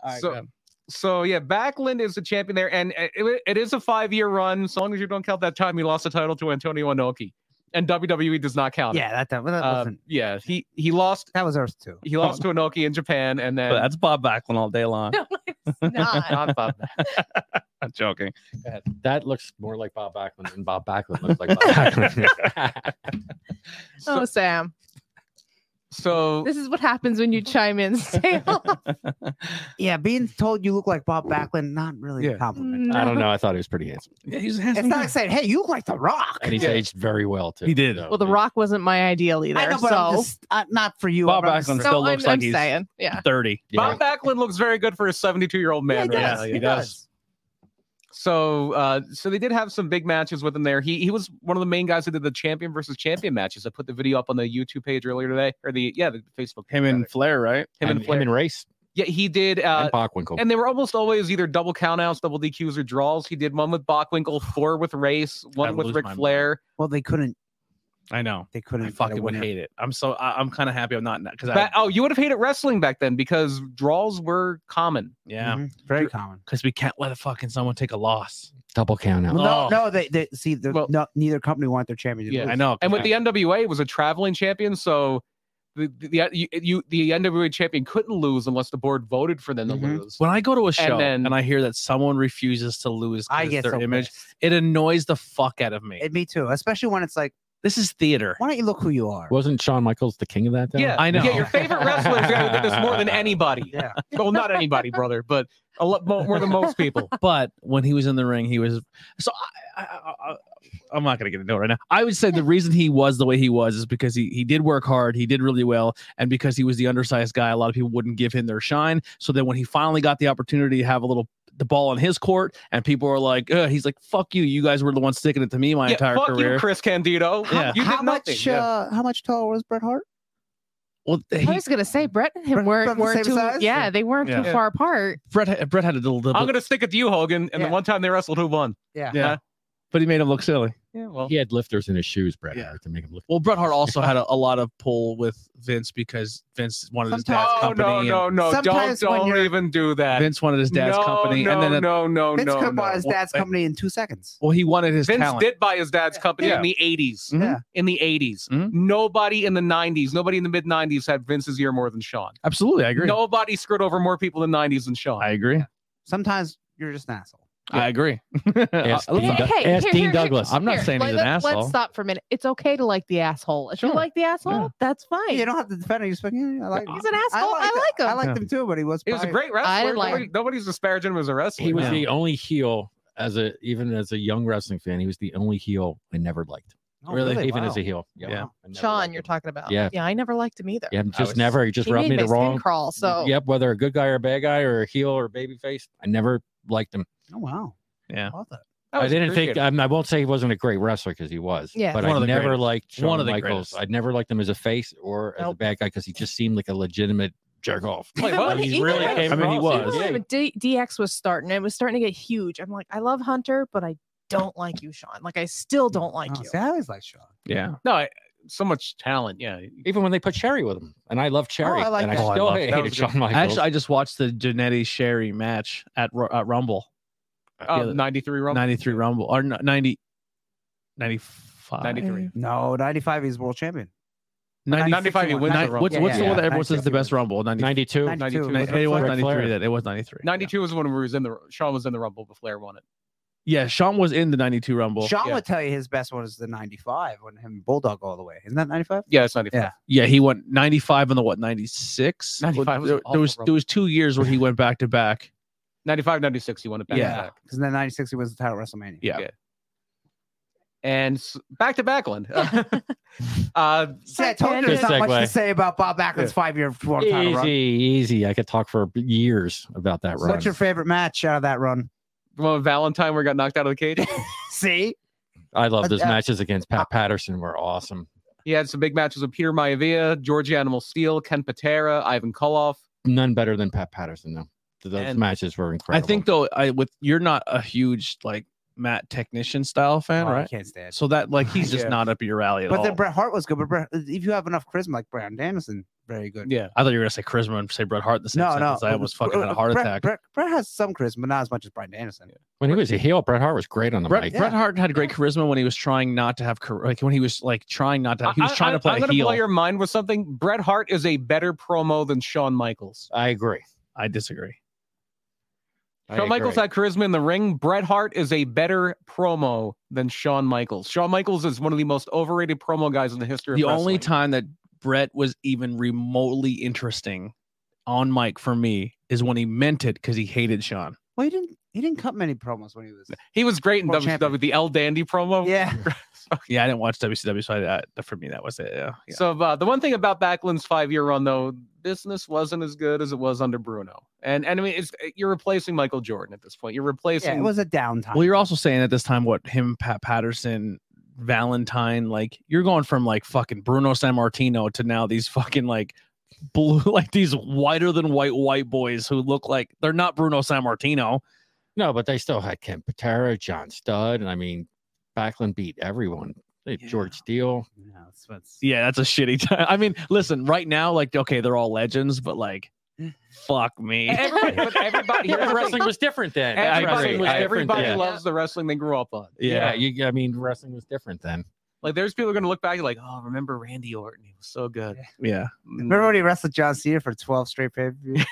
All right,
So-
go ahead.
So yeah, Backlund is the champion there, and uh, it, it is a five-year run. So long as you don't count that time he lost the title to Antonio Inoki, and WWE does not count. it.
Yeah, that that, that,
Uh,
wasn't,
yeah, he he lost
that was ours too.
he lost to Inoki in Japan, and
But
[LAUGHS]
then
that's Bob Backlund all day long.
[LAUGHS]
Not.
not Bob.
I'm joking.
That looks more like Bob Backlund than Bob Backlund looks like Bob [LAUGHS] Backlund.
Oh,
So,
Sam.
so
This is what happens when you chime in, Sam.
Yeah, being told you look like Bob Backlund, not really
Yeah.
a
[LAUGHS]
compliment.
I don't know. I thought he was pretty handsome,
[LAUGHS] Yeah, he's a
Mm, It's
handsome.
not
guy.
like saying, "Hey, you look like The Rock."
and he's
Yeah.
aged very well too.
He did.
So
Well, The
he's-
Rock wasn't my ideal either.
I know, but I'm
so,
just, uh, not for you.
Bob
but I'm just-
Backlund
so
still
I'm,
looks like
I'm
he's
saying, yeah.
30.
Yeah.
Bob Backlund looks very good for a 72-year-old
Yeah,
man.
he
right
does.
now.
he
Yeah.
does.
So, uh, so they did have some big matches with him there. He he was one of the main guys that did the champion versus champion matches. I put the video up on the YouTube page earlier today, or the yeah, the Facebook. page,
Him and
rather.
Flair, right?
him and
and,
Flair.
him and Race
yeah, he did. Uh,
and Bockwinkel.
and they were almost always either double countouts, double DQs, or draws. He did one with Bockwinkel, four with Race, one
I'd
with
lose
Ric
my mind.
Flair.
Well, they couldn't
I know.
They couldn't
I
get a
fucking would
winner.
hate it. I'm so I, I'm kind of happy I'm not because I
Ba- oh, you would have hated wrestling back then because draws were common.
yeah
Mhm. Very common.
because we can't let a fucking someone take a loss.
Double count out.
Well,
Oh.
No, no, they, they see. The,
Well-
no, neither company wanted their championship.
Yeah,
lose.
I know.
And with the NWA, it was a traveling champion, so the the, the you, you the NWA champion couldn't lose unless the board voted for them to
Mhm.
lose.
when I go to a show and,
then-
I hear that someone refuses to lose
I
'cause
get
their
so
image,
pissed.
it annoys the fuck out of me.
It, me too, especially when it's like,
this is theater.
why don't you look who you are?
Wasn't Shawn Michaels the king of that? Though?
Yeah,
I know.
Yeah, your favorite wrestler is the guy who did this
[LAUGHS]
more
[LAUGHS]
than anybody.
Yeah,
well, not anybody, brother, but a lot more, more than most people.
[LAUGHS] But when he was in the ring, he was so. I, I, I, I, I'm not gonna get into it right now. I would say the reason he was the way he was is because he he did work hard, he did really well, and because he was the undersized guy, a lot of people wouldn't give him their shine. So then when he finally got the opportunity to have a little the ball in his court, and people are like, Ugh, he's like, "Fuck you! You guys were the ones sticking it to me my
Yeah,
entire
fuck
career."
you, Chris Candido.
Yeah.
You did
how
nothing.
much?
yeah.
Uh, how much taller was Bret Hart?
well, [LAUGHS]
I
he,
was gonna say Brett and him
Brett-
weren't,
Brett was the
weren't
same
too
size?
yeah they weren't
Yeah.
too
Yeah.
far apart.
Brett Brett had a little,
I'm
little
gonna uh-huh. stick it to you, Hogan. And
Yeah.
the one time they wrestled, who won?
yeah, but he made him look silly.
Yeah, well,
He had lifters in his shoes, Bret
Yeah.
Hart, to make him look.
Well, Bret Hart also had a, a lot of pull with Vince because Vince wanted his dad's
Oh
company.
no,
and
no, no! Don't
Sometimes when
don't
you're-
even do that.
Vince wanted his dad's
no,
company,
no,
and then
no, no,
Vince
Oh, no,
could have bought
no.
his dad's
Well, I-
company in two seconds.
well, he wanted his
Vince
talent.
did buy his dad's company
Yeah.
in the 80s.
Mhm.
Yeah.
In the 80s.
Mhm.
Nobody in the 90s, nobody in the mid 90s had Vince's ear more than Sean.
Absolutely, I agree.
Nobody screwed over more people in the 90s than Sean.
I agree.
Sometimes you're just an asshole.
I
[LAUGHS]
agree.
Ask
I- I-
Dean,
Hey,
Doug- ask
hey, here,
Dean
here, here.
Douglas.
I'm not saying he's an
let's-
asshole.
Let's stop for a minute. It's okay to like the asshole. If
Sure.
you like the asshole,
Yeah.
that's fine.
You don't have to defend him. You're just like, yeah, I like.
He's an asshole. I
that-
like him.
I like
Yeah.
them too, but he was.
he was a
probably-
great wrestler.
I didn't like
Nobody- nobody's disparaging him as a wrestler.
He was
Yeah.
the only heel as a even as a young wrestling fan. He was the only heel I never liked.
Oh,
even
Wow.
as a heel. Yeah,
Yeah.
I never
Sean,
liked
you're
him.
talking about.
Yeah.
yeah. I never liked him either.
Yeah, just
was-
never. He just
he
rubbed
made
me
my
the wrong.
skin crawl. So
Yep, whether a good guy or a bad guy or a heel or a baby face, I never liked him.
Oh wow.
Yeah.
Love that.
That
I
was
didn't think uh,
appreciated.
I, mean, I won't say he wasn't a great wrestler because he was.
Yeah.
but
One
I
of the
never
greatest.
liked Shawn
One of the
Michaels.
greatest.
I never liked him as a face or as a
Nope.
bad guy because he just seemed like a legitimate jerk off.
Wait,
Even
what?
when-
He
even
really
when-
came
I mean, he
across as-
was.
even
Yeah,
when D- DX was starting, it was starting to get huge. I'm like, I love Hunter, but I don't like you, Sean. Like, I still don't like
Oh,
you.
See, I always like Sean.
yeah.
No, I, so much talent. Yeah.
even when they put Cherry with him, and I love Cherry,
I like
and
that. Oh,
I
I
still
love-
that
hated
was
Shawn Michaels.
Actually, I just watched the Janetti Sherry match at, Ru- at Rumble
Uh,
Yeah.
93 Rumble.
93 Rumble or n- 90 95
93.
No, 95 he's world champion.
90
95, he wins the
Nine-
Rumble.
what's
Yeah,
what's the
yeah,
one that
yeah.
everyone says is the best
96.
Rumble? 90,
92.
92.
Nin-
it was
Ric
93
Flair.
that it was 93.
92 was when we was in the Sean was in the Rumble, but Flair won it.
Yeah. yeah, Sean was in the 92 Rumble.
Sean
yeah.
would tell you his best one is the 95 when him and Bulldog go all the way. Isn't that 95?
Yeah, it's 95.
Yeah.
Yeah, he went 95 and the what 96.
95 was
there,
an
there
awful
was there
Rumble.
was two years where he went back to back.
95, 96, he won it back
Yeah.
to back.
Because then 96 he wins the title at WrestleMania.
Yeah.
And s- back to
[LAUGHS]
Backland. uh, [LAUGHS]
See, I told you there's
Good
not much to
segue.
say about Bob Backlund's five-year world title
Easy,
run.
easy. I could talk for years about that run.
What's your favorite match out of that run?
well, Valentine, where he got knocked out of the cage.
See,
I love
Uh,
those
uh,
matches against Pat Patterson. Were awesome.
He had some big matches with Peter Maivia, George Animal Steel, Ken Patera, Ivan Koloff.
None better than Pat Patterson though. Th- Those
And-
matches were incredible.
I think though, I with you're not a huge like Matt technician style fan,
Oh, I
right?
can't stand. it.
So that like he's just
Yeah.
not up your alley at
But
all.
then Bret Hart was good. But Bret, if you have enough charisma like Brian Danielson, very good.
Yeah.
I thought you were gonna say charisma and say Bret Hart in the same
No, no,
sentence. I almost fucking had a
Bret-
heart
Bret-
attack. Bret,
Bret, Bret has some charisma, but not as much as Brian Danielson.
when he was a heel, Bret Hart was great on the
Bret,
mic.
Yeah.
Hart had great charisma when he was trying not to have char- like when he was like trying not to. He was
I-
trying
I-
to play
I'm
a
gonna
heel.
blow your mind with something. Bret Hart is a better promo than Shawn Michaels.
I agree.
I disagree.
I
Shawn Michaels
agree.
had charisma in the ring. Bret Hart is a better promo than Shawn Michaels. Shawn Michaels is one of the most overrated promo guys in the history of
the only
wrestling.
time that Brett was even remotely interesting on mic for me is when he meant it because he hated Sean.
Well, he didn't. He didn't cut many promos when he was.
He was great in
World
WCW, the El Dandy promo.
Yeah.
[LAUGHS] [LAUGHS] Yeah, I didn't watch WCW, so I, I, for me that was it. Yeah, yeah.
So uh, the one thing about Backlund's five-year run, though, business wasn't as good as it was under Bruno, and and I mean, it's you're replacing Michael Jordan at this point. You're replacing.
Yeah, it was a downtime.
Well, you're also saying at this time what him, Pat Patterson, Valentine, like you're going from like fucking Bruno San Martino to now these fucking like blue, [LAUGHS] like these whiter than white white boys who look like they're not Bruno San Martino.
no, but they still had Ken Patera, John Studd, and I mean, Backlund beat everyone. They have
Yeah.
George
[LAUGHS]
Steele.
No, that's what's.
Yeah, that's a shitty [LAUGHS] time. I mean, listen, right now, like, okay, they're all legends, but like, fuck
[LAUGHS]
me.
[LAUGHS] Everybody, but everybody, here's the thing.
wrestling was different then.
I
everybody,
agree. was different
everybody
then.
loves the wrestling they grew up on.
Yeah.
Yeah, you, I mean, wrestling was different then.
Like there's people going to look back like, oh, remember Randy Orton? He was so good.
Yeah. [LAUGHS]
Remember when he wrestled John Cena for 12 straight pay per view?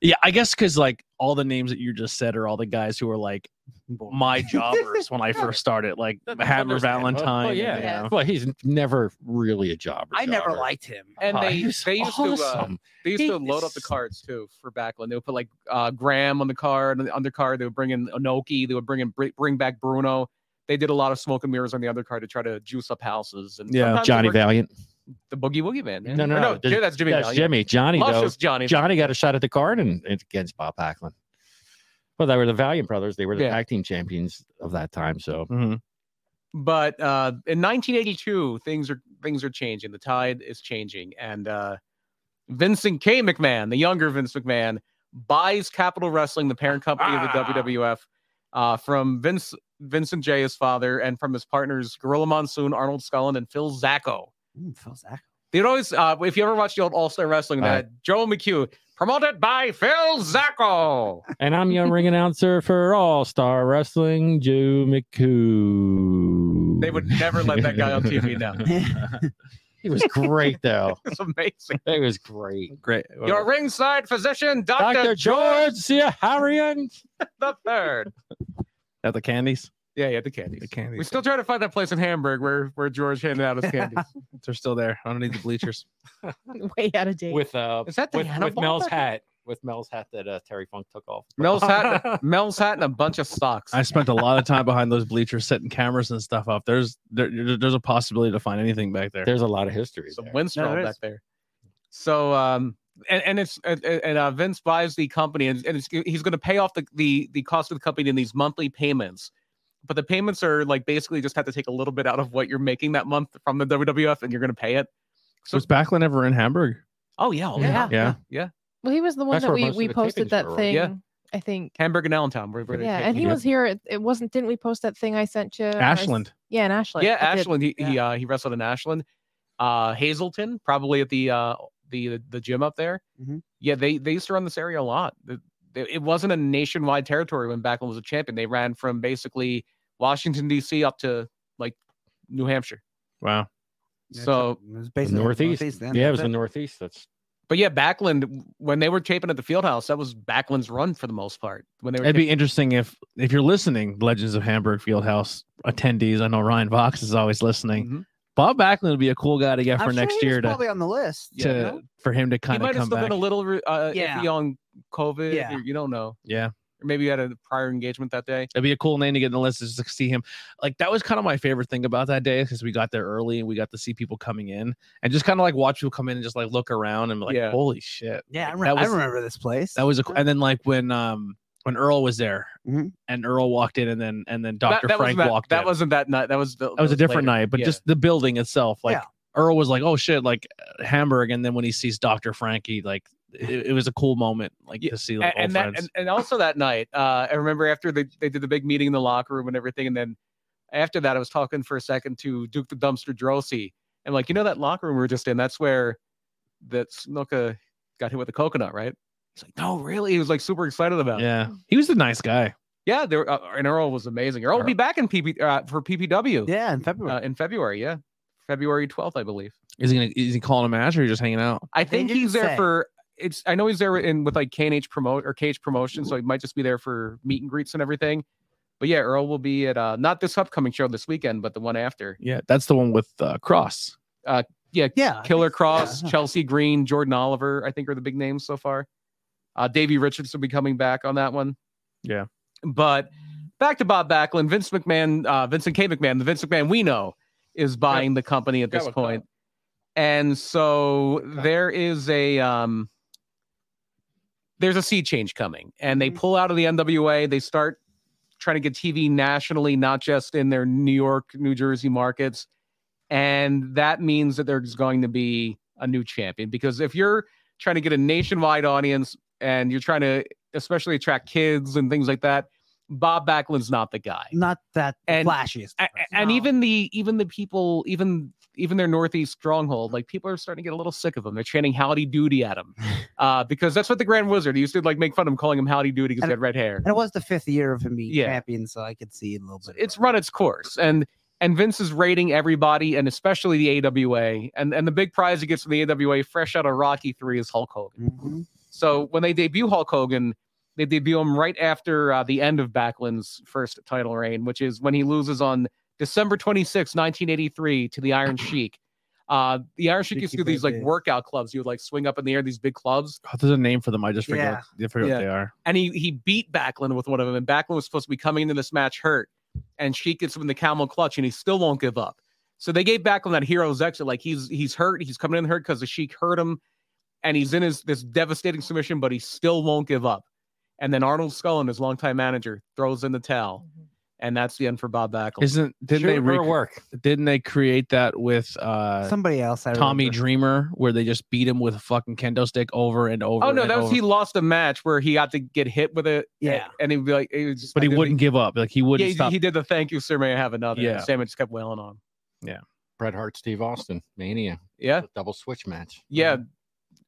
yeah, I guess because like all the names that you just said are all the guys who were like my jobbers
[LAUGHS]
when I first started, like Hammer Valentine.
Oh,
and,
yeah.
you
Yeah.
know.
Well, he's never really a jobber.
I never
jobber.
liked him.
And
Oh,
they
he was
they used to uh,
Awesome.
they used
He
to load up the
is-
cards too for Backlund. They would put like uh, Graham on the card, on the undercard. They would bring in Anoki. They would bring in br- bring back Bruno. They did a lot of smoke and mirrors on the undercard to try to juice up houses. And
Yeah.
sometimes it
Johnny
worked-
Valiant.
the Boogie Woogie Man. man.
No, no,
Or
no, there's-
that's Jimmy.
That's
Valiant.
Jimmy. Johnny
Plus
though.
just Johnny.
Johnny got a shot at the card and and against Bob Backlund. Well, they were the Valiant brothers. They were the
Yeah.
tag team champions of that time. So
Mhm.
but uh, in 1982, things are things are changing. The tide is changing, and uh, Vincent K. McMahon, the younger Vince McMahon, buys Capital Wrestling, the parent company
Ah.
of the WWF, uh, from Vince Vincent J. his father, and from his partners Gorilla Monsoon, Arnold Scullin, and Phil Zacco.
Ooh, Phil Zach.
They'd always, uh, if you ever watched the old All Star Wrestling,
All
that Joe McHugh promoted by Phil Zacco.
And I'm your ring announcer for All Star Wrestling, Joe McCoo.
They would never let that guy on TV now.
[LAUGHS] he was great, though.
[LAUGHS] It's amazing.
He was great.
Great. uh,
Your ringside physician,
Dr.
Doctor
George Harrian.
the Third.
At the candies?
Yeah, yeah, the candies.
The candies.
We still try to find that place in Hamburg where where George handed out his candies.
They're still there underneath the bleachers.
[LAUGHS] Way out of date.
With, uh,
[LAUGHS] Is that the
with, with
Hannibal?
Mel's hat. With Mel's hat that uh, Terry Funk took off.
Mel's [LAUGHS] hat, Mel's hat, and a bunch of
[LAUGHS]
socks.
I spent a lot of time behind those bleachers setting cameras and stuff up. There's there, there- there's a possibility to find anything back there.
There's a lot of history.
Some
there.
windstraw
No, there
back
is.
there. So, um, and, and it's and, and uh, Vince buys the company, and, and it's, he's going to pay off the, the the cost of the company in these monthly payments. But the payments are like basically just have to take a little bit out of what you're making that month from the WWF, and you're going to pay it. So,
Was Backlund ever in Hamburg?
oh yeah, oh, yeah,
Yeah.
Yeah.
yeah.
well, he was the one
That's
that
where
we
most of
we
the
posted
tapings
that
were, right?
thing.
Yeah.
I think.
Hamburg and Allentown. Where, where they
Yeah,
take
and he
Yeah.
was here. It, it wasn't. Didn't we post that thing I sent you? Or I s-
Ashland.
Yeah, in Ashland.
Yeah,
I did.
Ashland. He, he
yeah.
uh he wrestled in Ashland. Uh Hazelton, probably at the uh the the gym up there.
Mm-hmm.
Mhm.
Yeah, they they used to run this area a lot. The- the- It wasn't a nationwide territory when Backlund was a champion. They ran from basically Washington D.C. up to like New Hampshire.
Wow.
So-
it was
The
basically
Northeast.
then.
Yeah, it was
That's
the Northeast. That's
But yeah, Backlund when they were taping at the Fieldhouse, that was Backlund's run for the most part. When they were
It'd be interesting if if you're listening, Legends of Hamburg Fieldhouse attendees. I know Ryan Vox is always listening.
taping- Mhm.
Bob Backlund would be a cool guy to get
I'm
for
sure
next
he was
year to,
probably on the list.
to
you know?
for him to
he
kind
might
of
have
come
still
back.
been a little re- uh,
Yeah.
iffy on COVID.
Yeah.
or you don't know,
yeah,
or maybe you had a prior engagement that day.
it'd be a cool name to get in the list is to see him. Like that was kind of my favorite thing about that day because we got there early and we got to see people coming in and just kind of like watch people come in and just like look around and be like,
Yeah.
holy shit,
Yeah, I,
That
remember, I
was-
remember this place.
that was a. cool And then like when um when Earl was there
Mhm.
and Earl walked in and then and then Doctor
Mm-hmm. that, that
Frank
wasn't that,
walked
That
in.
wasn't that night. That was the,
that was a different
later.
night, but
Yeah.
just the building itself. Like
Yeah.
Earl was like, "Oh shit!" Like uh, Hamburg, and then when he sees Doctor Frankie, like it, it was a cool moment, like
Yeah,
to see
A-
like old
and, that
friends.
and, and also that night uh i remember after they, they did the big meeting in the locker room and everything and then after that i was talking for a second to duke the dumpster drosy and like you know that locker room we were just in that's where that snooka got hit with a coconut right he's like no really he was like super excited about it
yeah, he was a nice guy.
yeah there uh, and earl was amazing earl will be back in pp uh, for ppw
yeah, in February.
uh, in february yeah february 12th i believe
Is he gonna, is he calling a match or just hanging out?
I
They
think
didn't
he's there
say.
for it's. I know he's there in with like KNH promote or Cage promotion, so he might just be there for meet and greets and everything. But yeah, Earl will be at uh not this upcoming show this weekend, but the one after.
Yeah, that's the one with uh, Cross.
yeah, I
Killer
think-
Cross,
yeah.
Chelsea Green, Jordan Oliver, I think are the big names so far. Uh Davey Richards will be coming back on that one.
Yeah.
But back to Bob Backlund, Vince McMahon, uh Vincent K. McMahon, the Vince McMahon we know is buying the company at
That
this
was
point. And so there is a um there's a sea change coming and they
Mm-hmm.
Mhm.
pull out of the NWA, they start trying to get TV nationally, not just in their New York, New Jersey markets. And that means that there's going to be a new champion because if you're trying to get a nationwide audience and you're trying to especially attract kids and things like that, Bob Backlund's not the guy.
Not that
And-
flashiest.
A- a-
person.
and
No.
even the even the people even even their northeast stronghold like people are starting to get a little sick of him they're chanting howdy doody at [LAUGHS] him uh because that's what the grand wizard he used to like make fun of him calling him howdy doody because he
And-
had red hair
And it was the fifth year of him being
Yeah.
champion, so I could see it a little bit.
it's run its course and and vince is rating everybody and especially the awa and and the big prize he gets from the awa fresh out of rocky 3 is hulk hogan
Mhm.
so when they debut hulk hogan they debut him right after uh, the end of backlund's first title reign which is when he loses on december 26 1983 to the iron sheik uh, the Iron Sheik
Sheik
used to do these like
Ibushi.
workout clubs. He would like swing up in the air, these big clubs,
Oh, there's a name for them. I just forget.
Yeah.
What, I forget
Yeah.
what they are.
and he he beat Backlund with one of them. And Backlund was supposed to be coming into this match hurt, and Sheik gets him in the camel clutch, and he still won't give up. So they gave Backlund that hero's exit, like he's he's hurt, he's coming in hurt because the Sheik hurt him, and he's in his this devastating submission, but he still won't give up. And then Arnold Scullin, his longtime manager, throws in the towel, and that's the end for Bob Backlund.
Isn't didn't
Sure,
they rec-
her work?
didn't they create that with uh
somebody else. I
Tommy
remember.
Dreamer where they just beat him with a fucking kendo stick over and over?
oh no,
and
that was
over.
he lost a match where he got to get hit with it,
Yeah.
and he'd be like, it was just,
But he
I didn't-
wouldn't give up. Like he
Yeah,
wouldn't
he-
stop.
he did the thank you, sir. May I have another?
Yeah.
Yeah. Sam just kept wailing on. him.
Bret Hart, Steve Austin, Mania,
Yeah.
the double switch match.
Yeah.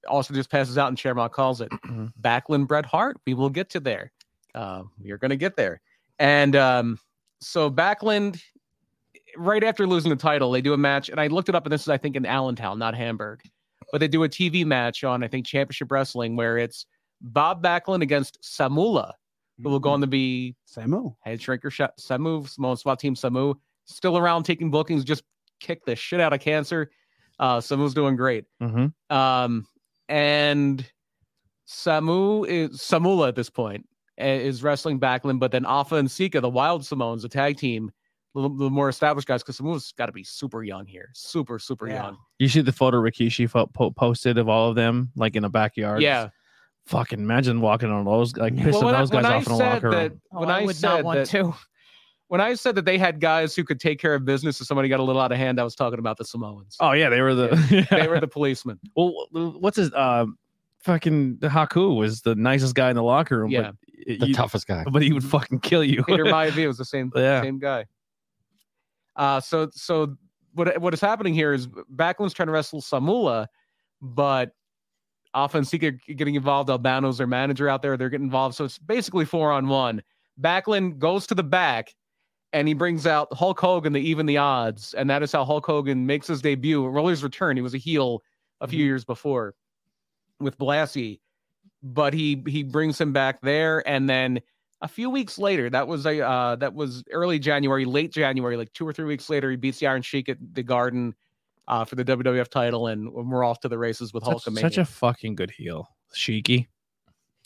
Austin just passes out and Shamrock calls it.
Mhm.
Backlund Bret Hart. We will get to there. Uh, we are going to get there. And um, so Backlund, right after losing the title, they do a match. And I looked it up, and this is, I think, in Allentown, not Hamburg. But they do a TV match on, I think, Championship Wrestling, where it's Bob Backlund against Samula, who will go on to be
Samu.
head shrinker Sha- Samu, Samoan SWAT team Samu, still around taking bookings, just kick the shit out of cancer. Uh, Samu's doing great.
Mhm.
Um, and Samu is Samula at this point i- is wrestling Backlund, but then Alpha and Sika, the Wild Samoans, a tag team, the, the more established guys, because Samu's got to be super young here, super super
Yeah.
young.
You see the photo Rikishi fo- po- posted of all of them like in a backyard.
Yeah.
Fucking imagine walking on those like pissing
when I-
those
when
guys
I
off in a
said
locker room.
that-
Oh,
when
I,
I
would not
said
want
that-
to.
When I said that they had guys who could take care of business if somebody got a little out of hand, I was talking about the Samoans.
Oh yeah, they were the [LAUGHS]
They were the policemen.
well. What's his um, fucking Haku was the nicest guy in the locker room.
Yeah.
but
The
you-
toughest guy.
[LAUGHS] but he would fucking kill you.
Peter Maivia was the same
[LAUGHS] Yeah.
same guy. Uh, so so what what is happening here is Backlund's trying to wrestle Samula, but often Sika getting involved. Albano's their manager out there. They're getting involved. So it's basically four on one. Backlund goes to the back, and he brings out Hulk Hogan to even the odds, and that is how Hulk Hogan makes his debut. Well, his return. He was a heel a
Mm-hmm.
few years before with Blassie, but he he brings him back there, and then a few weeks later that was a uh, that was early january late january like two or three weeks later he beats the iron sheik at the garden uh, for the wwf title and we're off to the races with
such,
hulkamania
such a fucking good heel, Sheiky.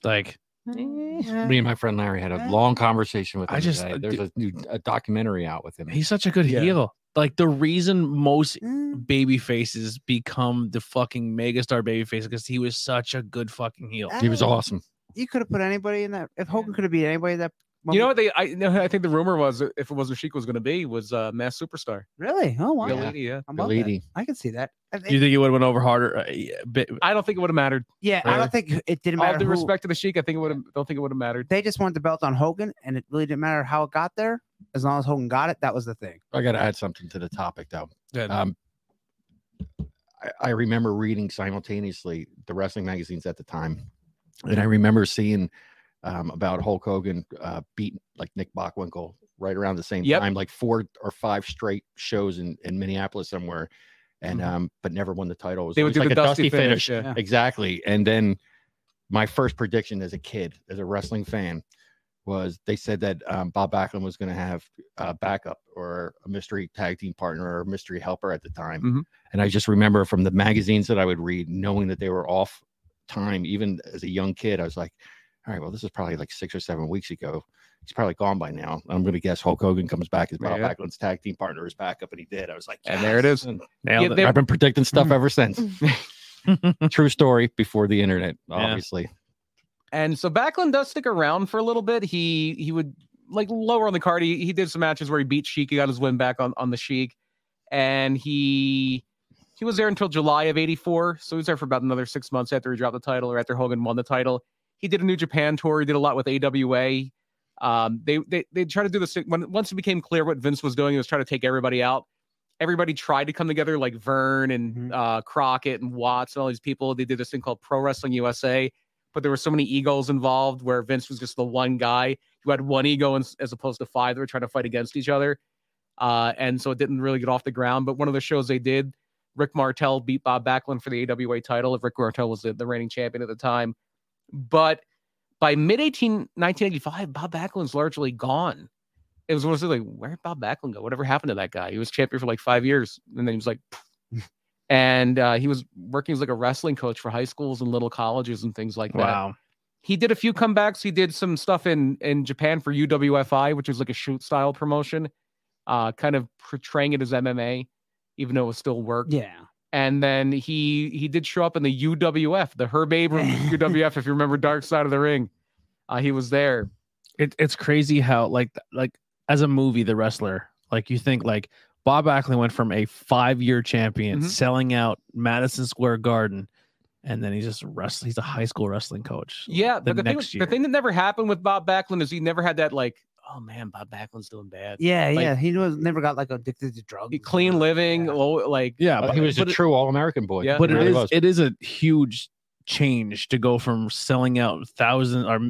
Like
Mm-hmm.
Me and my friend Larry had a long conversation with him.
I just-
today. there's a new a documentary out with him.
he's such a good
Yeah.
heel. Like the reason most
Mm.
baby faces become the fucking megastar baby face because he was such a good fucking heel.
I
He was
don't-
awesome.
You could have put anybody in that. If Hogan could have beat anybody, that
you know what they I no, I think the rumor was that if it wasn't Sheik was going to be was uh, mass superstar.
really? Oh wow!
Bill
Yeah.
Eady, yeah.
I'm about that.
Galidi.
I can see that. I
Do you
think,
think it would have went over harder? Uh, yeah, bit-
I don't think it would have mattered.
yeah, I
Really?
don't think it didn't
All
matter.
due
who-
respect to the Sheik, I think it would have. Don't think it would have mattered.
They just wanted the belt on Hogan, and it really didn't matter how it got there. As long as Hogan got it, that was the thing.
I got to add something to the topic though.
Uh,
Yeah.
Um, I, I remember reading simultaneously the wrestling magazines at the time, and I remember seeing um, about Hulk Hogan uh, beat like Nick Bockwinkel right around the same
Yep.
time, like four or five straight shows in, in Minneapolis somewhere, and
Mhm.
um, but never won the title. It was
They would do
always like
the
a dusty, finish.
yeah.
Yeah.
Exactly. And then my first prediction as a kid, as a wrestling fan, was they said that um, Bob Backlund was going to have a backup or a mystery tag team partner or a mystery helper at the time.
Mhm.
And I just remember from the magazines that I would read, knowing that they were off time, even as a young kid, I was like, all right, well, this is probably like six or seven weeks ago. He's probably gone by now. I'm going to guess Hulk Hogan comes back as Bob
Yeah.
Backlund's tag team partner, his backup, and he did. I was like,
And there it
"Yes."
is.
And
nailed
yeah,
it.
they-
I've been predicting stuff
Mm.
ever since [LAUGHS] true story before the internet obviously
And so Backlund does stick around for a little bit. He he would like lower on the card. He, he did some matches where he beat Sheik. He got his win back on, on the Sheik, and he he was there until July of '84. So he was there for about another six months after he dropped the title or after Hogan won the title. He did a New Japan tour. He did a lot with AWA. Um, they they they try to do this when once it became clear what Vince was doing, it was trying to take everybody out. Everybody tried to come together, like Vern and
Mhm.
uh, Crockett and Watts and all these people. They did this thing called Pro Wrestling USA, but there were so many egos involved where Vince was just the one guy who had one ego as, as opposed to five that were trying to fight against each other. Uh, and so it didn't really get off the ground. But one of the shows they did, Rick Martel beat Bob Backlund for the AWA title. If Rick Martel was the, the reigning champion at the time, but by mid 18 1985, Bob Backlund's largely gone. It was one of those like, where did Bob Backlund go? Whatever happened to that guy? He was champion for like five years, and then he was like, pff. and uh, he was working as like a wrestling coach for high schools and little colleges and things like that
Wow.
he did a few comebacks. He did some stuff in in Japan for UWFI, which was like a shoot style promotion, uh, kind of portraying it as MMA, even though it was still work.
Yeah.
And then he he did show up in the UWF, the Herb Abrams
[LAUGHS]
UWF, if you remember Dark Side of the Ring. Uh, he was there.
It, it's crazy how like like as a movie, the wrestler, like you think like Bob Backlund went from a five year champion
Mhm.
selling out Madison Square Garden, and then he's just wrestling. He's a high school wrestling coach.
Yeah,
the
but the thing,
next
the
year.
thing that never happened with Bob Backlund is he never had that like, oh man, Bob Backlund's doing bad.
Yeah,
Like-
yeah. He was never got like addicted to drugs.
Clean living,
Yeah.
low, like
Yeah,
Uh, he was a
but it-
true All American boy.
Oh, Yeah.
but
He
it
really
is
was.
it is a huge change to go from selling out thousands or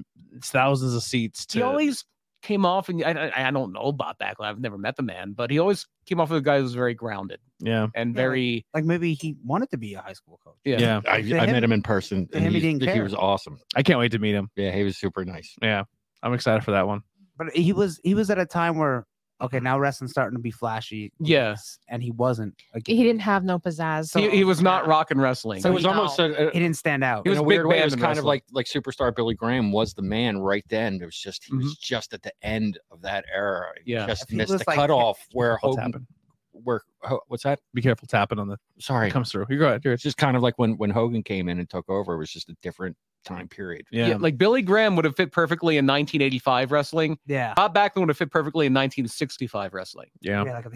thousands of seats
he
to
always came off and I, I- I don't know Bob Backlund. I've never met the man, but he always came off as a guy who was very grounded
yeah
and
Yeah,
very
Like maybe he wanted to be a high school coach.
yeah.
yeah
I,
To
I
him-
met him in person.
to him, he didn't care.
was awesome.
i can't wait to meet him
Yeah, he was super nice.
yeah i'm excited for that one
But he was he was at a time where okay, now wrestling's starting to be flashy.
Yeah.
s- And he wasn't again.
He didn't have no pizzazz. So
he, he was not rock and wrestling.
So
it
he-
was almost a, a-
He didn't stand out.
He was
in a
big
weird way. It
band
was
in
kind of
wrestling.
like like superstar Billy Graham was the man right then. It was just he was just at the end end of that era. He
Yeah.
just
He
missed
was
the
like- [LAUGHS]
cutoff where
what's
Hogan.
happening
Where Ho- what's that?
be careful tapping on the
Sorry,
it comes through you go ahead you're
it's just kind of like when when Hogan came in and took over. It was just a different time period.
yeah,
Yeah, like Billy Graham would have fit perfectly in 1985 wrestling.
Yeah.
Bob Backlund would have fit perfectly in 1965 wrestling.
yeah
Yeah. like,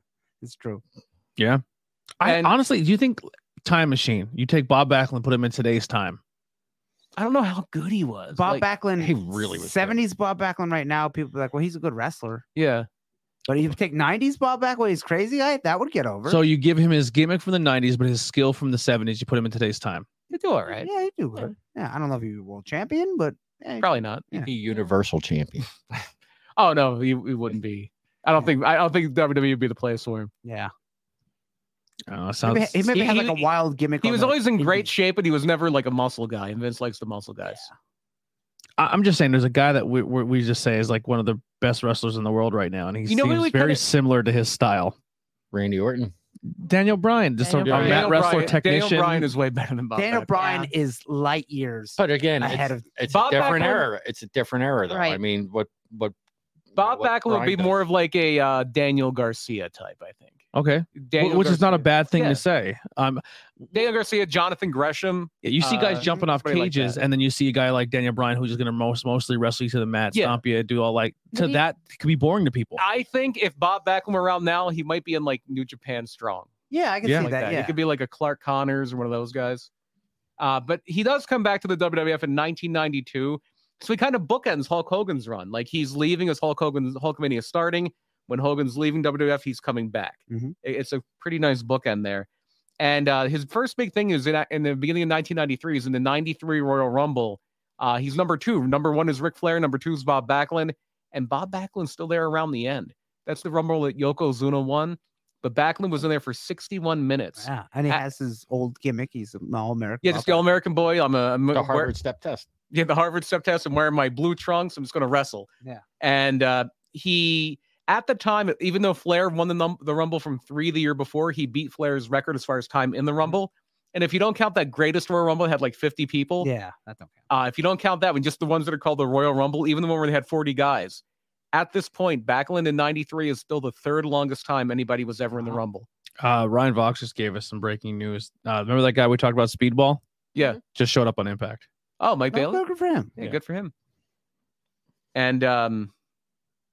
[LAUGHS] it's true.
i
and-
honestly do you think time machine you take bob backlund put him in today's time
I don't know how good he was.
Bob
Like,
Backlund.
he really was good.
Seventies Bob Backlund. Right now, people be like, well, he's a good wrestler.
Yeah,
But if you take nineties Bob Backlund, he's crazy. I that would get over.
so you give him his gimmick from the 90s but his skill from the 70s you put him in today's time
he'd do all right.
Yeah, he'd do good. Yeah. I don't know if he'd be world champion, but eh, yeah,
Probably not.
Yeah.
The Universal Champion.
Oh no, he, he wouldn't be. I don't think. I don't think WWE would be the place for him.
yeah.
oh, it sounds,
Maybe, he maybe
He-
had
he-
like a wild gimmick.
He
on
was
the
always in great
indie-
shape, but he was never like a muscle guy. And Vince likes the muscle guys.
I- i'm just saying there's a guy that we, we, we just say is like one of the best wrestlers in the world right now and he
You know, we
seems
really
very
kinda-
similar to his style
Randy Orton.
Daniel Bryan, just a- a,
Daniel
Bryan.
mat
Daniel
wrestler
Bryan-
technician.
Daniel Bryan is way better than Bob.
Daniel
Backlund.
Bryan is light years
But again,
ahead
it's,
of
it's a
Bob
different
Backlund-
era. It's a different era, though. I
Right.
mean, what what
Bob
what
Backlund would
Bryan
be
does.
more of like a uh, Daniel Garcia type, I think.
Okay,
Daniel
which is not a
Garcia.
bad thing
Yeah.
to say. Um,
Daniel Garcia, Jonathan Gresham.
you see
Uh,
guys jumping off
somebody like
cages,
that.
and then you see a guy like Daniel Bryan who's just going to most mostly wrestle you to the mat,
Yeah.
stomp you, do all like to
But he-
that could be boring to people.
I think if Bob Backlund were around now, he might be in like New Japan Strong.
Yeah, I can
Yeah.
see
Like
that.
that. He
Yeah.
could be like a Clark Connors or one of those guys. Uh, but he does come back to the WWF in 1992. So he kind of bookends Hulk Hogan's run. Like he's leaving as Hulk Hogan's Hulkamania is starting. When Hogan's leaving WWF, he's coming back.
Mhm.
It- It's a pretty nice bookend there. And uh, his first big thing is in, in the beginning of 1993 is in the 93 Royal Rumble. Uh, he's number two. Number one is Ric Flair. Number two is Bob Backlund. And Bob Backlund's still there around the end. That's the Rumble that Yokozuna won. But Backlund was in there for 61 minutes.
Yeah, and he
I-
has his old gimmick. He's an all American.
Yeah, just the All-American boy. I'm a I'm
the
a-
Harvard
wear-
step test.
yeah, the Harvard step test. I'm wearing my blue trunks. I'm just going to wrestle.
Yeah.
And uh, he, at the time, even though Flair won the num- the Rumble from three the year before, he beat Flair's record as far as time
Mm-hmm.
in the Rumble. And if you don't count that greatest Royal Rumble, it had like 50 people.
Yeah, that don't count.
Uh, if you don't count that one, just the ones that are called the Royal Rumble, even the one where they had 40 guys. At this point, Backlund in 93 is still the third longest time anybody was ever in the
Wow.
Rumble.
Uh, Ryan Vox just gave us some breaking news. Uh, remember that guy we talked about, Speedball?
Yeah.
just showed up on Impact.
Oh, Mike
Well,
Bailey?
good for him.
yeah,
Yeah.
good for him. And um,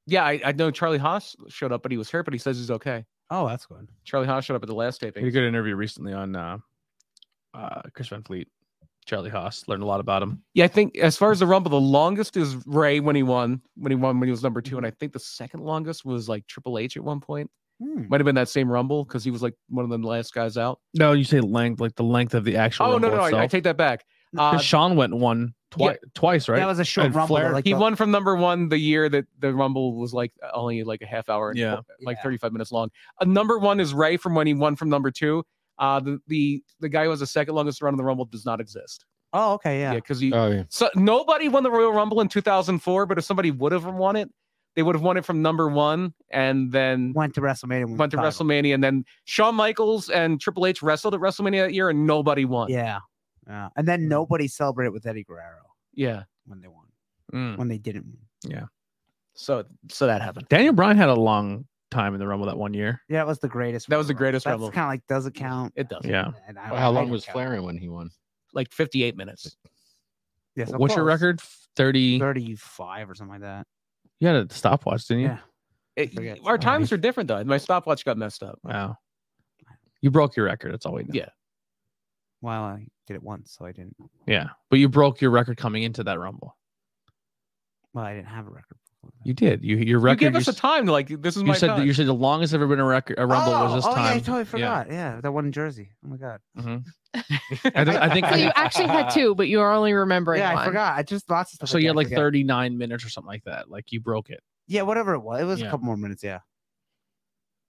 yeah, I, I know Charlie Haas showed up, but he was hurt, but he says he's okay.
Oh, that's good.
Charlie Haas showed up at the last taping.
He did a good interview recently on uh, uh, Chris Van Fleet. Charlie Haas. Learned a lot about him.
Yeah, I think as far as the Rumble, the longest is Ray when he won, when he won, when he was number two, and I think the second longest was like Triple H at one point.
Hmm.
Might have been that same Rumble because he was like one of the last guys out.
No, you say length, like the length of the actual.
Oh no, no, I, I take that back. Uh,
Sean went and won twi- twice, right?
That was a short
And
rumble. though,
Flair,
like
he
the-
won from number one the year that the Rumble was like only like a half hour and
Yeah.
fo- like
Yeah.
35 minutes long. Uh, number one is Ray from when he won from number two. Uh, the, the the guy who has the second longest run in the Rumble does not exist.
Oh, okay, yeah.
Yeah, because he
Oh yeah.
so nobody won the Royal Rumble in 2004. But if somebody would have won it, they would have won it from number one and then
Went to WrestleMania. with
went to
the title.
WrestleMania. And then Shawn Michaels and Triple H wrestled at WrestleMania that year and nobody won.
Yeah, yeah.
Hmm.
And then nobody celebrated with Eddie Guerrero
yeah.
when they won.
Hmm.
Mm.
When they didn't. win.
So so that happened.
Daniel Bryan had a long time in the Rumble that one year.
Yeah, that was the greatest.
That was the greatest
That's
Rumble.
kind of like does it count?
It does.
Yeah.
And I,
Well, how
I
long
don't
was
count.
Flair in when he won?
Like 58 minutes.
Yes, of
What's your
course.
record? E. Thirty.
Thirty-five or something like that.
You had a stopwatch, didn't you?
Yeah.
It-
Forget.
our times are different though. My stopwatch got messed up.
Wow. You broke your record. That's all we know.
Yeah.
Well, I did it once, so I didn't.
Yeah. But you broke your record coming into that Rumble.
Well, I didn't have a record. before that.
You did. You your
You
record.
gave us
you
a
s-
time like this is
you
my
said that
time.
you said the longest ever been a record a Rumble was this
oh, Yeah, I
time.
totally forgot. Yeah. that one in Jersey. Oh my god.
I, don't- I
[LAUGHS]
think.
So
I
you
think
[LAUGHS]
actually had two, but you are only remembering
yeah,
one.
I
[LAUGHS]
forgot. I just lots of stuff.
so
I
you had
did
like
forget.
39 minutes or something like that. Like you broke it.
Yeah, whatever it was. It was
Yeah.
a couple more minutes. Yeah.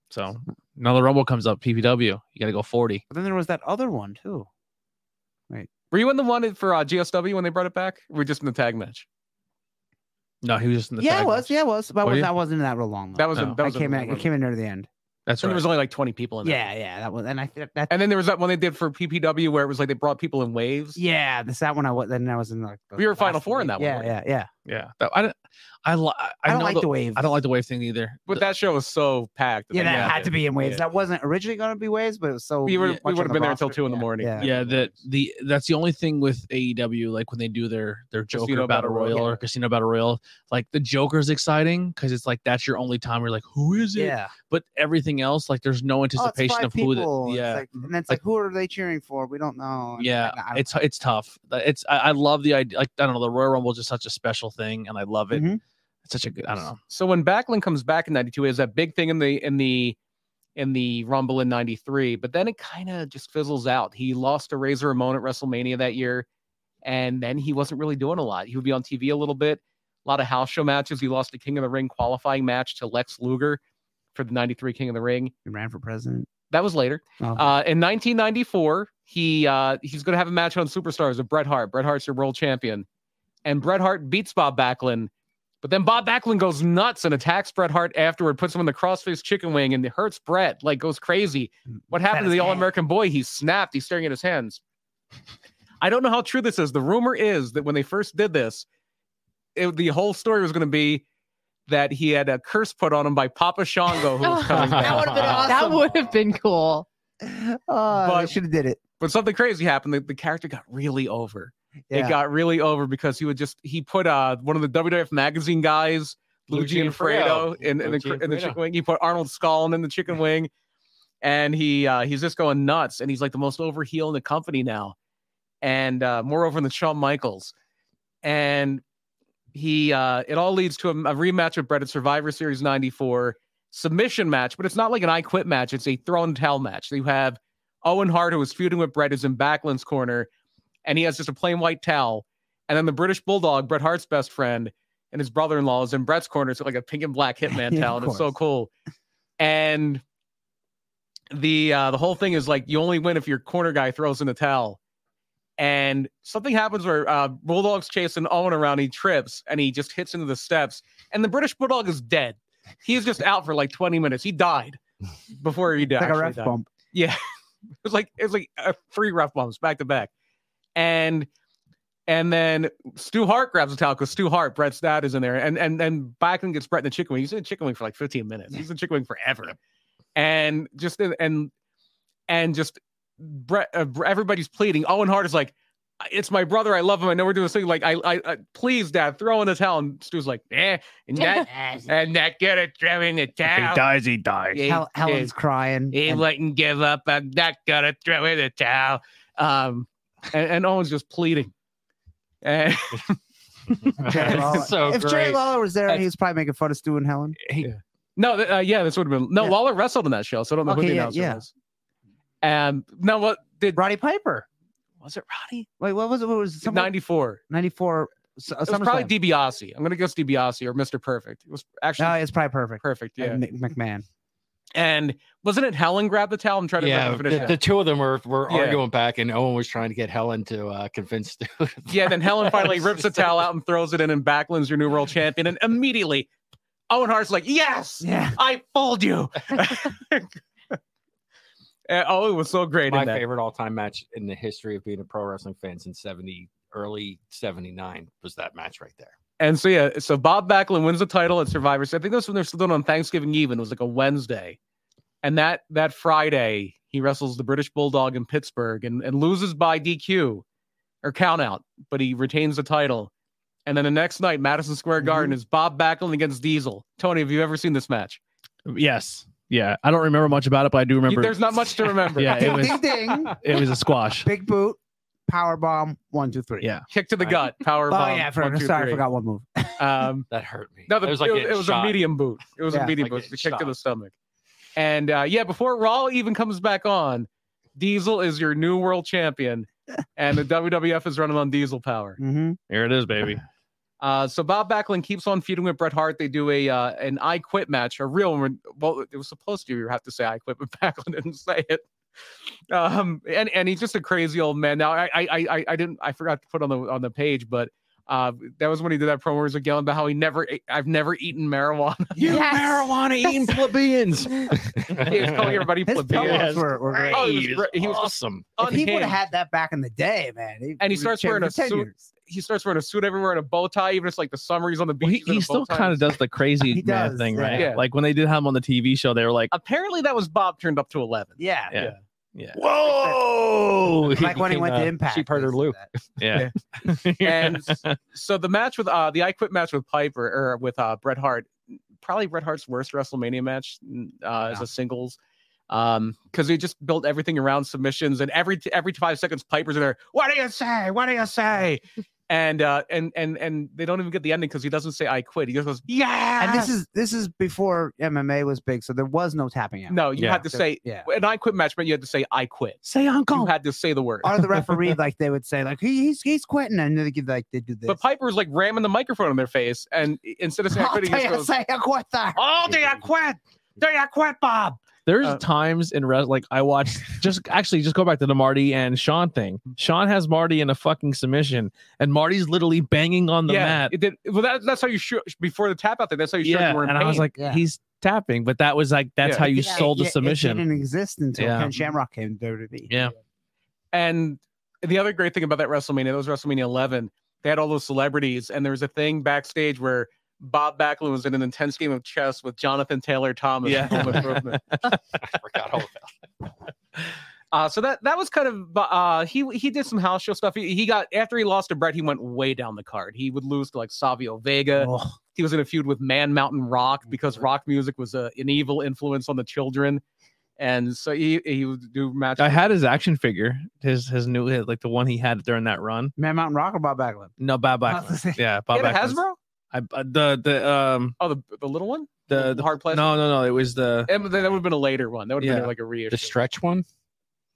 So now the Rumble comes up. PPW. You got to go 40.
But then there was that other one too.
Were you in the one for uh, GSW when they brought it back? Or were you just in the tag match?
No, he was just in the.
yeah,
tag
it was.
match.
Yeah, it was. But I
Were
was,
you? Oh.
I wasn't in that real long. Though.
That was
No.
a, that was
I
a-
came in. I came in near the end.
That's
and there
right.
was only like 20 people in there.
Yeah, yeah, that was. And I think that.
And then there was that one they did for PPW where it was like they brought people in waves.
Yeah, this that one I was. Then I was in like. the
We were Final
last
Four in that
week.
one,
Yeah,
weren't we?
yeah, yeah.
Yeah. That- I don't. I, li- I,
I,
know
don't like
the-
the, waves.
I don't like the wave thing either.
But that show was so packed.
Yeah,
they
that
Yeah,
had to be in waves.
yeah.
That wasn't originally going to be waves, but it was so.
we were, we
much
would
on
have been there until
roster.
two in the
Yeah,
morning.
Yeah.
yeah, that the that's the only thing with AEW. Like when they do their their Joker
Casino
Battle
Battle
Royal or
Royale.
Casino Battle Royal, like the Joker's exciting because it's like that's your only time. You're like, who is it?
Yeah.
But everything else, like there's no
Oh, it's
anticipation
five
of who.
people.
The,
It's
yeah,
like- and it's
Like-
like, who are they cheering for? We don't know. And
yeah,
I- I don't
it's it's tough. It's I, I love the idea. Like I don't know, the Royal Rumble is just such a special thing, and I love it.
Mm-hmm.
Mhm.
It's such a good. I don't know.
So when Backlund comes back in 92, is that big thing in the, in the, in the Rumble in 93, but then it kind of just fizzles out. He lost to Razor Ramon at WrestleMania that year. And then he wasn't really doing a lot. He would be on TV a little bit, a lot of house show matches. He lost the King of the Ring qualifying match to Lex Luger for the 93 King of the Ring.
He ran for president.
That was later.
Oh, [LAUGHS]
Uh, in 1994, he uh, he's going to have a match on Superstars with Bret Hart. Bret Hart's your world champion, and Bret Hart beats Bob Backlund. But then Bob Backlund goes nuts and attacks Bret Hart afterward, puts him in the crossface chicken wing, and it hurts Bret, like goes crazy. What happened to
his
the
hand.
All American boy? He snapped. He's staring at his hands. I don't know how true this is. The rumor is that when they first did this, it, the whole story was going to be that he had a curse put on him by Papa Shango, who
[LAUGHS]
was coming back.
That
would've been
That
awesome.
would have been cool.
oh, I
but-
should have did it.
But something crazy happened. The, the character got really over.
Yeah.
It got really over because he would just he put uh one of the WWF magazine guys, Luigi
Luigi
Fredo,
Fredo.
in, in, the,
Luigi
in the
Fredo.
chicken wing. He put Arnold Scullin in the chicken wing, and he uh he's just going nuts, and he's like the most over heel in the company now, and uh moreover than Shawn Michaels, and he uh it all leads to a, a rematch with Bret at Survivor Series '94 submission match, but it's not like an I Quit match. It's a thrown towel match. You have Owen Hart, who is feuding with Bret, is in Backlund's corner, and he has just a plain white towel. And then the British Bulldog, Bret Hart's best friend, and his brother-in-law is in Bret's corner. It's like a pink and black hitman
[LAUGHS] Yeah,
towel,
of
and it's so
course.
cool. And the uh, the whole thing is like you only win if your corner guy throws in the towel. And something happens where uh, Bulldog's chasing Owen around. He trips and he just hits into the steps. And the British Bulldog is dead. He's just out for like 20 minutes. He died before he died.
It's like a
actually
ref
died.
bump.
Yeah, [LAUGHS] it was like it was like uh, three rough bumps back to back, and and then Stu Hart grabs the towel because Stu Hart, Brett's dad, is in there, and and and Backlund gets Brett in the chicken wing. He's in the chicken wing for like 15 minutes. He's in the chicken wing forever, and just and and just Brett, uh, everybody's pleading. Owen Hart is like. It's my brother. I love him. I know we're doing this thing. Like, I, I, I please, Dad, throw in the towel. And Stu's like, eh,
[LAUGHS]
and that, and that get it, throw in the towel.
dies. He dies.
Yeah,
Hel-
yeah.
Helen's crying.
He
and-
wouldn't give up. I'm not gonna throw in the towel. Um, and, and Owen's just pleading. And [LAUGHS]
[LAUGHS]
Jerry Lawler.
so
if
great.
Jerry Lawler was there,
That's-
he was probably making fun of Stu and Helen.
no, th- uh, yeah, this would have been no.
Yeah.
Lawler wrestled in that show, so I don't know
Okay,
who the
yeah,
announcer
yeah.
was. Um, no, what did
Roddy Piper.
was it? Roddy
Wait, what was it? What was it? Someone-
ninety four.
94. So,
It was probably DiBiase. I'm gonna guess DiBiase or Mr. Perfect. It was actually
No, Oh, it's probably perfect.
perfect. Yeah.
And Mc- McMahon.
And wasn't it Helen grabbed the towel and tried to
yeah,
finish
the,
it?
the two of them were, were
Yeah.
arguing back, and Owen was trying to get Helen to uh, convince [LAUGHS] Stu.
Yeah, then
[LAUGHS]
Helen finally rips the towel out and throws it in, and Backlund's your new world champion. And immediately, Owen Hart's like, Yes,
Yeah.
I fooled you. [LAUGHS] and, oh, it was so great.
My
in that.
favorite all-time match in the history of being a pro wrestling fan since seventy early seventy nine was that match right there.
And so, yeah, so Bob Backlund wins the title at Survivor Series. I think this when they're still doing it on Thanksgiving Eve, and it was like a Wednesday. And that that Friday, he wrestles the British Bulldog in Pittsburgh and, and loses by DQ or count out, but he retains the title. And then the next night, Madison Square Garden is Bob Backlund against Diesel. Tony, have you ever seen this match?
Yes. Yeah. I don't remember much about it, but I do remember.
There's not much to remember.
[LAUGHS] Yeah, it
[LAUGHS] Ding,
was-
ding, ding.
it was a
[LAUGHS]
squash.
Big boot. Power bomb. One, two, three.
Yeah.
Kick to the
Right.
gut, power
Oh,
bomb.
yeah. I forgot-
one, two,
sorry, I
three.
forgot one move.
Um,
That hurt me.
No, the, it was, it
getting
was a
shot.
medium boot. It was
Yeah.
a medium
Like
boot.
getting
The kick to
shot.
the stomach. And uh, yeah, before Raw even comes back on, Diesel is your new world champion, and the WWF is running on Diesel power.
Mm-hmm.
Here it is, [LAUGHS] baby.
Uh, so Bob Backlund keeps on feuding with Bret Hart. They do a uh, an I Quit match, a real one. Well, it was supposed to. You have to say I Quit, but [LAUGHS] Backlund didn't say it. Um, and and he's just a crazy old man. Now I I I- I, I didn't I forgot to put on the on the page, but uh, that was when he did that promo where he's like yelling about how he never ate- I've never eaten marijuana.
You Yes.
marijuana eating plebeians.
he [LAUGHS] was calling everybody
His
plebeian.
promos were, were great.
Oh, he was great. He was
awesome.
If he would have
Unhinged.
had that back in the day, man. he-
And he
we'd
starts
cheer
wearing
for
a
10
suit.
years.
He starts wearing a suit everywhere and a bow tie, even it's like the summer he's on the beach.
Well, he,
he's in
he
a
still
bow tie.
kind of does the crazy
He
man
does,
thing, right?
yeah.
Like when they did have him on the TV show, they were like,
Apparently, that was Bob turned up to eleven.
Yeah.
Yeah.
Whoa!
Like
[LAUGHS]
when he went to Impact.
Sheep herder
they said
Lou.
that.
yeah. [LAUGHS]
[LAUGHS] And so the match with uh the I Quit match with Piper or with uh Bret Hart, probably Bret Hart's worst WrestleMania match uh, as
Yeah.
a singles. Um, because they just built everything around submissions, and every every five seconds, Piper's in there. What do you say? What do you
[LAUGHS]
say? And uh, and and and they don't even get the ending because he doesn't say I quit. He just goes, Yeah.
And this is this is before MMA was big, so there was no tapping [LAUGHS] out.
No, you
Yeah.
had to
So-
say
yeah.
an I quit match meant you had to say I quit.
Say
You
uncle.
had to say the word.
Or
[LAUGHS]
the referee, like they would say, like he, he's he's quitting, and they give like they do this.
But Piper was like ramming the microphone in their face, and instead of saying I
I'll
quit, he
tell
just
you,
goes,
say I quit there.
"Oh, do you quit? Do you quit, Bob?"
There's
Uh,
times in res- like I
[LAUGHS]
watched just actually just go back to the Marty and Sean thing.
Mm-hmm.
Sean has Marty in a fucking submission, and Marty's literally banging on the
yeah,
mat.
it did. Well, that, that's how you show before the tap out there. That's how you showed
Yeah,
you were
and
in
I was
pain.
like,
Yeah.
he's tapping, but that was like that's
Yeah.
how you
Yeah,
sold the
yeah, it
submission.
didn't exist until
Yeah.
Ken Shamrock came to E. WWE.
Yeah.
And the other great thing about that WrestleMania, that was WrestleMania 11. They had all those celebrities, and there was a thing backstage where Bob Backlund was in an intense game of chess with Jonathan Taylor Thomas.
Yeah.
from Home Improvement.
I forgot all about that.
Uh, so that that was kind of uh, he he did some house show stuff. He, he got after he lost to Brett, he went way down the card. He would lose to like Savio Vega.
Oh,
He was in a feud with Man Mountain
Oh,
Rock because rock music was a, an evil influence on the children, and so he he would do match.
I had his action figure, his his new his, like the one he had during that run.
Man Mountain Rock or Bob Backlund?
No, Bob
I was gonna
Backlund.
say-
Yeah,
He
Bob
had a
Backlund.
Hasbro.
I, uh, the the um
Oh, the, the little one,
the, the
hard plastic.
no no no it was the
and that would have been a later one. That would have
Yeah.
been like a reissue.
The stretch one.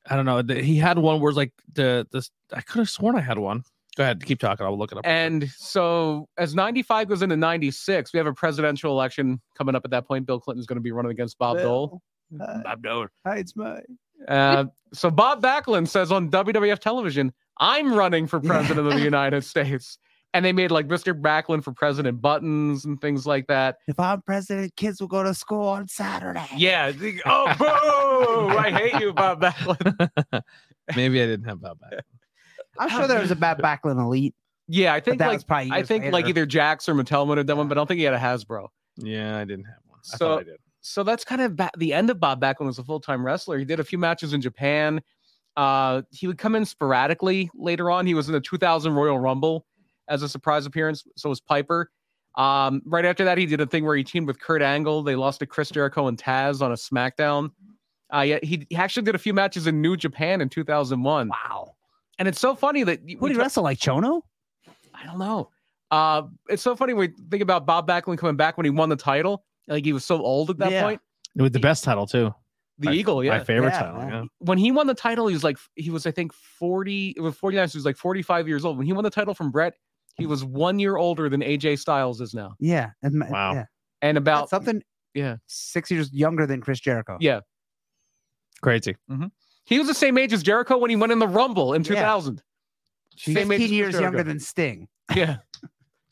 I don't know. The, he had one where it's like the the I could have sworn I had one. Go ahead, keep talking. I'll look it up.
And so, as 95 goes into 96, we have a presidential election coming up at that point. Bill Clinton's going to be running against Bob Dole.
Bob Dole hides my.
Uh, so Bob Backlund says on WWF television, "I'm running for president of [LAUGHS] the United States," and they made like Mr. Backlund for president buttons and things like that.
If I'm president, kids will go to school on Saturday.
Yeah. the- Oh, boo! I hate you, Bob Backlund.
[LAUGHS] Maybe I didn't have Bob
[LAUGHS]
Backlund.
I'm sure there was a Bob Backlund elite.
Yeah, I
but
think
that
like
was probably.
I
years
think like
later.
either Jax or Mattel would have done one, but I don't think he had a Hasbro.
Yeah, I didn't have one. I
So-
thought I did.
So that's kind of ba- the end of Bob Backlund as a full time wrestler. He did a few matches in Japan. Uh, he would come in sporadically later on. He was in the 2000 Royal Rumble as a surprise appearance. So was Piper. Um, right after that, he did a thing where he teamed with Kurt Angle. They lost to Chris Jericho and Taz on a SmackDown. Uh, yeah, he, he actually did a few matches in New Japan in 2001.
Wow.
And it's so funny that you-
What
we
did he
ta-
wrestle like Chono?
I don't know. Uh, it's so funny when we think about Bob Backlund coming back when he won the title. Like he was so old at that
Yeah.
point.
with the best title too.
The
My-
Eagle, yeah.
My favorite
Yeah,
title.
yeah.
Yeah.
when he won the title, he was like he was I think forty, it was forty nine. So he was like forty five years old. When he won the title from Brett, he was one year older than AJ Styles is now,
Yeah. And, ma-
Wow.
Yeah.
and about
something.
yeah.
Six years younger than Chris Jericho.
yeah,
Crazy.
he was the same age as Jericho when he went in the Rumble in
Yeah.
two thousand. Same age as
Fifteen years
Jericho.
younger than Sting. [LAUGHS]
Yeah,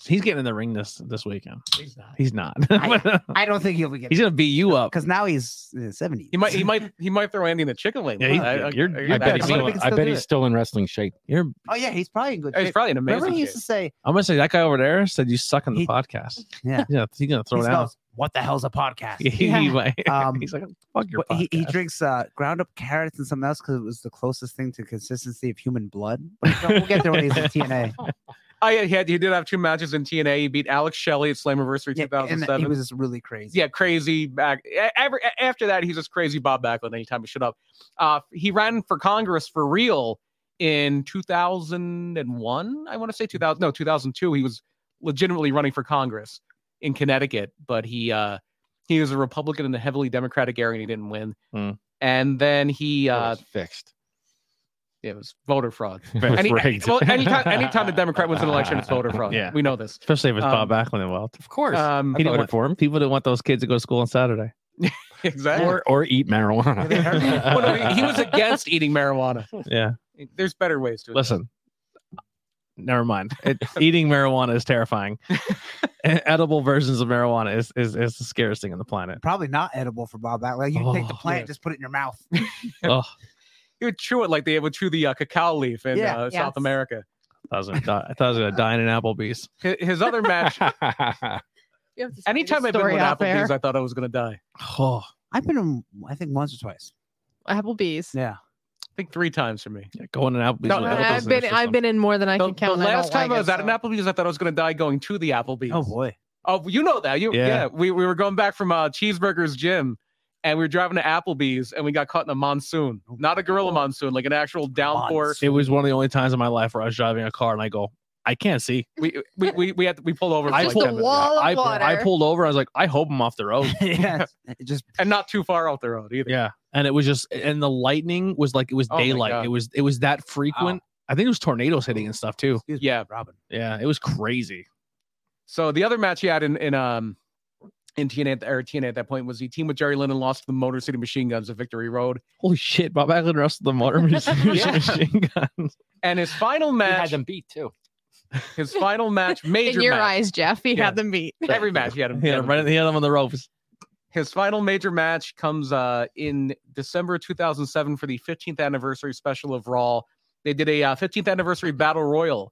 He's getting in the ring this this weekend.
he's not.
He's
[LAUGHS]
not.
I- I don't think he'll be
He's
getting
gonna beat you up.
because now he's uh, in his seventies.
He might,
[LAUGHS]
he might, he might throw Andy in the chicken wing.
Yeah, he-
I- I-
you're-
I-
you're
I bet,
back. I wonder
he's still,
if he
in-
can
I
still
bet
do
he's
it.
still in wrestling shape.
[LAUGHS] You're.
Oh yeah, he's probably in good
He's
shape.
probably an
Remember
amazing.
he
kid.
used to say,
I'm gonna say that guy over there said you suck on the
He-
podcast.
Yeah. [LAUGHS]
Yeah. He's gonna throw
he
it out. [LAUGHS]
smells, "What the hell's a podcast?"
He might- [LAUGHS]
Um,
he's like, fuck your
But he, he
podcast."
drinks uh, ground up carrots and something else because it was the closest thing to consistency of human blood. But we'll get there when he's in TNA.
[LAUGHS] Oh yeah, he had he did have two matches in TNA. He beat Alex Shelley at Slammiversary
Yeah, and
2007.
he was just really crazy.
yeah, crazy. Back a- every, a- after that, he's just crazy Bob Backlund. Anytime he showed up, uh, he ran for Congress for real in 2001. I want to say 2000, no 2002. He was legitimately running for Congress in Connecticut, but he uh, he was a Republican in a heavily Democratic area, and he didn't win.
Hmm.
And then he
It
uh,
was fixed.
it was voter fraud. [LAUGHS]
It's
Any,
rigged.
well,
[LAUGHS]
anytime, anytime the Democrat wins an election, it's voter fraud.
Yeah.
we know this.
Especially if it's
Um,
Bob Backlund involved.
Of course.
Um,
He
voted
didn't want,
for him.
People didn't want those kids to go to school on Saturday.
[LAUGHS] exactly.
or or eat marijuana.
Yeah, they heard-
Well, no, he- he
[LAUGHS]
was against eating marijuana.
Yeah.
There's better ways to
Listen, never mind. It, [LAUGHS] eating marijuana is terrifying. E-, Edible versions of marijuana is, is is the scariest thing on the planet.
Probably not edible for Bob Backlund. You take the
Oh,
plant,
yeah.
just put it in your mouth.
Oh,
You would chew it like they would chew the uh, cacao leaf in
Yeah.
uh,
Yes.
South America.
I was gonna die, I thought I was gonna die in an Applebee's.
His, his
[LAUGHS]
other match,
You have to say
anytime
this
I've been
story
with
out there.
Applebee's, I thought I was going to die. I
Oh,
I've been, in, I think, once or twice.
Applebee's.
Yeah.
think three times for me.
yeah, going to an Applebee's.
No,
with
no,
edibles
I've
in your
been I've
system.
been in more than I
The,
can count.
the
and I don't
last time
like
I was
it,
at an
so-
Applebee's, I thought I was going to die going to the Applebee's.
Oh boy.
Oh, you know that. You,
Yeah.
yeah. We, we were going back from uh, Cheeseburger's gym and we were driving to Applebee's and we got caught in a monsoon. Not a gorilla monsoon, like an actual downpour.
Monsoon.
It was one of the only times in my life where I was driving a car and I go, I can't see.
We, we, we, we, had, we pulled over. for
I
like
pulled-
10 minutes.
wall of
I,
water.
I pulled over. I was like, I hope I'm off the road.
[LAUGHS] yeah. It just
And not too far off the road either.
Yeah. And it was just and the lightning was like it was
Oh my
daylight.
God.
It was it was that frequent. I think it was tornadoes hitting and stuff too.
excuse me,
Yeah.
Robin.
Yeah, it was crazy.
So the other match he had in in um in TNA at the- or TNA at that point was he teamed with Jerry Lynn and lost to the Motor City Machine Guns at Victory Road.
Holy shit, Bob Backlund wrestled the
[LAUGHS]
motor [LAUGHS]
Yeah.
machine gun.
And his final
He had
match,
them beat too.
his final match,
in
major
your
match,
eyes, Jeff. He
Yeah.
had them beat.
every match he had him.
Yeah,
had him.
right he had him on the ropes.
His final major match comes uh in December 2007 for the 15th anniversary special of Raw. They did a uh, 15th anniversary battle royal,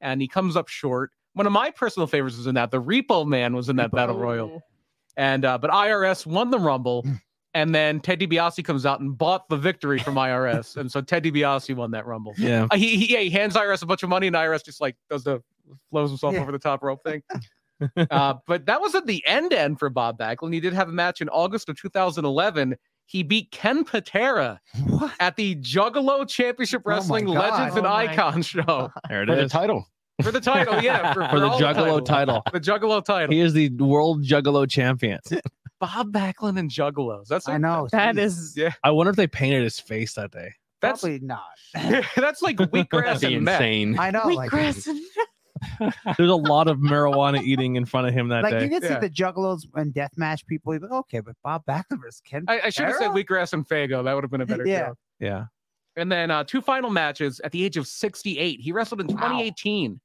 and he comes up short. One of my personal favorites was in that. The Repo Man was in that battle royal. And uh, but IRS won the Rumble, and then Ted DiBiase comes out and bought the victory from IRS, and so Ted DiBiase won that Rumble.
Yeah.
Uh, he, he yeah, he hands IRS a bunch of money, and IRS just like does the blows himself
Yeah.
over the top rope
[LAUGHS]
thing. uh, but that wasn't the end end for Bob Backlund. He did have a match in August of 2011. He beat Ken Patera
What?
at the Juggalo Championship
Oh my
Wrestling
God.
Legends and
Oh my
Icons show
There it
For the
is.
title.
for the title.
[LAUGHS]
Yeah, for,
For the
all the
Juggalo
titles.
title.
The Juggalo title.
He is the world Juggalo champion.
Bob Backlund and Juggalos. That's
I know.
That
geez.
is
I wonder if they painted his face that day.
that's
probably not.
[LAUGHS] that's like
[LAUGHS]
[LAUGHS]
wheatgrass
That'd be
and meth.
insane.
I know.
we
like,
Chris. [LAUGHS]
There's a lot of marijuana eating in front of him that
like
day.
you can see
Yeah.
the juggalos and deathmatch people. You're like, okay, but Bob Backlund versus Ken.
I, I should have said
Patera?
wheatgrass and Fago. That would have been a better
Yeah.
show.
yeah.
And then uh, two final matches at the age of 68. He wrestled in 2018.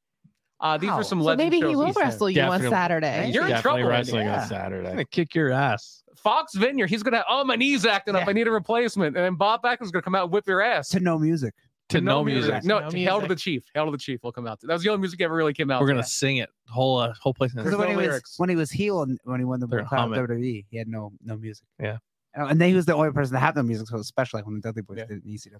Uh, these
Wow.
were some
So
legend
maybe he
shows
will
he's had.
wrestle you
Definitely.
on Saturday.
Right?
You're in
Definitely
trouble. Randy.
wrestling
Yeah.
on Saturday.
I'm gonna kick your ass.
Fox Vineyard. He's gonna. Oh, my knee's acting up.
Yeah.
I need a replacement. And then Bob Backlund's gonna come out and whip your ass.
to no music.
To no music.
No,
No
to Hail to
music.
the Chief. Hail to the Chief will come out. That was the only music ever really came out.
We're gonna sing it. Whole uh, whole place.
Because
There's
[LAUGHS]
when
no
he was
lyrics.
when he was heel and when he won the
They're
World Cup
humming.
WWE, E, he had no no music. Oh,
Yeah.
And, and then he was the only person to have no music, so it was special. Like when the E Dudley Boys
Yeah.
did it in ECW.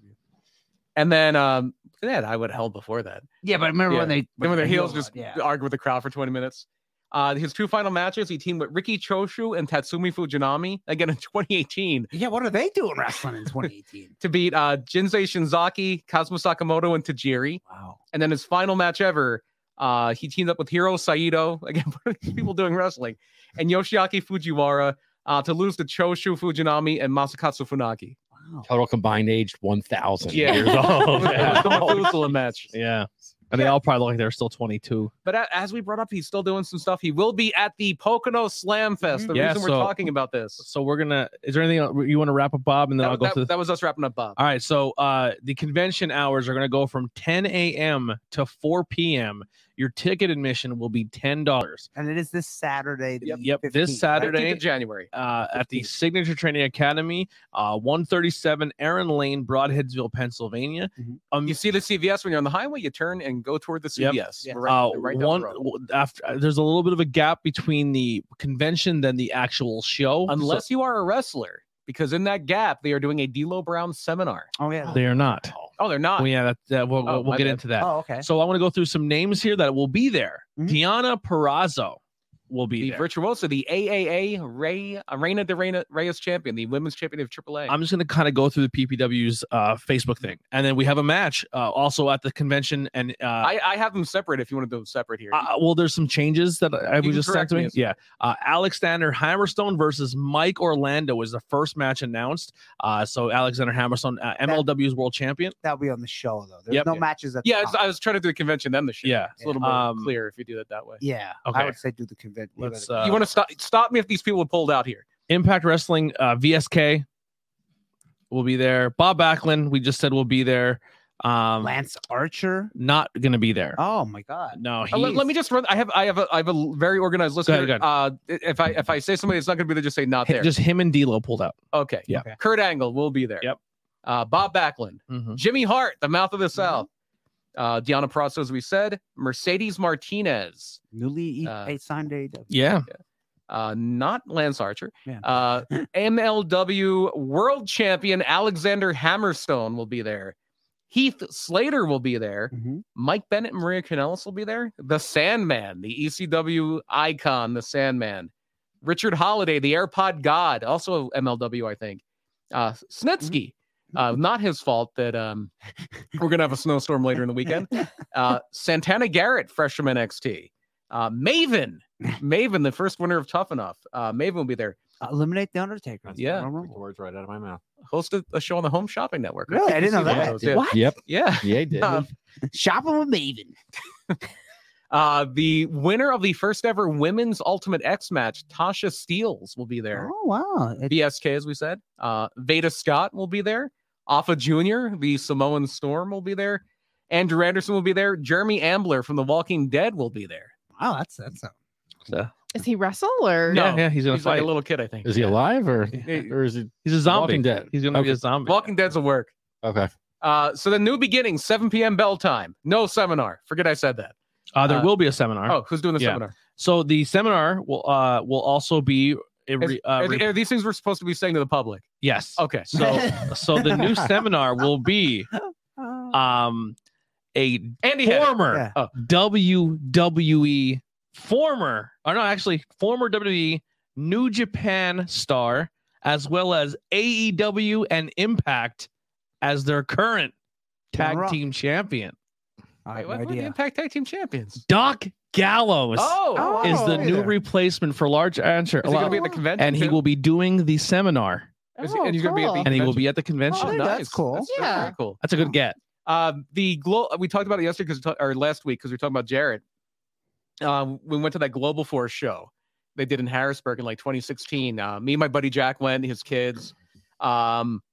And then um, yeah, I would hell before that.
Yeah, but remember
when
when they
Then when their heels just
yeah.
argue with the crowd for 20 minutes. Uh, his two final matches, he teamed with Ricky Choshu and Tatsumi Fujinami again in 2018
Yeah, what are they doing wrestling
[LAUGHS]
in 2018?
to beat uh, Jinsei Shinzaki, Kazuma Sakamoto, and Tajiri.
wow.
And then his final match ever, uh, he teamed up with Hiro Saito, [LAUGHS] again, people doing wrestling, and Yoshiaki Fujiwara uh, to lose to Choshu Fujinami and Masakatsu Funaki.
Wow.
Total combined age 1,000
Yeah.
years
[LAUGHS] Oh,
[LAUGHS] It was
old.
the
Yeah.
Methuselah match.
Yeah. And they all probably look like they're still 22.
But a- as we brought up, he's still doing some stuff. He will be at the Pocono Slam Fest. The
Mhm. Yeah,
reason we're
so-
talking about this.
So we're going to, is there anything else- you want to wrap up, Bob? And then I'll
That,
go
that-
through.
that was us wrapping up, Bob.
All right, so uh, the convention hours are going to go from 10 a.m. to 4 p.m. Your ticket admission will be ten dollars.
And it is this Saturday. the
Yep, yep, this
15th, right?
Saturday.
19th of January.
Uh, at the Signature Training Academy, uh, 137 Aaron Lane, Broadheadsville, Pennsylvania.
Mhm.
Um,
You see the CVS when you're on the highway, you turn and go toward the
Yep.
CVS.
Yeah.
We're Right,
uh,
right down the
one
road.
w- after uh, there's a little bit of a gap between the convention than the actual show, so-
Unless you are a wrestler, because in that gap, they are doing a D'Lo Brown seminar.
Oh, yeah.
they are not.
Oh, they're not.
Well, yeah, that, that we'll,
Oh,
we'll- we'll
my
get
bad.
into that.
Oh, okay.
So I want to go through some names here that will be there.
Mm-hmm.
Mhm.
Diana Perrazzo will be
the
there.
virtuoso, the AAA Ray, Arena de uh, Reina, Reyes champion, the women's champion of AAA.
I'm just going to kind of go through the PPW's uh, Facebook thing, and then we have a match uh, also at the convention. And uh,
I, I have them separate if you want to do them separate here.
uh, well, there's some changes that I I
You
was
can
just
correct me
doing.
if-
Yeah, uh, Alexander Hammerstone versus Mike Orlando is the first match announced. Uh, so Alexander Hammerstone, uh, MLW's world champion.
That'll be on the show, though. There's
Yep.
no matches at the
yeah, it's,
top.
I was trying to do the convention then the show.
Yeah.
It's a little more
Um,
clear if you do it that way.
yeah.
Okay.
I would say do the convention.
Let's, uh,
you want to stop stop me if these people pulled out here.
Impact Wrestling, uh, VSK will be there. Bob Backlund, we just said will be there. Um,
Lance Archer.
not going to be there.
Oh, my God.
No, he,
Uh, Let, let me just run. I have I have a I have a very organized list.
Go ahead,
here. Uh, if I if I say somebody, it's not going to be there. Just say not there.
just him and D'Lo pulled out.
okay.
yeah.
Okay.
Kurt Angle will be there.
Yep.
Uh, Bob Backlund,
Mhm.
Jimmy Hart, the mouth of the South.
Mm-hmm.
Uh, Deanna Prasso, as we said, Mercedes Martinez,
Newly
Uh,
uh, signed AEW.
Yeah,
uh, not Lance Archer.
Yeah.
Uh, MLW World Champion Alexander Hammerstone will be there. Heath Slater will be there.
Mhm.
Mike Bennett and Maria Canellis will be there. The Sandman, the ECW icon, the Sandman. Richard Holiday, the AirPod God, also MLW, I think. Uh, Snitsky, uh, not his fault that um, [LAUGHS] we're going to have a snowstorm later in the weekend.
[LAUGHS]
Uh, Santana Garrett, freshman NXT. Uh,
[LAUGHS]
Maven, Maven, the first winner of Tough Enough. Uh, Maven will be there.
Eliminate the Undertaker.
Yeah.
Royal
Took the
Rumble.
words right out of my mouth.
Hosted a show on the Home Shopping Network.
Really? I didn't know
Yeah,
that.
those, yeah.
What?
Yep.
Yeah.
[LAUGHS]
Yeah, he did.
Uh,
Shopping with Maven.
Uh, the winner of the first ever women's Ultimate X match, Tasha Steeles, will be there.
Oh, wow. It-
BSK, as we said. Uh, Veda Scott will be there. Alpha Jr., the Samoan Storm, will be there. Andrew Anderson will be there. Jeremy Ambler from The Walking Dead will be there.
wow, that's that's a
Is he wrestle or [LAUGHS]
No. uh,
yeah, yeah. He's gonna
He's
fight.
like a little kid, I think.
is he alive or,
Yeah.
or is he
he's a zombie.
Walking Dead?
He's gonna be
Okay.
a zombie.
Walking Dead's a work.
Okay.
Uh, so the new beginning, 7 p.m. bell time. No seminar. Forget I said that.
Uh, there
Uh,
will be a seminar.
Oh, who's doing the
Yeah.
seminar?
So the seminar will uh will also be a re, uh,
Are, Oh.
re-
are these things we're supposed to be saying to the public?
yes.
Okay.
[LAUGHS]
So
uh,
so the
[LAUGHS]
new seminar will be
Oh,
um a
Andy Head. Oh.
former
Yeah.
uh, WWE former or no actually former WWE New Japan star as well as AEW and Impact as their current
John
tag
Rock.
team champion.
I
Wait,
have
what-
no
what are the
idea.
Impact Tag Team Champions.
Doc Gallows
Oh,
Oh,
is the
hey
new
there.
replacement for Large Answer.
is he going to be at the
Wow.
convention?
and he
too?
will be doing the seminar
Is he- and he's going to be at the
cool.
and he will
convention?
be at the convention.
Oh, that's cool.
Yeah.
very cool.
That's a good get.
Um, the glo- we talked about it yesterday because or last week because we were talking about Jared. Um, we went to that Global Force show they did in Harrisburg in like 2016. Uh, me and my buddy Jack went, his kids. Um,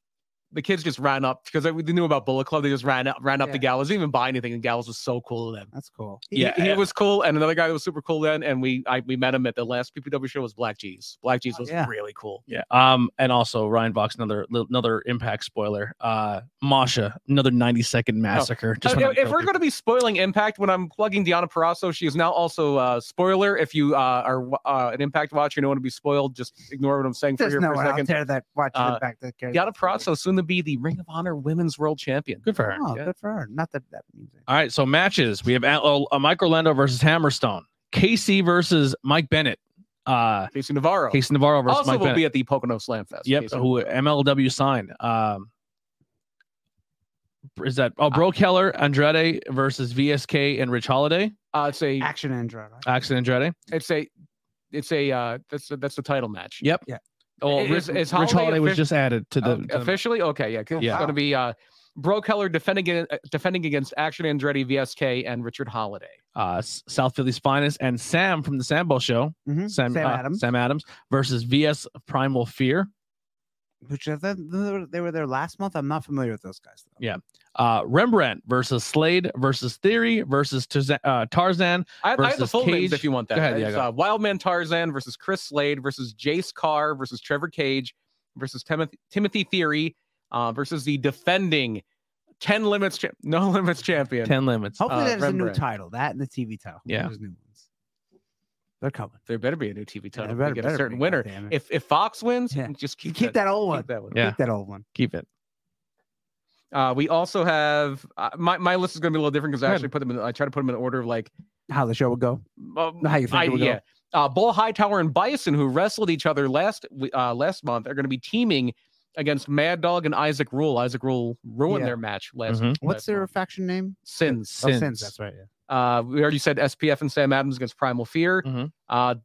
the kids just ran up because they they knew about Bullet Club. They just ran up, ran up to
Yeah.
Gallows. They didn't even buy anything, and Gallows was so cool to them.
That's cool.
He-
Yeah,
he,
yeah.
was cool, and another guy that was super cool then, and we I, we met him at the last PPW show was Black G's. Black G's
Oh,
was
yeah.
really cool.
Yeah. Um, and also Ryan Vox, another another impact spoiler. Uh Masha, another 90 second massacre.
Uh,
went
if
out
if
and
we're
killed
going to be spoiling Impact, when I'm plugging Diana Parasso, she is now also uh, spoiler. If you uh, are uh, an Impact watcher, and don't want to be spoiled. Just ignore what I'm saying
There's
for here
no
for
one
a
out
second.
there that watches
Uh,
Impact that cares.
Diana
about it.
Parasso soon to be the Ring of Honor Women's World Champion.
people. good for her.
Oh,
yeah.
good for her. Not that that means anything.
All right, so matches. We have Al- uh, Mike Orlando versus Hammerstone. Casey versus Mike Bennett. Uh,
Casey Navarro.
Casey Navarro versus
also
Mike
will
Bennett.
be at the Pocono Slam Fest.
Yep,
Casey.
who MLW signed. Um, is that oh
Uh,
Bro Keller Andrade versus VSK and Rich Holiday?
uh, it's a
Action Andrade.
Axel Andrade.
it's a it's a uh, that's the, that's the title match.
Yep.
Yeah.
Oh, Rich,
Is- is
Rich
Holiday
Holiday was
offic-
just added to the.
Uh,
to the-
officially, okay, yeah, 'cause
Yeah.
it's going to be uh, Bro Keller defending uh, defending against Action Andretti, VSK, and Richard Holiday.
uh, S- South Philly's finest and Sam from the Sambo Show.
Hmm,
Mhm.
Sam,
Sam
uh,
Adams.
Sam Adams versus VS Primal Fear.
Which I thought they were- they were there last month. I'm not familiar with those guys. Though.
Yeah. Uh, Rembrandt versus Slade versus Theory versus Tarza- uh, Tarzan.
I, I have the
Versus
full names
Cage.
if you want that.
Go ahead, yeah,
it's,
go.
uh, Wildman Tarzan versus Chris Slade versus Jace Carr versus Trevor Cage versus Timothy, Timothy Theory uh, versus the defending ten limits cha- no [LAUGHS] limits champion.
Ten limits.
Hopefully,
Uh,
there's a new
Rembrandt.
title. That and the TV title.
Yeah.
There's new ones. They're coming.
There better be a new TV
Yeah,
title.
there
if we get a
be,
certain winner.
goddammit.
If if Fox wins,
Yeah.
just
You
keep,
keep that old one.
keep that one.
Yeah.
Keep that old one.
Keep it.
Uh, we also have uh, my my list is going to be a little different because
Go
I
ahead.
actually put them. In, I try to put them in order of like
How the show would go.
um,
How you think it would go.
idea. Uh, Bull Hightower and Bison, who wrestled each other last we- uh, last month, are going to be teaming against Mad Dog and Isaac Rule. Isaac Rule ruined
Yeah.
their match last.
Mhm.
What's
last
their
month.
faction name?
sins?
Oh,
Sins.
Sins. That's right. Yeah.
Uh, we already said SPF and Sam Adams against Primal Fear.
Mhm.
Uh,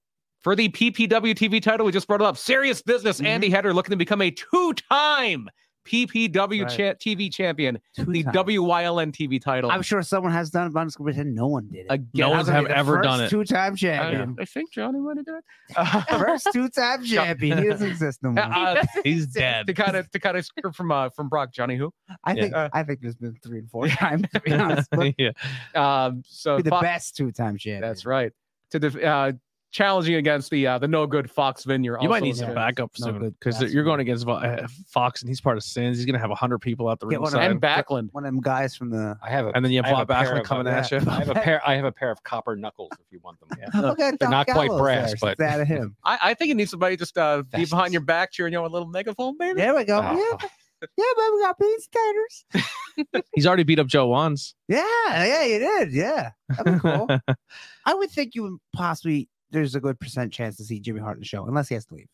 for the PPW TV title, we just brought it up. Serious Business.
Mhm.
Andy Header looking to become a two-time PPW
Right.
cha- TV champion.
Two
The
times.
WYLN TV title.
I'm sure someone has done it, but I'm just gonna pretend [LAUGHS] no one did it.
again.
No
How
one's
can I
have
be the
ever
first
done it.
Two-time
I,
champion.
I think Johnny might have done it. [LAUGHS]
[LAUGHS] first two-time champion. He doesn't exist no more.
Uh,
[LAUGHS] He's dead. [LAUGHS]
[LAUGHS] to kind of to kind of from uh, from Brock Johnny who.
I
yeah.
think
Uh,
I think there's been three and four [LAUGHS] times. To be honest, but
[LAUGHS] yeah.
Um, so
be the
Fox-
best two-time champion.
that's right. To def- uh, challenging against the uh, the no good Fox Vineyard.
You might
also
need
is
some
good.
backup
No
soon
good
because
backup.
you're going against Vo- uh, Fox and he's part of Sins. He's going to have 100 people out the
Get
ring.
one of
and
And,
Backlund.
One of them guys from the.
I have a
then you
I
have Bob
have a pair
Backlund
of,
coming
uh,
at you.
I
[LAUGHS]
have a pair. I have a pair of copper knuckles if you want them.
Look at
They're
Doc
not quite
Gallows
brass,
there.
but-
that
[LAUGHS]
of him.
I, I think you need somebody just uh, be
That's-
behind your back cheering you on with a little megaphone, baby.
There we go.
Ah.
Yeah, but- yeah, but we got beans taters.
He's already beat up Joe Wands.
Yeah, yeah, you did. Yeah, that'd
[LAUGHS]
be cool. I would think you would possibly. There's a good percent chance to see Jimmy Hart in the show, unless he has to leave.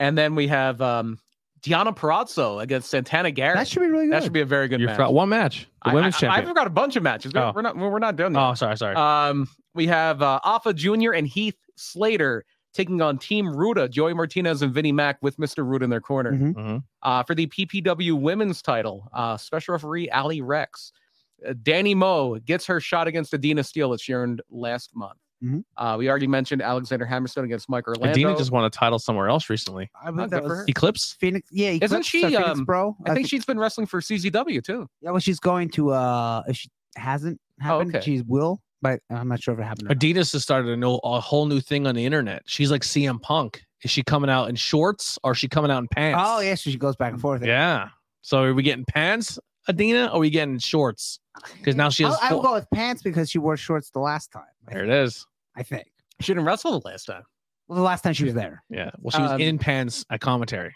And then we have um, Diana Perazzo against Santana Garrett.
That should be really good.
That should be a very good
You're
match.
fr- one match. The
I-
women's
I, I,
champion.
forgot a bunch of matches. We're,
Oh.
we're not we're not done yet.
oh, sorry, sorry.
Um, we have uh, Alpha Jr. and Heath Slater taking on Team Ruda, Joey Martinez and Vinnie Mack with Mr. Ruda in their corner.
Mhm.
Mhm.
Uh, for the PPW women's title, uh, special referee Ali Rex. Uh, Danny Moe gets her shot against Adina Steele that she earned last month.
Mhm.
Uh, we already mentioned Alexander Hammerstone against Mike Orlando.
Adina just won a title somewhere else recently.
I
good
believe that
for
was
her.
Eclipse.
Phoenix. Yeah,
Isn't
Eclipse,
she,
uh, Phoenix,
um,
bro?
I think she's been wrestling for CZW too.
Yeah, well, she's going to. uh If she hasn't happened,
Oh, okay.
she will. But I'm not sure if it happened. Or not.
Adidas has started a, new, a whole new thing on the internet. She's like CM Punk. Is she coming out in shorts or is she coming out in pants?
Oh yeah, so she goes back and forth.
Yeah. So are we getting pants, Adina, or are we getting shorts? Because now she has.
I'll, I will
full-
go with pants because she wore shorts the last time. I
There
think.
it is.
I think.
She didn't wrestle the last time.
Well, the last time she was there.
Yeah. Well, she was
Um,
in pants at commentary.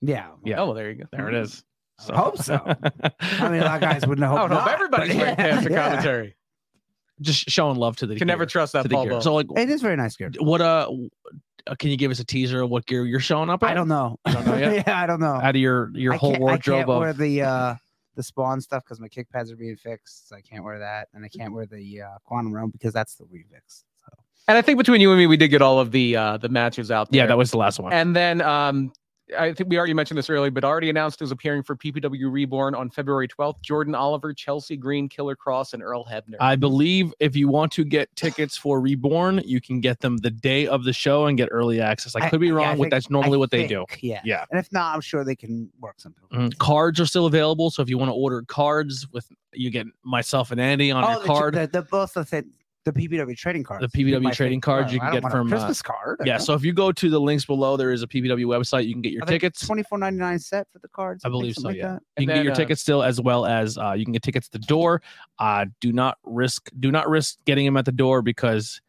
Yeah.
Yeah.
Oh, well, there you go.
There it is.
I hope so. I mean, a lot of guys wouldn't hope.
[LAUGHS] I don't know if
not,
Oh, everybody's
[LAUGHS] but
wearing pants for
yeah.
commentary.
[LAUGHS] Just showing love to the.
You can never
gear,
trust
to
that
the
Paul
gear.
Bowe.
So like,
It is very nice gear.
what uh, w- uh, can you give us a teaser of what gear you're showing up? At?
I don't know.
You don't know yet?
[LAUGHS] yeah, I don't know.
Out of your Oh, your
I
whole
can't- I
wardrobe
can't wear
of.
the uh, the spawn stuff because my kick pads are being fixed. So I can't wear that, and I can't wear the uh, quantum realm because that's the refix. So
And I think between you and me, we did get all of the uh, the matches out. There.
Yeah, that was the last [LAUGHS] one.
And then um, I think we already mentioned this earlier, but already announced is appearing for PPW Reborn on February 12th. Jordan Oliver, Chelsea Green, Killer Cross, and Earl Hebner.
I believe if you want to get tickets for Reborn, you can get them the day of the show and get early access. I could be
yeah,
wrong with
think-
that's normally
I
what they do.
think, Yeah.
Yeah.
And if not, I'm sure they can work something.
Mm, Cards are still available, so if you want to order cards with you get myself and Andy on your
Oh, the,
card.
The, the both the thi- the PPW trading cards.
The PPW
My
trading
favorite
cards
card.
you can
I don't
get
want a
from, uh,
Christmas card.
yeah, so if you go to the links below, there is a PPW website. You can get your tickets.
Twenty four ninety nine set for the cards.
I
think,
believe so,
something
yeah.
that.
you
And
can get your
then, uh,
tickets still, as well as uh, you can get tickets at the door. Uh, do not risk do not risk getting them at the door because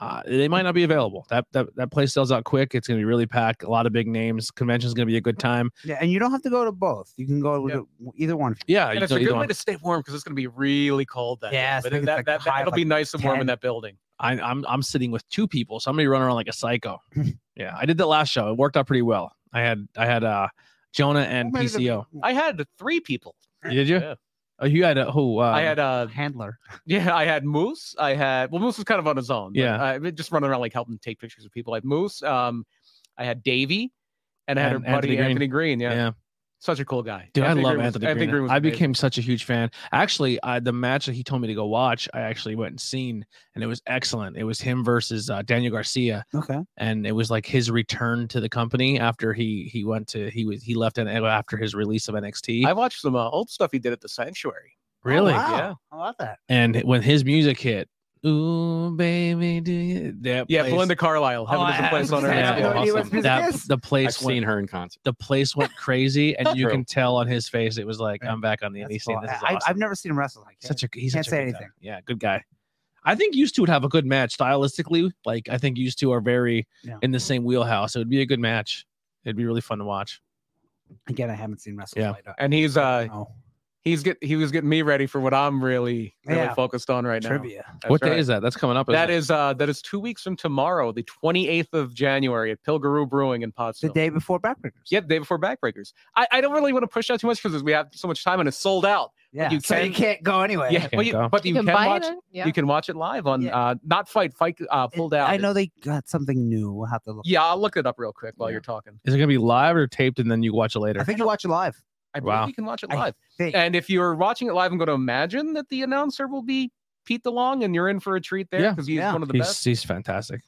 uh, they might not be available. That that that place sells out quick. It's going to be really packed. A lot of big names. Convention's going to be a good time.
Yeah, and you don't have to go to both. You can go
Yeah.
to either one. if you
Yeah,
and
you
it's
go
a
either
good way
one.
to stay warm because it's going to be really cold that day.
Yes, I
but
think
that,
it's
that,
like
that,
high of
will be nice and warm in
10.
that building.
I, I'm I'm sitting with two people. Somebody running around like a
[LAUGHS]
psycho. yeah, I did that last show. It worked out pretty well. I had I had uh Jonah and
Who made it
[LAUGHS]
a-
PCO.
I had three people.
Did you?
Yeah.
Oh, you had a, who? Uh,
I had uh [LAUGHS]
handler.
yeah, I had Moose. I had well, Moose was kind of on his own. but
Yeah.
I just running around like helping take pictures of people. I had Moose. Um, I had Davey, and I had
And
her
Anthony
buddy
Green.
Anthony Green.
yeah.
Yeah. such a cool guy.
Dude, I love
Green was-
Anthony Green.
Green was
I
amazing.
became such a huge fan. Actually, I, the match that he told me to go watch, I actually went and seen, and it was excellent. It was him versus uh, Daniel Garcia,
Okay.
and it was like his return to the company after he he went to he was he left and after his release of NXT.
I watched some uh, old stuff he did at the Sanctuary.
really,
Oh, wow.
Yeah.
I love that.
and when his music hit, ooh baby, do you that
Yeah,
place-
Belinda Carlisle. Heaven
Oh,
is a
I-
place
I was
on earth.
gonna
Yeah.
say, I have no
Awesome.
idea
what's music
that
is.
the
I've
place went
seen her in concert.
the place went crazy, and you
True.
can tell on his face it was like
Yeah.
I'm back on the indie
That's
scene.
cool.
This is
I,
awesome."
I've never seen him wrestle like that.
such a he's
Can't
such
say
a good guy.
anything.
Yeah, good guy. I think you two would have a good match stylistically. Like I think you two are very
Yeah.
in the same wheelhouse. It would be a good match. It'd be really fun to watch.
Again, I haven't seen wrestle
Yeah.
like that.
And he's uh
Oh,
he's get he was getting me ready for what I'm really really
Yeah.
focused on right now.
trivia.
That's
what
right.
day is that? That's coming up. isn't
That
it?
is uh that is two weeks from tomorrow, the 28th of January at Pilgaroo Brewing in
The
Potsdam.
day before Backbreakers.
yeah, the day before Backbreakers. I, I don't really want to push out too much because we have so much time and it's sold out.
Yeah.
you
so you
can-
can't go anyway.
Yeah, but you,
go.
but you, can,
buy
watch
it. Yeah.
you can watch it live on
Yeah.
uh not fight fight uh
It-
pulled out.
I know
It's-
they got something new. We'll have to look.
Yeah, I'll look it up real quick while
Yeah.
you're talking.
Is it gonna be live or taped and then you watch it later?
I think you watch it live.
I believe
Wow.
you can watch it
I
live.
Think.
And if you're watching it live, I'm going to imagine that the announcer will be Pete DeLong, and you're in for a treat there
Yeah.
because he's
Yeah.
one of the
he's,
best.
he's fantastic.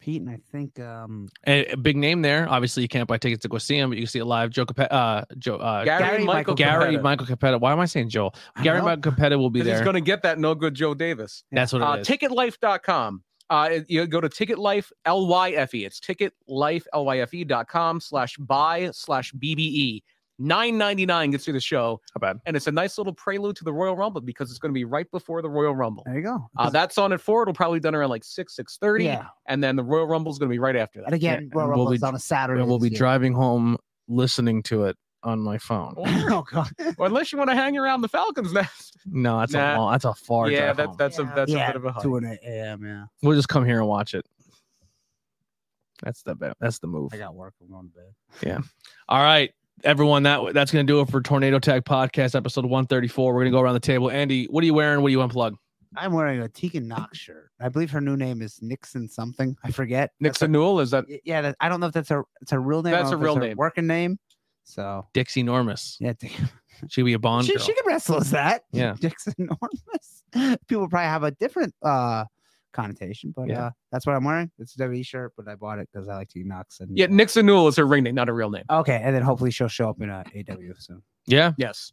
Pete and I think um,
A, a big name there. Obviously, you can't buy tickets to go see him, but you can see it live. Joe, Cape- uh, Joe, uh,
Gary,
Gary
Michael,
Michael
Gary
Capetta,
Michael Capetta. Why am I saying Joel?
I
Gary
don't know.
Michael Capetta will be
'cause he's
there.
going to get that no good Joe Davis.
That's what
Uh,
it is.
ticketlife.com. Uh, it- you go to ticketlife, L-Y-F-E. E. It's ticketlifelyfe.com E slash buy slash BBE. Nine ninety nine gets you the show,
Not bad.
and it's a nice little prelude to the Royal Rumble because it's going to be right before the Royal Rumble.
There you go.
Uh, that's on at four. It'll probably be done around like six six thirty,
Yeah.
and then the Royal Rumble is going to be right after that.
And again,
and
Royal
we'll
Rumble
be-
is on a Saturday.
And we'll be
this year.
driving home listening to it on my phone.
[LAUGHS] oh god.
Well, unless you want to hang around the Falcons nest.
No, that's
Nah.
a long, that's a far
yeah,
drive.
that,
home.
that's a
Yeah.
that's a
yeah.
bit of a hike.
Two and eight a.m. Yeah.
We'll just come here and watch it. That's the be- that's the move.
I got work. I'm going to bed.
All right, everyone, that that's gonna do it for Tornado Tag Podcast episode one thirty four. We're gonna go around the table. Andy, what are you wearing? What do you unplug?
I'm wearing a Tegan Knox shirt. I believe her new name is Nixon something. I forget. That's
Nixon Newell is that
a- y- yeah, that, I don't know if that's her. It's her real name. I
That's
don't
a
know if it's
real
her
name.
Working name. So
Dixie Normus.
yeah, Dick-
She'd be a Bond
she,
girl.
she can wrestle as that. [LAUGHS]
Yeah.
Dick's enormous. People probably have a different uh connotation, but
Yeah.
uh that's what I'm wearing. It's a WWE shirt, but I bought it because I like Tegan Knox. And uh,
yeah Nixon Newell is her ring name, not a real name.
Okay, and then hopefully she'll show up in uh, AW soon.
[LAUGHS] yeah.
Yes,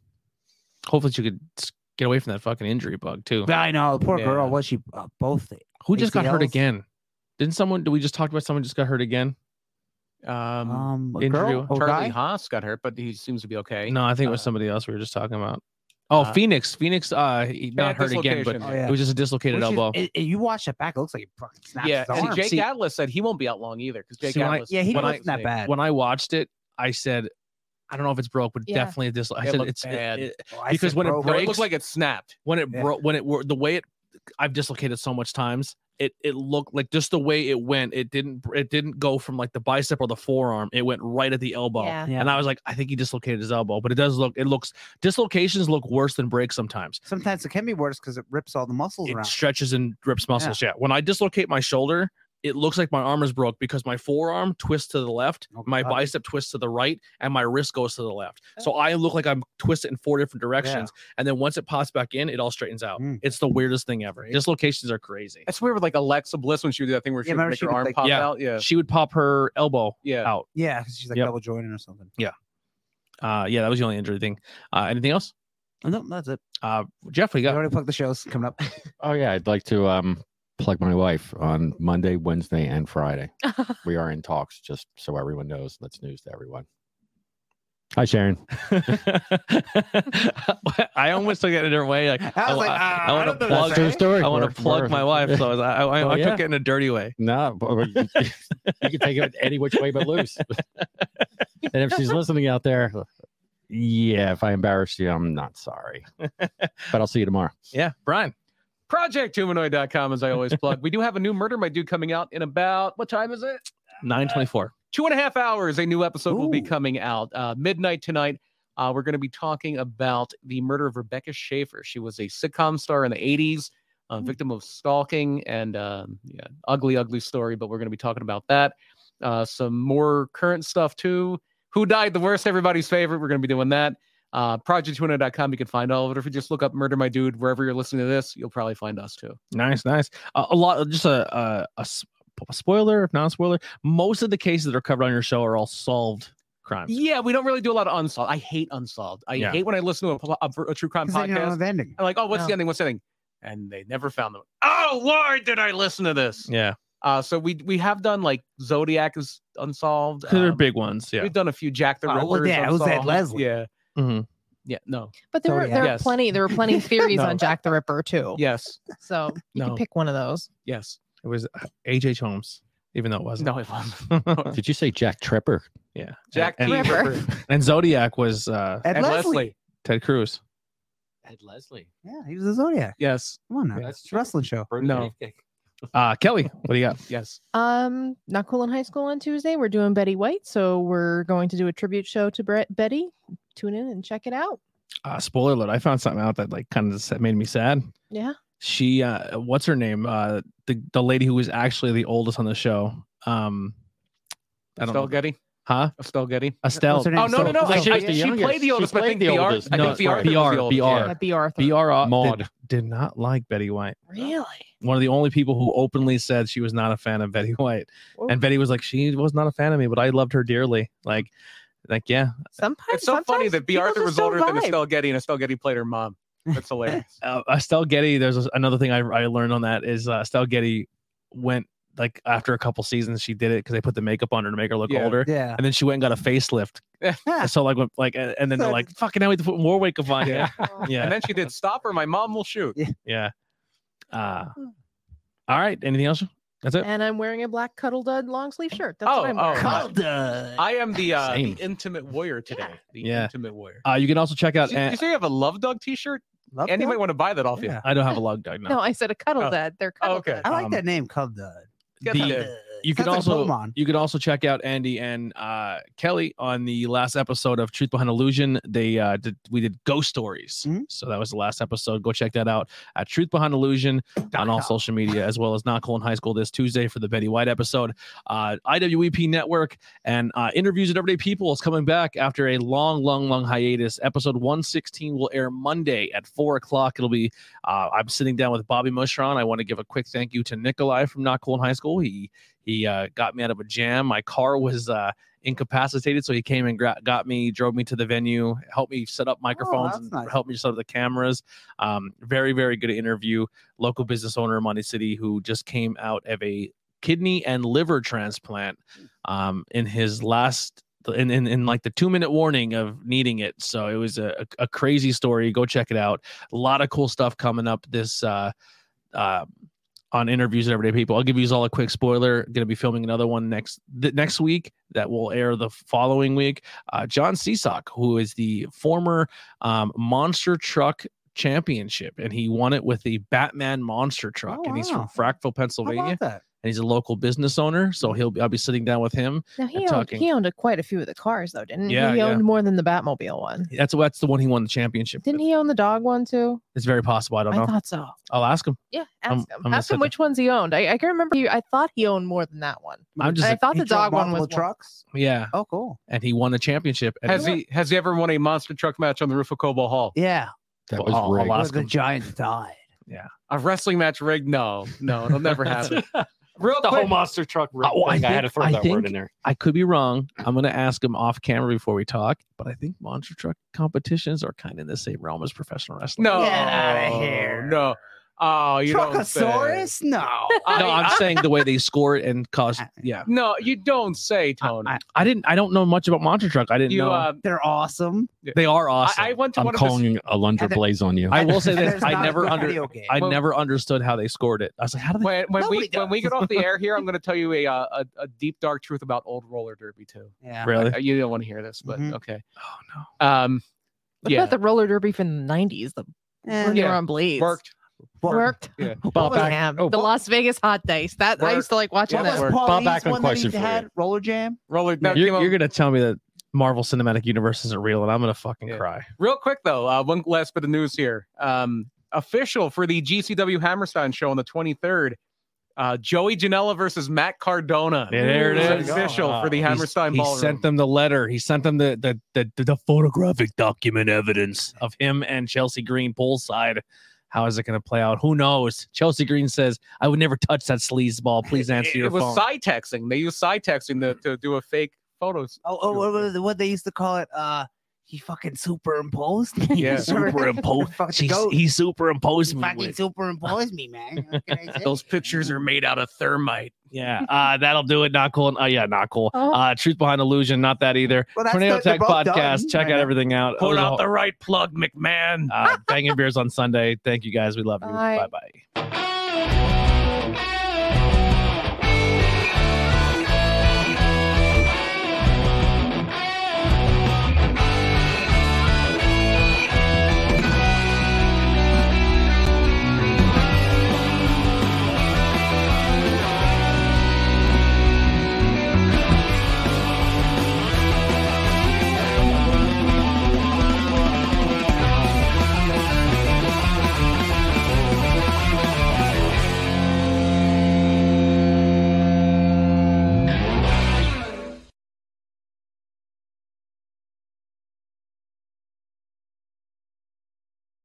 Hopefully, she could s- get away from that fucking injury bug too.
But I know, poor
Yeah.
girl. Was she uh, both? the-
Who just got hurt
ACLs?
again? Didn't someone? Did we just talk about someone just got hurt again?
um,
Um, a
injury
girl,
one.
Oh,
Charlie
guy?
Haas got hurt, but he seems to be okay.
No, I think it was
Uh,
somebody else we were just talking about. Oh,
uh,
Phoenix. Phoenix. Uh, he not
bad
hurt again, but
dislocation.
Oh, yeah.
it was just a dislocated
Which is-
elbow.
and- and you watch it back, it looks like it fucking snaps
yeah,
his
and
arm.
Jake
See-
Atlas said he won't be out long either because Jake
See, when I-
Atlas.
yeah, he
when I-
wasn't that bad.
when I watched it, I said, I don't know if it's broke, but
Yeah.
definitely this. I
It
said
looked
it's it-
bad.
it-
Oh, I
because
said,
when it
"Bro,
No, it
breaks-
looked like it snapped.
when it
Yeah.
broke when it were the way it. I've dislocated so much times. It it looked like just the way it went. It didn't it didn't go from like the bicep or the forearm. It went right at the elbow.
Yeah.
Yeah.
And I was like, I think he dislocated his elbow, but it does look, it looks, dislocations look worse than breaks sometimes.
sometimes it can be worse because it rips all the muscles
It
around.
stretches and rips muscles. Yeah. When I dislocate my shoulder, it looks like my arm is broke because my forearm twists to the left,
Oh,
my
God.
bicep twists to the right, and my wrist goes to the left. So I look like I'm twisted in four different directions. And then once it pops back in, it all straightens out.
Mm.
It's the weirdest thing ever. Dislocations are crazy.
That's weird with like Alexa Bliss when she would do that thing where she
Yeah,
would
remember
make
she
her
would,
arm
like-
pop
Yeah.
out. Yeah,
She would pop her elbow
yeah.
out.
Yeah, because she's like
Yep.
double jointed or something.
Uh, yeah, that was the only injury thing. Uh, anything else?
Oh, No, that's it.
Uh, Jeff, we
We
got
already plugged the shows coming up.
Oh yeah, I'd like to um plug my wife on Monday, Wednesday, and Friday. we are in talks, just so everyone knows. That's news to everyone. Hi, Sharon.
[LAUGHS] I almost took it a different way. Like,
I was like,
I- I
"Ah, I
wanna
don't know what
plug,
to say."
True story.
I want
We're-
to plug
we're-
my wife, so I, was- I,
Oh,
I,
Well,
I
yeah.
took it in a dirty way.
[LAUGHS] No, but we- you can take it any which way but [LAUGHS] loose. and if she's listening out there, yeah, if I embarrassed you, I'm not sorry. But I'll see you tomorrow.
Yeah, Brian.
ProjectHumanoid.com, as I always plug. We do have a new Murder My Dude coming out in about, what time is it?
924.
two and a half hours, a new episode will be
Ooh.
coming out uh, midnight tonight. Uh, we're going to be talking about the murder of Rebecca Schaefer. She was a sitcom star in the 80s, a victim of stalking and um, yeah, ugly, ugly story. But we're going to be talking about that. Uh, some more current stuff too. Who died the worst? Everybody's favorite. We're going to be doing that. Uh, project200.com. You can find all of it. If you just look up "Murder My Dude" wherever you're listening to this, you'll probably find us too.
Nice, nice. Uh, A a lot, just a, a, a s- a spoiler, if not spoiler, most of the cases that are covered on your show are all solved crimes.
Yeah, we don't really do a lot of unsolved. I hate unsolved. I
Yeah.
hate when I listen to a, a, a true
[LAUGHS]
crime
'Cause they don't know
podcast.
the ending.
I'm like, oh, what's the
No.
ending? What's the ending? And they never found them. Oh Lord, did I listen to this?
Yeah.
Uh, so we we have done like Zodiac is unsolved.
Because they're
um,
big ones. Yeah.
We've done a few Jack the
Oh, well,
Ripper.
yeah, it was that Leslie.
Yeah,
Mhm.
yeah, no,
But there
So,
were
yeah.
there
Yes.
were plenty there were plenty
[LAUGHS]
of theories
No.
on Jack the Ripper too.
yes,
So you
No.
can pick one of those.
yes,
It was H.H. Holmes, even though it wasn't.
no, it wasn't.
Did you say Jack Tripper?
[LAUGHS] yeah.
Jack
and,
the
and,
Ripper.
Ripper.
and Zodiac was uh,
Ed,
and
Leslie.
Leslie.
Ted Cruz.
Ed Leslie.
Yeah, he was a Zodiac.
Yes,
Come on now.
That's
It's a wrestling show.
No.
Uh, Kelly, what do you got?
yes.
Um, not cool in high school on Tuesday. We're doing Betty White, so we're going to do a tribute show to Bre- Betty. Tune in and check it out.
Uh, spoiler alert, I found something out that like kind of made me sad.
Yeah.
She, uh, what's her name? Uh, the, the lady who was actually the oldest on the show. Um, I don't
Estelle
know.
Getty.
Huh?
Estelle Getty.
Estelle.
What's her name?
Oh no, no,
So-
no!
so
I,
she
I,
was
the
she played
youngest.
the
She
oldest, but I think
played the
BR.
oldest.
I
No,
think
it's
BR.
right.
was the
BR,
oldest,
BR.
yeah.
But B. Arthur.
BR uh,
Maud.
Did, did not like Betty White.
Really?
One of the only people who openly said she was not a fan of Betty [LAUGHS] White.
Whoa.
And Betty was like, she was not a fan of me, but I loved her dearly. Like, like yeah.
Sometimes
It's so funny
sometimes
that B.
people
Arthur
just
was
don't
older than
vibe.
Estelle Getty, and Estelle Getty played her mom. That's hilarious.
Uh, Estelle Getty, there's this- another thing I, I learned on that is uh, Estelle Getty went like after a couple seasons, she did it because they put the makeup on her to make her look
Yeah.
older.
Yeah.
And then she went and got a facelift. so like, when- like, and and then they're like, "Fucking, now we have to put more wake up on you." [LAUGHS] [LAUGHS] Yeah,
[LAUGHS] And then she did "Stop or My Mom Will Shoot."
yeah. Uh, all right. Anything else? That's it.
And I'm wearing a black cuddle dud long sleeve shirt. That's
Oh,
what I'm
oh,
wearing.
nice. I am the uh, the
Same.
intimate warrior today. The
Yeah.
intimate warrior.
Uh, you can also check
Did
out.
you, did you
An-
say you have a Love Dog T-shirt?
Love
And you might
Dog?
want to buy that off
Yeah.
I don't have a lug dog.
No, I said a cuddle
Oh.
dud. They're
Oh,
cuddle
okay.
dud.
I like
Um,
that name, Cub Dud.
you.
The- uh,
Yeah.
you can
Sounds
also
like Pokemon.
you can also check out Andy and uh, Kelly on the last episode of Truth Behind Illusion. They uh, did we did ghost stories,
Mhm.
so that was the last episode. Go check that out at Truth Behind Illusion on all social media, as well as Not Cool in High School this Tuesday for the Betty White episode. Uh, IWEP Network and uh, interviews with everyday people is coming back after a long, long, long hiatus. Episode one sixteen will air Monday at four o'clock. It'll be uh, I'm sitting down with Bobby Mushron. I want to give a quick thank you to Nikolai from Not Cool in High School. He he uh, got me out of a jam. My car was uh, incapacitated, so he came and gra- got me, drove me to the venue, helped me set up microphones,
Oh, that's
and
nice.
helped me set up the cameras. Um, very, very good interview. Local business owner in Monte City who just came out of a kidney and liver transplant um, in his last. In, in, in like the two minute warning of needing it so it was a, a crazy story go check it out a lot of cool stuff coming up this uh uh on interviews with everyday people. I'll give you all a quick spoiler. Going to be filming another one next th- next week that will air the following week. Uh, John Seasock, who is the former um, monster truck championship, and he won it with the Batman monster truck,
Oh,
and he's from
wow.
Frackville,
How
Pennsylvania,
about Hmm. that?
and he's a local business owner. So he'll be, I'll be sitting down with him.
Now he
I'm
owned
talking.
he owned a, quite a few of the cars though, didn't he?
Yeah,
He
yeah.
owned more than the Batmobile one.
That's that's the one he won the championship.
Didn't
with.
he own the dog one too?
It's very possible. I don't
I
know.
thought so.
I'll ask him.
Yeah,
I'm-
ask
I'm
him.
gonna
Ask
sit
him which ones he owned. I, I can remember. He, I thought he owned more than that one.
I'm just
I
a-
thought
He
the
drove
dog one was
multiple
truck.
trucks.
yeah,
Oh, cool.
and he won the championship. And
Has he has he ever won a monster truck match on the roof of Cobo Hall?
Yeah.
That
Well, I'll-
was
I'll
rigged.
ask
Where the
him.
Giants died.
A wrestling match rigged? No, no,
[LAUGHS]
it'll never happen. Real
the whole
quick,
monster truck. rig
Oh, I
thing, had
think-
to throw
I
that
think-
word in there.
I could be wrong.
Mm.
I'm going to ask him off camera before we talk, but I think monster truck competitions are kind of in the same realm as professional wrestling.
no,
Get outta here.
No, oh, you don't say.
Truckosaurus? No.
no,
I-
I'm saying the way they score it and cause.
[LAUGHS]
Yeah,
no, you don't say, Tony.
I, I didn't. I don't know much about monster truck. I didn't
you,
know
uh,
They're awesome.
they are
I,
awesome.
I
I,
went to
I'm
one of
calling a Lundra
And-
Blaze on you.
will say
[LAUGHS] And
this:
there's
I
not a
never
good
under.
video game.
I
Well-
never understood how they scored it. I was like, how do
his
they?
when, when we
Nobody
when we
does.
get off the air
[LAUGHS]
here, I'm going to tell you a, uh, a a deep dark truth about old roller derby too.
yeah.
Really?
Uh, You don't want to hear this, but
Mhm.
okay.
Oh no.
Um,
What
yeah,
about the roller derby from the nineties? The
Eh,
when they were
Yeah.
on blades.
worked.
Worked.
Yeah.
Bob
was-
Backlund. Oh,
The
Bob-
Las Vegas hot dice. That I
Worked.
used to like watching
What
that.
was
Bob
Paul Lee's
Backlund
one that
question
he
for you.
had? Roller Jam.
Roller. that came
You're,
out-
you're gonna tell me that Marvel Cinematic Universe isn't real, and I'm gonna fucking
Yeah.
cry.
Real quick though, uh, one last bit of news here. Um, official for the GCW Hammerstein show on the 23rd. Uh, Joey Janela versus Matt Cardona.
Yeah, there it
It's
is.
Official for the
He's-
Hammerstein
He
Ballroom.
sent them the letter. He sent them the the, the the the photographic document evidence of him and Chelsea Green poolside. How is it going to play out? Who knows? Chelsea Green says, "I would never touch that sleaze ball.
[LAUGHS]
Please
It-
answer
it,
your
was
phone."
side texting. They used side texting to, to do a fake photos.
Oh, oh what, was it- what they used to call it? Uh, he fucking superimposed. me. [LAUGHS]
Yeah.
The
superimposed.
fucking
She's,
goat.
he
He
superimposed me.
fucking
with-
superimposed me, man. What
[LAUGHS]
can I say?
Those pictures are made out of thermite.
Yeah, uh, that'll do it. Not cool. Uh, yeah, not cool.
Oh.
Uh, Truth behind illusion. Not that either.
Well, that's
Tornado
the- they're
Tech
both done
podcast. Check
right
out
now.
everything out. It was a whole-
right plug, McMahon. [LAUGHS]
uh, banging beers on Sunday. Thank you guys. We love you.
Bye.
Bye bye.